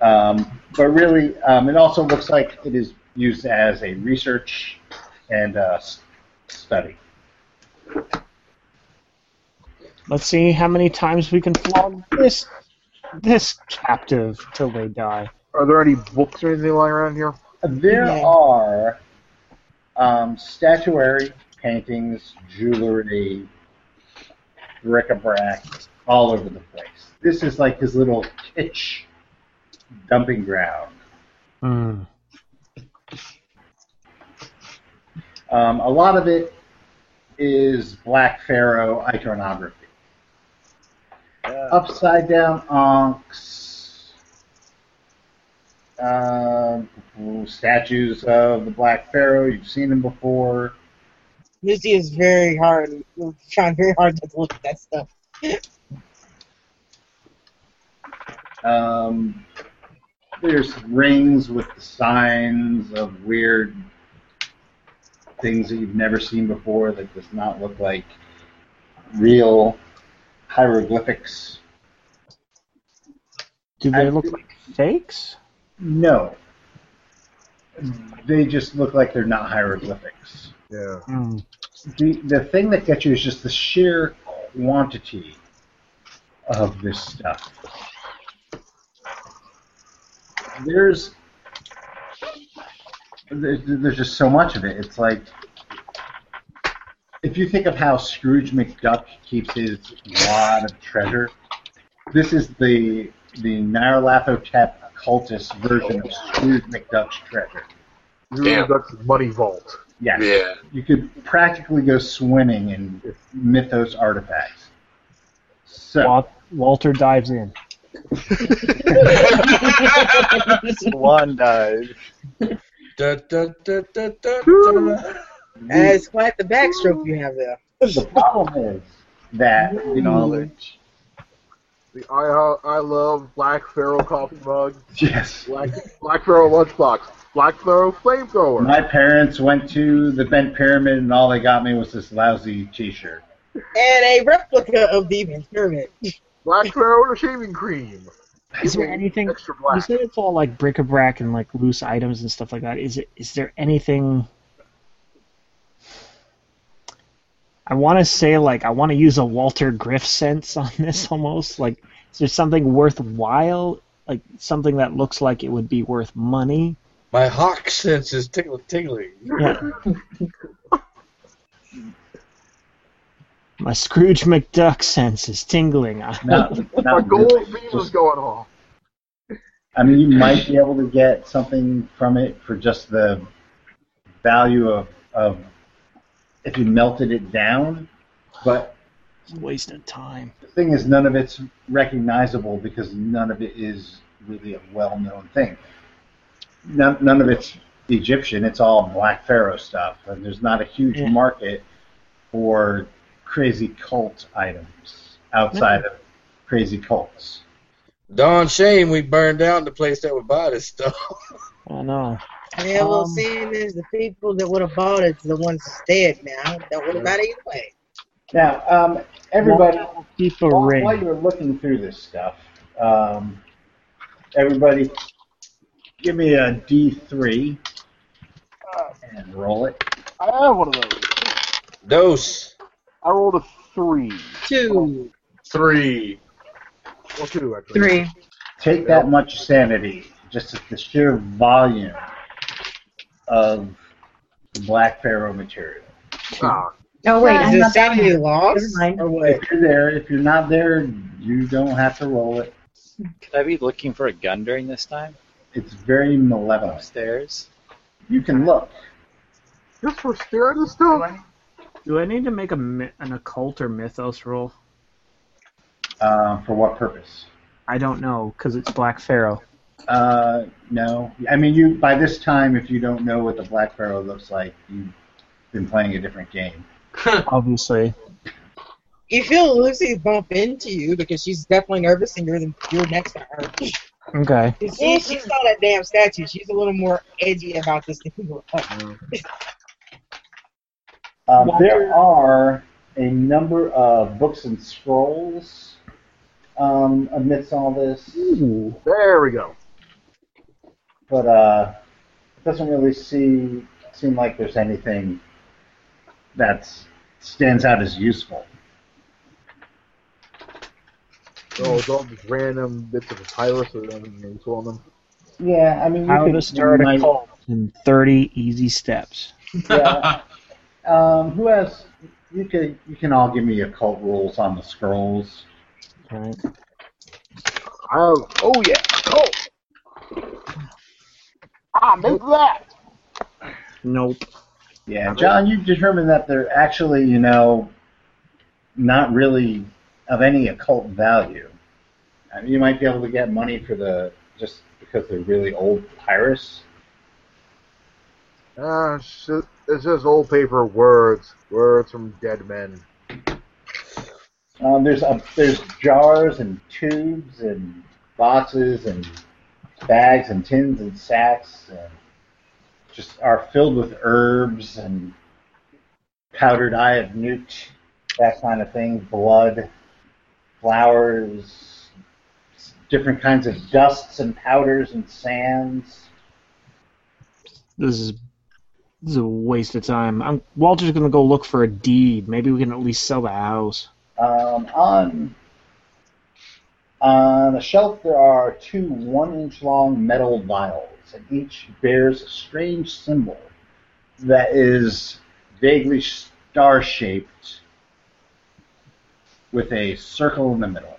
Speaker 1: Um, but really, um, it also looks like it is used as a research and uh, s- study.
Speaker 12: Let's see how many times we can flog this this captive till they die.
Speaker 8: Are there any books or anything lying around here?
Speaker 1: There are um, statuary, paintings, jewelry, bric-a-brac all over the place. This is like his little kitsch dumping ground.
Speaker 4: Hmm.
Speaker 1: Um, a lot of it is Black Pharaoh iconography. Upside down onks, um, statues of the Black Pharaoh. You've seen them before.
Speaker 2: Lucy is very hard, trying very hard to look at that stuff.
Speaker 1: Um, there's rings with the signs of weird things that you've never seen before that does not look like real hieroglyphics.
Speaker 12: Do they look like fakes?
Speaker 1: No. They just look like they're not hieroglyphics.
Speaker 8: Yeah.
Speaker 12: Hmm.
Speaker 1: The, the thing that gets you is just the sheer quantity of this stuff. There's there's, there's just so much of it. It's like if you think of how Scrooge McDuck keeps his wad of treasure, this is the the Nyarlathotep cultist version of Scrooge McDuck's treasure.
Speaker 8: Damn. That's his money vault.
Speaker 1: Yes. You could practically go swimming in Mythos artifacts. So
Speaker 12: Wal- Walter dives in.
Speaker 9: One uh, dive.
Speaker 3: Da, da, da, da, da, da.
Speaker 2: That's Uh, quite the backstroke you have there.
Speaker 1: the problem is that the knowledge.
Speaker 8: The I I love Black Pharaoh coffee mug.
Speaker 1: Yes.
Speaker 8: Black Black Pharaoh lunchbox. Black Pharaoh flamethrower.
Speaker 1: My parents went to the Bent Pyramid and all they got me was this lousy T-shirt.
Speaker 2: And a replica of the pyramid.
Speaker 8: Black Pharaoh and a shaving cream.
Speaker 12: Is there anything?
Speaker 8: Extra black.
Speaker 12: You said it's all like bric-a-brac and like loose items and stuff like that. Is it? Is there anything? I want to say like I want to use a Walter Griff sense on this almost. Like, is there something worthwhile? Like something that looks like it would be worth money?
Speaker 3: My hawk sense is tickle tingling.
Speaker 12: Yeah. My Scrooge McDuck sense is tingling.
Speaker 1: No,
Speaker 8: My
Speaker 1: not
Speaker 8: gold
Speaker 1: really.
Speaker 8: beam is going off.
Speaker 1: I mean, you might be able to get something from it for just the value of, of if you melted it down, but
Speaker 12: It's a waste of time.
Speaker 1: the thing is, none of it's recognizable because none of it is really a well-known thing. None, none of it's Egyptian. It's all Black Pharaoh stuff, and there's not a huge
Speaker 12: Yeah.
Speaker 1: market for crazy cult items outside of crazy cults.
Speaker 3: Don shame we burned down the place that would buy this stuff.
Speaker 12: I know.
Speaker 2: Yeah, well,
Speaker 12: Um,
Speaker 2: seeing is the people that would have bought it's the ones that's dead now. That would have got it anyway.
Speaker 1: Now, um, everybody,
Speaker 12: keep a
Speaker 1: while,
Speaker 12: ring.
Speaker 1: while you're looking through this stuff, um, everybody, give me a D3 and roll it.
Speaker 8: I have one of those.
Speaker 3: Dose.
Speaker 8: I rolled a three.
Speaker 2: Two.
Speaker 6: Three.
Speaker 8: Well, two actually.
Speaker 5: Three.
Speaker 1: Take that much sanity, just the sheer volume of the Black Pharaoh material.
Speaker 8: Ah,
Speaker 5: Oh wait,
Speaker 2: Is
Speaker 5: I'm
Speaker 2: it
Speaker 5: not that
Speaker 2: sanity
Speaker 5: new.
Speaker 2: loss?
Speaker 5: Never mind.
Speaker 2: Or what?
Speaker 1: If you're there, if you're not there, you don't have to roll it.
Speaker 9: Could I be looking for a gun during this time?
Speaker 1: It's very malevolent.
Speaker 9: Upstairs?
Speaker 1: You can look.
Speaker 8: just for staring at stuff.
Speaker 12: Do I need to make a mi- an occult or mythos roll?
Speaker 1: Uh, for what purpose?
Speaker 12: I don't know because it's Black Pharaoh.
Speaker 1: Uh, no. I mean, you by this time, if you don't know what the Black Pharaoh looks like, you've been playing a different game.
Speaker 12: Obviously,
Speaker 2: you feel Lucy bump into you because she's definitely nervous and you're the, you're next to her.
Speaker 12: Okay.
Speaker 2: She, she saw that damn statue. She's a little more edgy about this than you are.
Speaker 1: Um, there are a number of books and scrolls um, amidst all this.
Speaker 8: there we go.
Speaker 1: But uh, it doesn't really see, seem like there's anything that stands out as useful.
Speaker 8: So it's all just random bits of papyrus or anything you saw on them.
Speaker 1: Yeah, I mean, you
Speaker 12: How
Speaker 1: could-
Speaker 12: to start
Speaker 1: you might-
Speaker 12: a cult in 30 easy steps.
Speaker 1: Yeah. um, who has? You can you can all give me occult rules on the scrolls.
Speaker 12: Right.
Speaker 8: Oh, oh yeah. Oh. Ah, move that.
Speaker 12: Nope.
Speaker 1: Yeah, John, you determined that they're actually, you know, not really of any occult value. I mean, you might be able to get money for the just because they're really old papyrus.
Speaker 8: Uh, it's just, it's just old paper words, words from dead men.
Speaker 1: Um, there's a, there's jars and tubes and boxes and bags and tins and sacks and just are filled with herbs and powdered eye of newt, that kind of thing, blood, flowers, different kinds of dusts and powders and sands.
Speaker 12: This is this is a waste of time. I'm Walter's gonna go look for a deed. Maybe we can at least sell the house.
Speaker 1: Um, on on the shelf there are two one-inch long metal vials, and each bears a strange symbol that is vaguely star-shaped with a circle in the middle,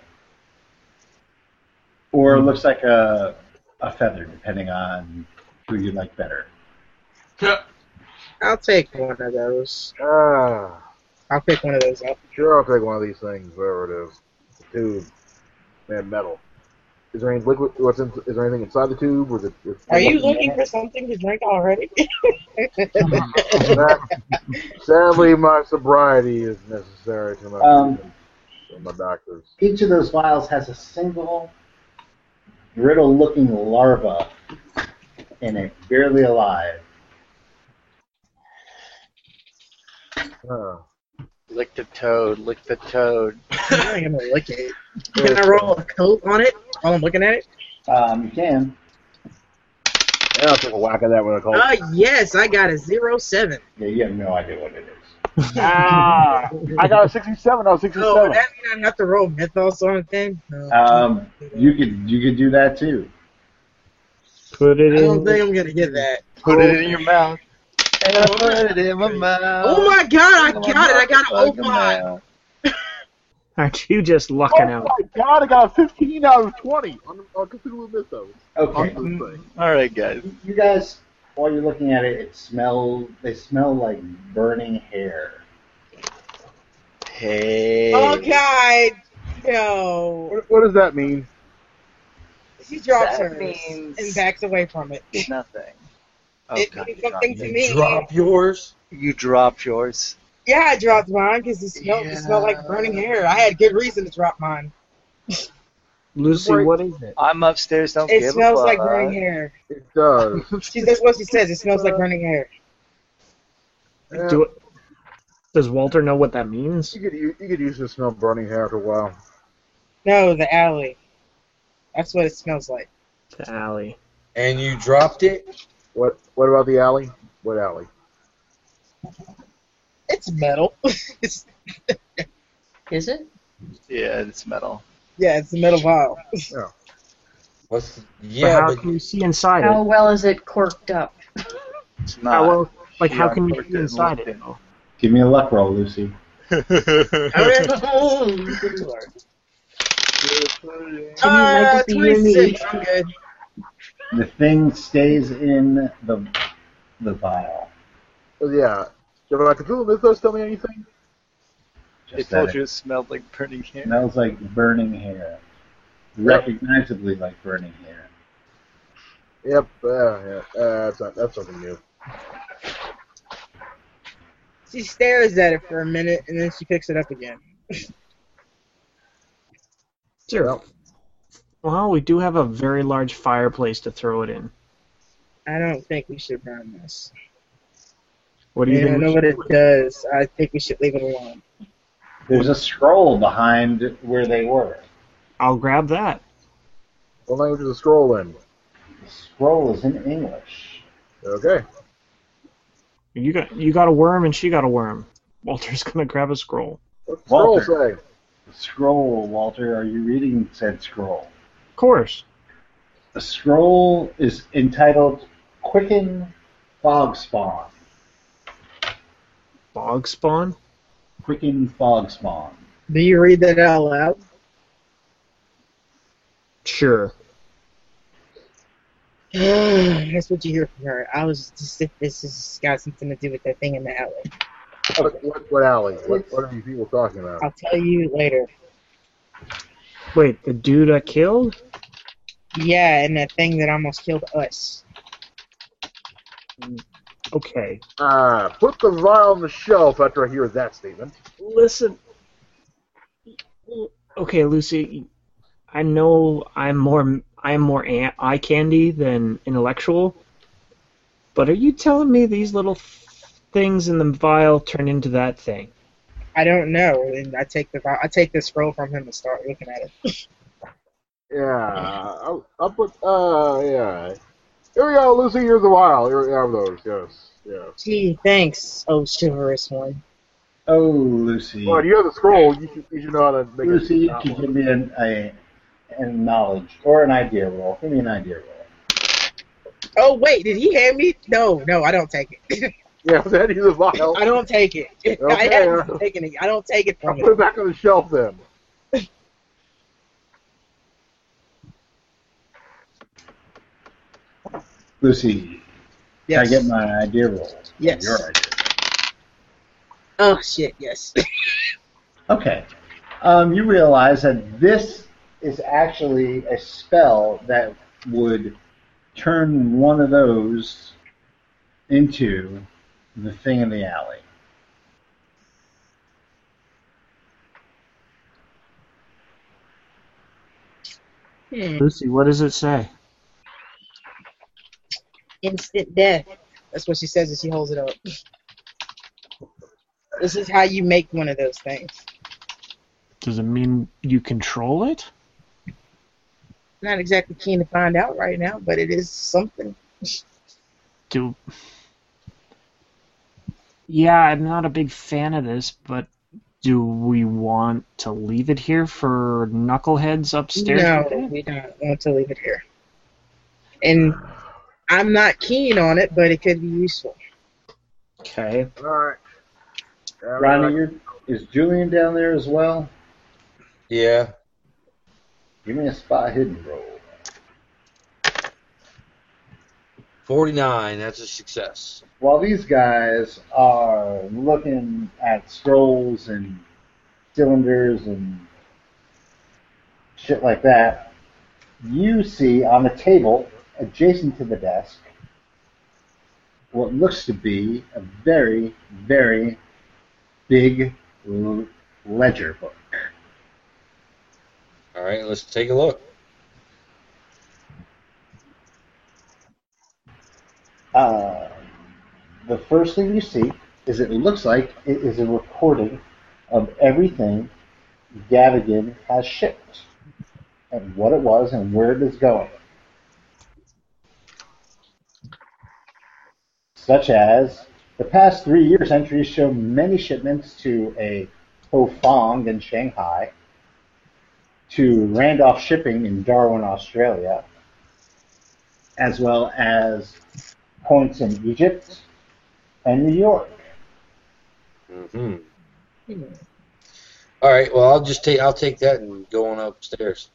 Speaker 1: or it looks like a a feather, depending on who you like better.
Speaker 2: I'll take one of those.
Speaker 8: Ah,
Speaker 2: I'll pick one of those up.
Speaker 8: sure, I'll take one of these things, whatever it is. Tube, man, metal. Is there any liquid? What's in, is there anything inside the tube? Was it? is-
Speaker 2: Are you looking for something to drink already?
Speaker 8: That- Sadly, my sobriety is necessary to my
Speaker 1: Um,
Speaker 8: to my doctors.
Speaker 1: Each of those vials has a single brittle-looking larva in it, barely alive.
Speaker 8: Huh.
Speaker 9: Lick the toad. Lick the toad.
Speaker 2: I'm gonna lick it. Can I roll a coat on it while I'm looking at it?
Speaker 1: Um, you can.
Speaker 8: Yeah, I'll take a whack at that with a cold.
Speaker 2: Uh, yes, I got a zero seven.
Speaker 1: Yeah, you have no idea what it is.
Speaker 8: ah, I got a 67 out of 67.
Speaker 2: Oh, that mean I have to roll mythos on it then? No.
Speaker 1: Um, you could you could do that too.
Speaker 12: Put
Speaker 2: I
Speaker 12: it
Speaker 2: don't
Speaker 12: in.
Speaker 2: think I'm gonna get that.
Speaker 9: Put it in your mouth.
Speaker 13: And I put it in my mouth.
Speaker 2: Oh my god, I
Speaker 13: Oh,
Speaker 2: got it! I got an
Speaker 13: motherfucking
Speaker 2: 05.
Speaker 13: mouth.
Speaker 12: Aren't you just
Speaker 8: Oh
Speaker 12: lucking out?
Speaker 8: my god, I got a 15 out of 20 on, on Cthulhu Mythos.
Speaker 1: Okay.
Speaker 8: On this thing.
Speaker 9: All right, guys.
Speaker 1: Um, You guys, while you're looking at it, it smell they smell like burning hair.
Speaker 9: Hey.
Speaker 2: Oh god, no.
Speaker 8: What, what does that mean?
Speaker 2: She drops
Speaker 9: That
Speaker 2: hers
Speaker 9: means-
Speaker 2: and backs away from it.
Speaker 9: Nothing. Oh,
Speaker 2: It
Speaker 9: God,
Speaker 2: means
Speaker 9: you, dropped,
Speaker 2: something to me.
Speaker 10: Drop yours.
Speaker 9: you dropped yours.
Speaker 2: Yeah, I dropped mine because it smelled it smelled like burning hair. I had good reason to drop mine.
Speaker 12: Lucy, what is it?
Speaker 9: I'm upstairs. Don't
Speaker 2: It
Speaker 9: give
Speaker 2: smells
Speaker 9: a
Speaker 2: like
Speaker 9: fuck.
Speaker 2: burning hair.
Speaker 8: It does.
Speaker 2: She that's what she says. It smells like burning hair.
Speaker 8: Yeah,
Speaker 12: Do it. Does Walter know what that means?
Speaker 8: you, could, u- you could use the smell burning hair after a while.
Speaker 2: No, the alley. That's what it smells like.
Speaker 12: To Allie.
Speaker 3: And you dropped it.
Speaker 8: What What about the alley? What alley?
Speaker 2: It's metal. it's,
Speaker 5: Is it?
Speaker 9: Yeah, it's metal.
Speaker 2: yeah, it's a metal vial.
Speaker 3: What's
Speaker 12: but
Speaker 3: yeah,
Speaker 12: how
Speaker 3: but
Speaker 12: can you see inside
Speaker 5: How
Speaker 12: it?
Speaker 5: well is it corked up?
Speaker 9: It's not.
Speaker 12: How well, like,
Speaker 9: You
Speaker 12: how can you
Speaker 9: uncorked
Speaker 12: see
Speaker 9: it and
Speaker 12: inside
Speaker 9: looked
Speaker 12: it?
Speaker 9: in.
Speaker 12: though?
Speaker 1: Give me a luck roll, Lucy.
Speaker 5: Oh, good lord. Timmy
Speaker 2: Uh,
Speaker 5: might be in the
Speaker 2: 26. I'm good.
Speaker 1: The thing stays in the the vial.
Speaker 8: Oh, Yeah. Did my Cthulhu Mythos tell me anything?
Speaker 9: They
Speaker 1: Just
Speaker 9: told
Speaker 1: that
Speaker 9: you it smelled like burning hair.
Speaker 1: it smells like burning hair, recognizably like burning hair.
Speaker 8: Yep. Uh, yeah. Uh, that's, not, that's something new.
Speaker 2: She stares at it for a minute and then she picks it up again.
Speaker 4: Zero. Well, we do have a very large fireplace to throw it in.
Speaker 2: I don't think we should burn this.
Speaker 4: What do you
Speaker 2: And
Speaker 4: think?
Speaker 2: I
Speaker 4: we
Speaker 2: know
Speaker 4: should-
Speaker 2: what it does. I think we should leave it alone.
Speaker 1: There's a scroll behind where they were.
Speaker 4: I'll grab that.
Speaker 8: What language is the scroll in?
Speaker 1: The scroll is in English.
Speaker 8: Okay.
Speaker 4: You got you got a worm and she got a worm. Walter's gonna grab a scroll.
Speaker 8: What's the
Speaker 1: Walter.
Speaker 8: scroll say?
Speaker 1: Scroll, Walter, are you reading said scroll?
Speaker 4: Of course.
Speaker 1: The scroll is entitled Quicken Fog Spawn.
Speaker 4: Bog spawn?
Speaker 1: Quicken Fog Spawn.
Speaker 2: Do you read that out loud?
Speaker 4: Sure.
Speaker 2: That's what you hear from her. I was just if this has got something to do with that thing in the alley.
Speaker 8: What, what, what alley? What, what are you people talking about?
Speaker 2: I'll tell you later.
Speaker 4: Wait, the dude I killed?
Speaker 2: Yeah, and that thing that almost killed us.
Speaker 4: Okay.
Speaker 8: Uh, put the vial on the shelf after I hear that statement.
Speaker 4: Listen. Okay, Lucy. I know I'm more I'm more an- eye candy than intellectual, but are you telling me these little things in the vial turn into that thing?
Speaker 2: I don't know, and I take the I take the scroll from him and start looking at it.
Speaker 8: Yeah, I'll, I'll put. Uh, yeah. Here we go, Lucy. Here's the vial. Here we have those. Yes, yes.
Speaker 2: Gee, thanks, oh chivalrous one.
Speaker 1: Oh, Lucy.
Speaker 8: Well, you have the scroll. You should, you should know how to make
Speaker 1: Lucy,
Speaker 8: it.
Speaker 1: you can give me an, a, a knowledge or an idea roll. Give me an idea roll.
Speaker 2: Oh wait, did he hand me? No, no, I don't take it.
Speaker 8: Yeah, that is a vial.
Speaker 2: I don't take it. I
Speaker 8: Okay.
Speaker 2: haven't taken it. I don't take it
Speaker 8: I'll
Speaker 2: from
Speaker 8: put it
Speaker 2: him.
Speaker 8: back on the shelf then.
Speaker 1: Lucy, can I
Speaker 2: Yes.
Speaker 1: get my idea roll?
Speaker 2: Yes.
Speaker 1: Your idea.
Speaker 2: Oh shit, yes.
Speaker 1: Okay. Um, you realize that this is actually a spell that would turn one of those into the thing in the alley.
Speaker 2: Hmm.
Speaker 4: Lucy, what does it say?
Speaker 2: Instant death. That's what she says as she holds it up. This is how you make one of those things.
Speaker 4: Does it mean you control it?
Speaker 2: Not exactly keen to find out right now, but it is something.
Speaker 4: Do Yeah, I'm not a big fan of this, but do we want to leave it here for knuckleheads upstairs?
Speaker 2: No, we don't want to leave it here. And I'm not keen on it, but it could be useful.
Speaker 4: Okay.
Speaker 8: All right.
Speaker 1: Ronnie, you're, is Julian down there as well?
Speaker 3: Yeah.
Speaker 1: Give me a spot hidden roll.
Speaker 3: 49. That's a success.
Speaker 1: While these guys are looking at scrolls and cylinders and shit like that, you see on a table adjacent to the desk what looks to be a very, very big l- ledger book.
Speaker 3: All right, let's take a look.
Speaker 1: Uh, the first thing you see is it looks like it is a recording of everything Gavigan has shipped and what it was and where it is going. Such as the past three years entries show many shipments to a Hofong in Shanghai, to Randolph Shipping in Darwin, Australia, as well as points in Egypt and New York.
Speaker 3: Mm-hmm. All right. Well, I'll just take I'll take that and go on upstairs.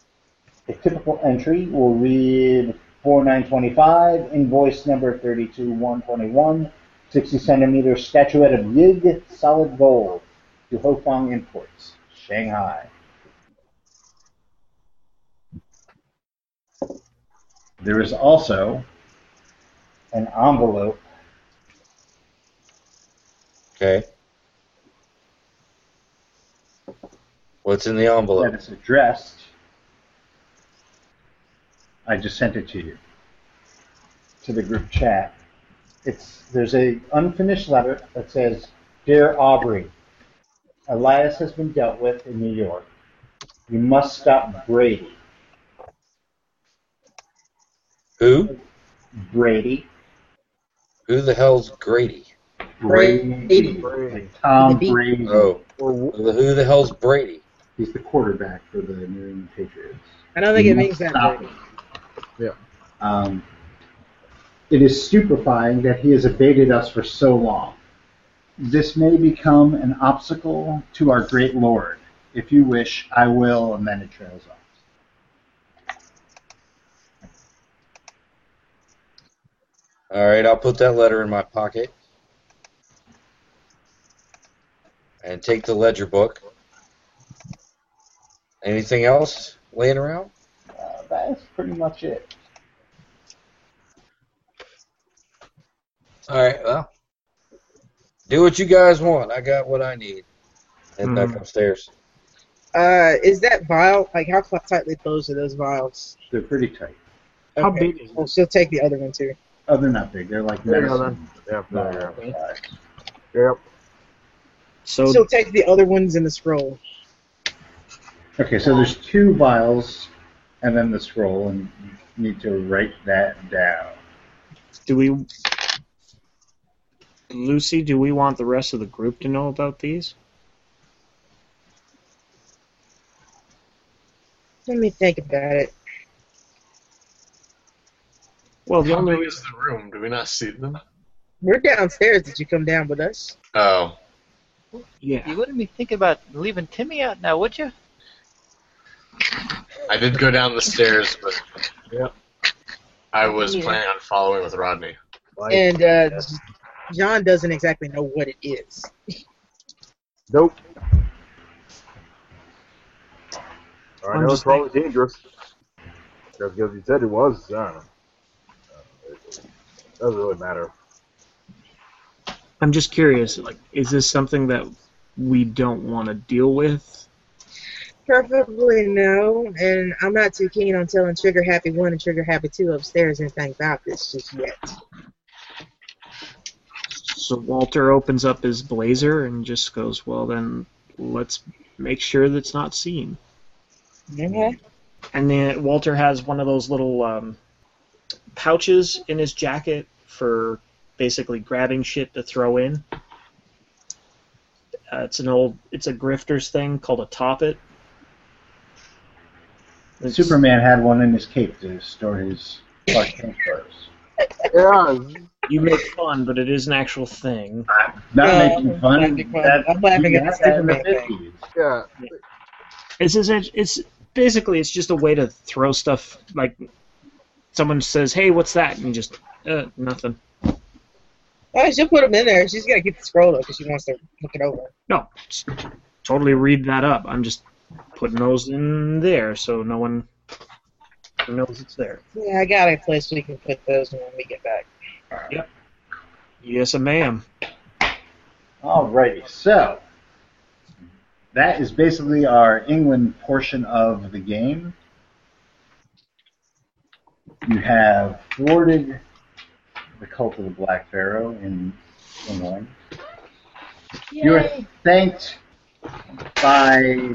Speaker 1: The typical entry will read 4925, invoice number 32121, 60 centimeter statuette of Yig solid gold to Hofang Imports, Shanghai. There is also an envelope
Speaker 3: Okay. What's in the envelope?
Speaker 1: That it's addressed. I just sent it to you. To the group chat. It's there's a unfinished letter that says, "Dear Aubrey, Elias has been dealt with in New York. You must stop Brady.
Speaker 3: Who?
Speaker 1: Brady.
Speaker 3: Who the hell's Grady?
Speaker 1: Brady. Like Tom Brady.
Speaker 3: Oh. Who the hell's Brady?
Speaker 1: He's the quarterback for the New England Patriots.
Speaker 2: I don't think
Speaker 1: You
Speaker 2: it
Speaker 1: must
Speaker 2: means that.
Speaker 1: stop
Speaker 2: big.
Speaker 1: him. Um, it is stupefying that he has evaded us for so long. This may become an obstacle to our great Lord. If you wish, I will, and then it trails off.
Speaker 3: All right, I'll put that letter in my pocket and take the ledger book. Anything else laying around?
Speaker 1: Uh, that's pretty much it.
Speaker 3: All right, well, do what you guys want. I got what I need. Head back upstairs.
Speaker 2: Uh, is that vial? Like, how cl- tightly closed are those vials?
Speaker 1: They're pretty tight.
Speaker 2: How big? Well, she'll take the other one too.
Speaker 1: Oh, they're not big. They're like
Speaker 2: They're
Speaker 1: medicine.
Speaker 8: Yep.
Speaker 1: bottle size.
Speaker 8: Yep.
Speaker 4: So
Speaker 2: she'll take the other ones in the scroll.
Speaker 1: Okay, so there's two vials, and then the scroll, and you need to write that down.
Speaker 4: Do we, Lucy? Do we want the rest of the group to know about these?
Speaker 2: Let me think about it.
Speaker 4: Well,
Speaker 6: Oh, the only is the room. Do we not see them?
Speaker 2: We're downstairs. Did you come down with us?
Speaker 6: Oh,
Speaker 4: Yeah.
Speaker 13: You wouldn't be thinking about leaving Timmy out now, would you?
Speaker 6: I did go down the stairs, but
Speaker 8: Yep.
Speaker 6: I was
Speaker 2: Yeah.
Speaker 6: planning on following with Rodney.
Speaker 2: And uh, John doesn't exactly know what it is.
Speaker 8: Nope.
Speaker 4: I'm
Speaker 8: I know it's
Speaker 4: just
Speaker 8: probably dangerous. Because you said it was. I don't know. Uh, it doesn't really matter.
Speaker 4: I'm just curious. Like, is this something that we don't want to deal with?
Speaker 2: Preferably no, and I'm not too keen on telling Trigger Happy One and Trigger Happy Two upstairs anything about this just yet.
Speaker 4: So Walter opens up his blazer and just goes, "Well, then let's make sure that's not seen."
Speaker 2: Okay.
Speaker 4: And then Walter has one of those little um, pouches in his jacket for basically grabbing shit to throw in. Uh, it's an old, it's a grifter's thing called a top it. It's-
Speaker 1: Superman had one in his cape to store his Clark Kent clothes.
Speaker 8: Yeah.
Speaker 4: You make fun, but it is an actual thing.
Speaker 1: Not
Speaker 2: No,
Speaker 1: making fun.
Speaker 2: I'm making fun.
Speaker 1: That-
Speaker 2: I'm laughing at
Speaker 1: that
Speaker 2: the
Speaker 1: in the
Speaker 2: Superman
Speaker 1: 50s.
Speaker 8: Yeah.
Speaker 4: It's just, it's basically it's just a way to throw stuff like someone says, "Hey, what's that?" and you just uh, nothing.
Speaker 2: Oh, she'll put them in there. She's gonna keep the scroll though, because she wants to look it over.
Speaker 4: No, just totally read that up. I'm just putting those in there so no one knows it's there.
Speaker 2: Yeah, I got a place we can put those when we get back.
Speaker 4: Yes, ma'am.
Speaker 1: Alrighty, so that is basically our England portion of the game. You have thwarted the cult of the Black Pharaoh in England. You are
Speaker 5: Yay.
Speaker 1: thanked by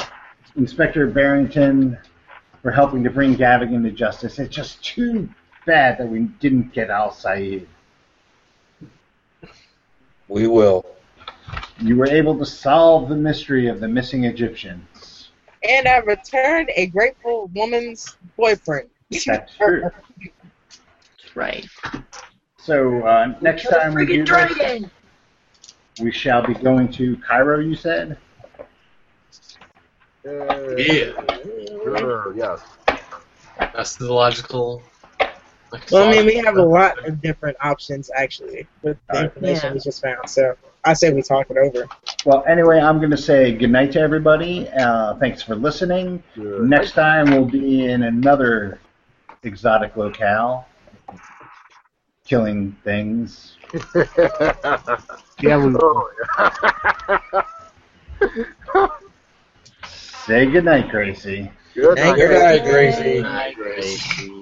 Speaker 1: Inspector Barrington for helping to bring Gavigan to justice. It's just too bad that we didn't get Al Saeed.
Speaker 3: We will.
Speaker 1: You were able to solve the mystery of the missing Egyptians.
Speaker 2: And I returned a grateful woman's boyfriend.
Speaker 1: That's true.
Speaker 5: Right.
Speaker 1: So uh, next time we do this, we shall be going to Cairo. You said.
Speaker 8: Uh,
Speaker 6: Yeah.
Speaker 8: Sure, yes.
Speaker 6: That's the logical.
Speaker 2: Well, I mean, we have a lot of different options actually with the information
Speaker 5: Yeah.
Speaker 2: we just found. So I say we talk it over.
Speaker 1: Well, anyway, I'm going to say goodnight to everybody. Uh, thanks for listening.
Speaker 8: Good.
Speaker 1: Next time we'll be in another exotic locale, killing things.
Speaker 8: yeah,
Speaker 4: Yeah, we-
Speaker 8: oh, yeah.
Speaker 6: Say goodnight, Gracie.
Speaker 1: Good night, Gracie.
Speaker 6: Gracie.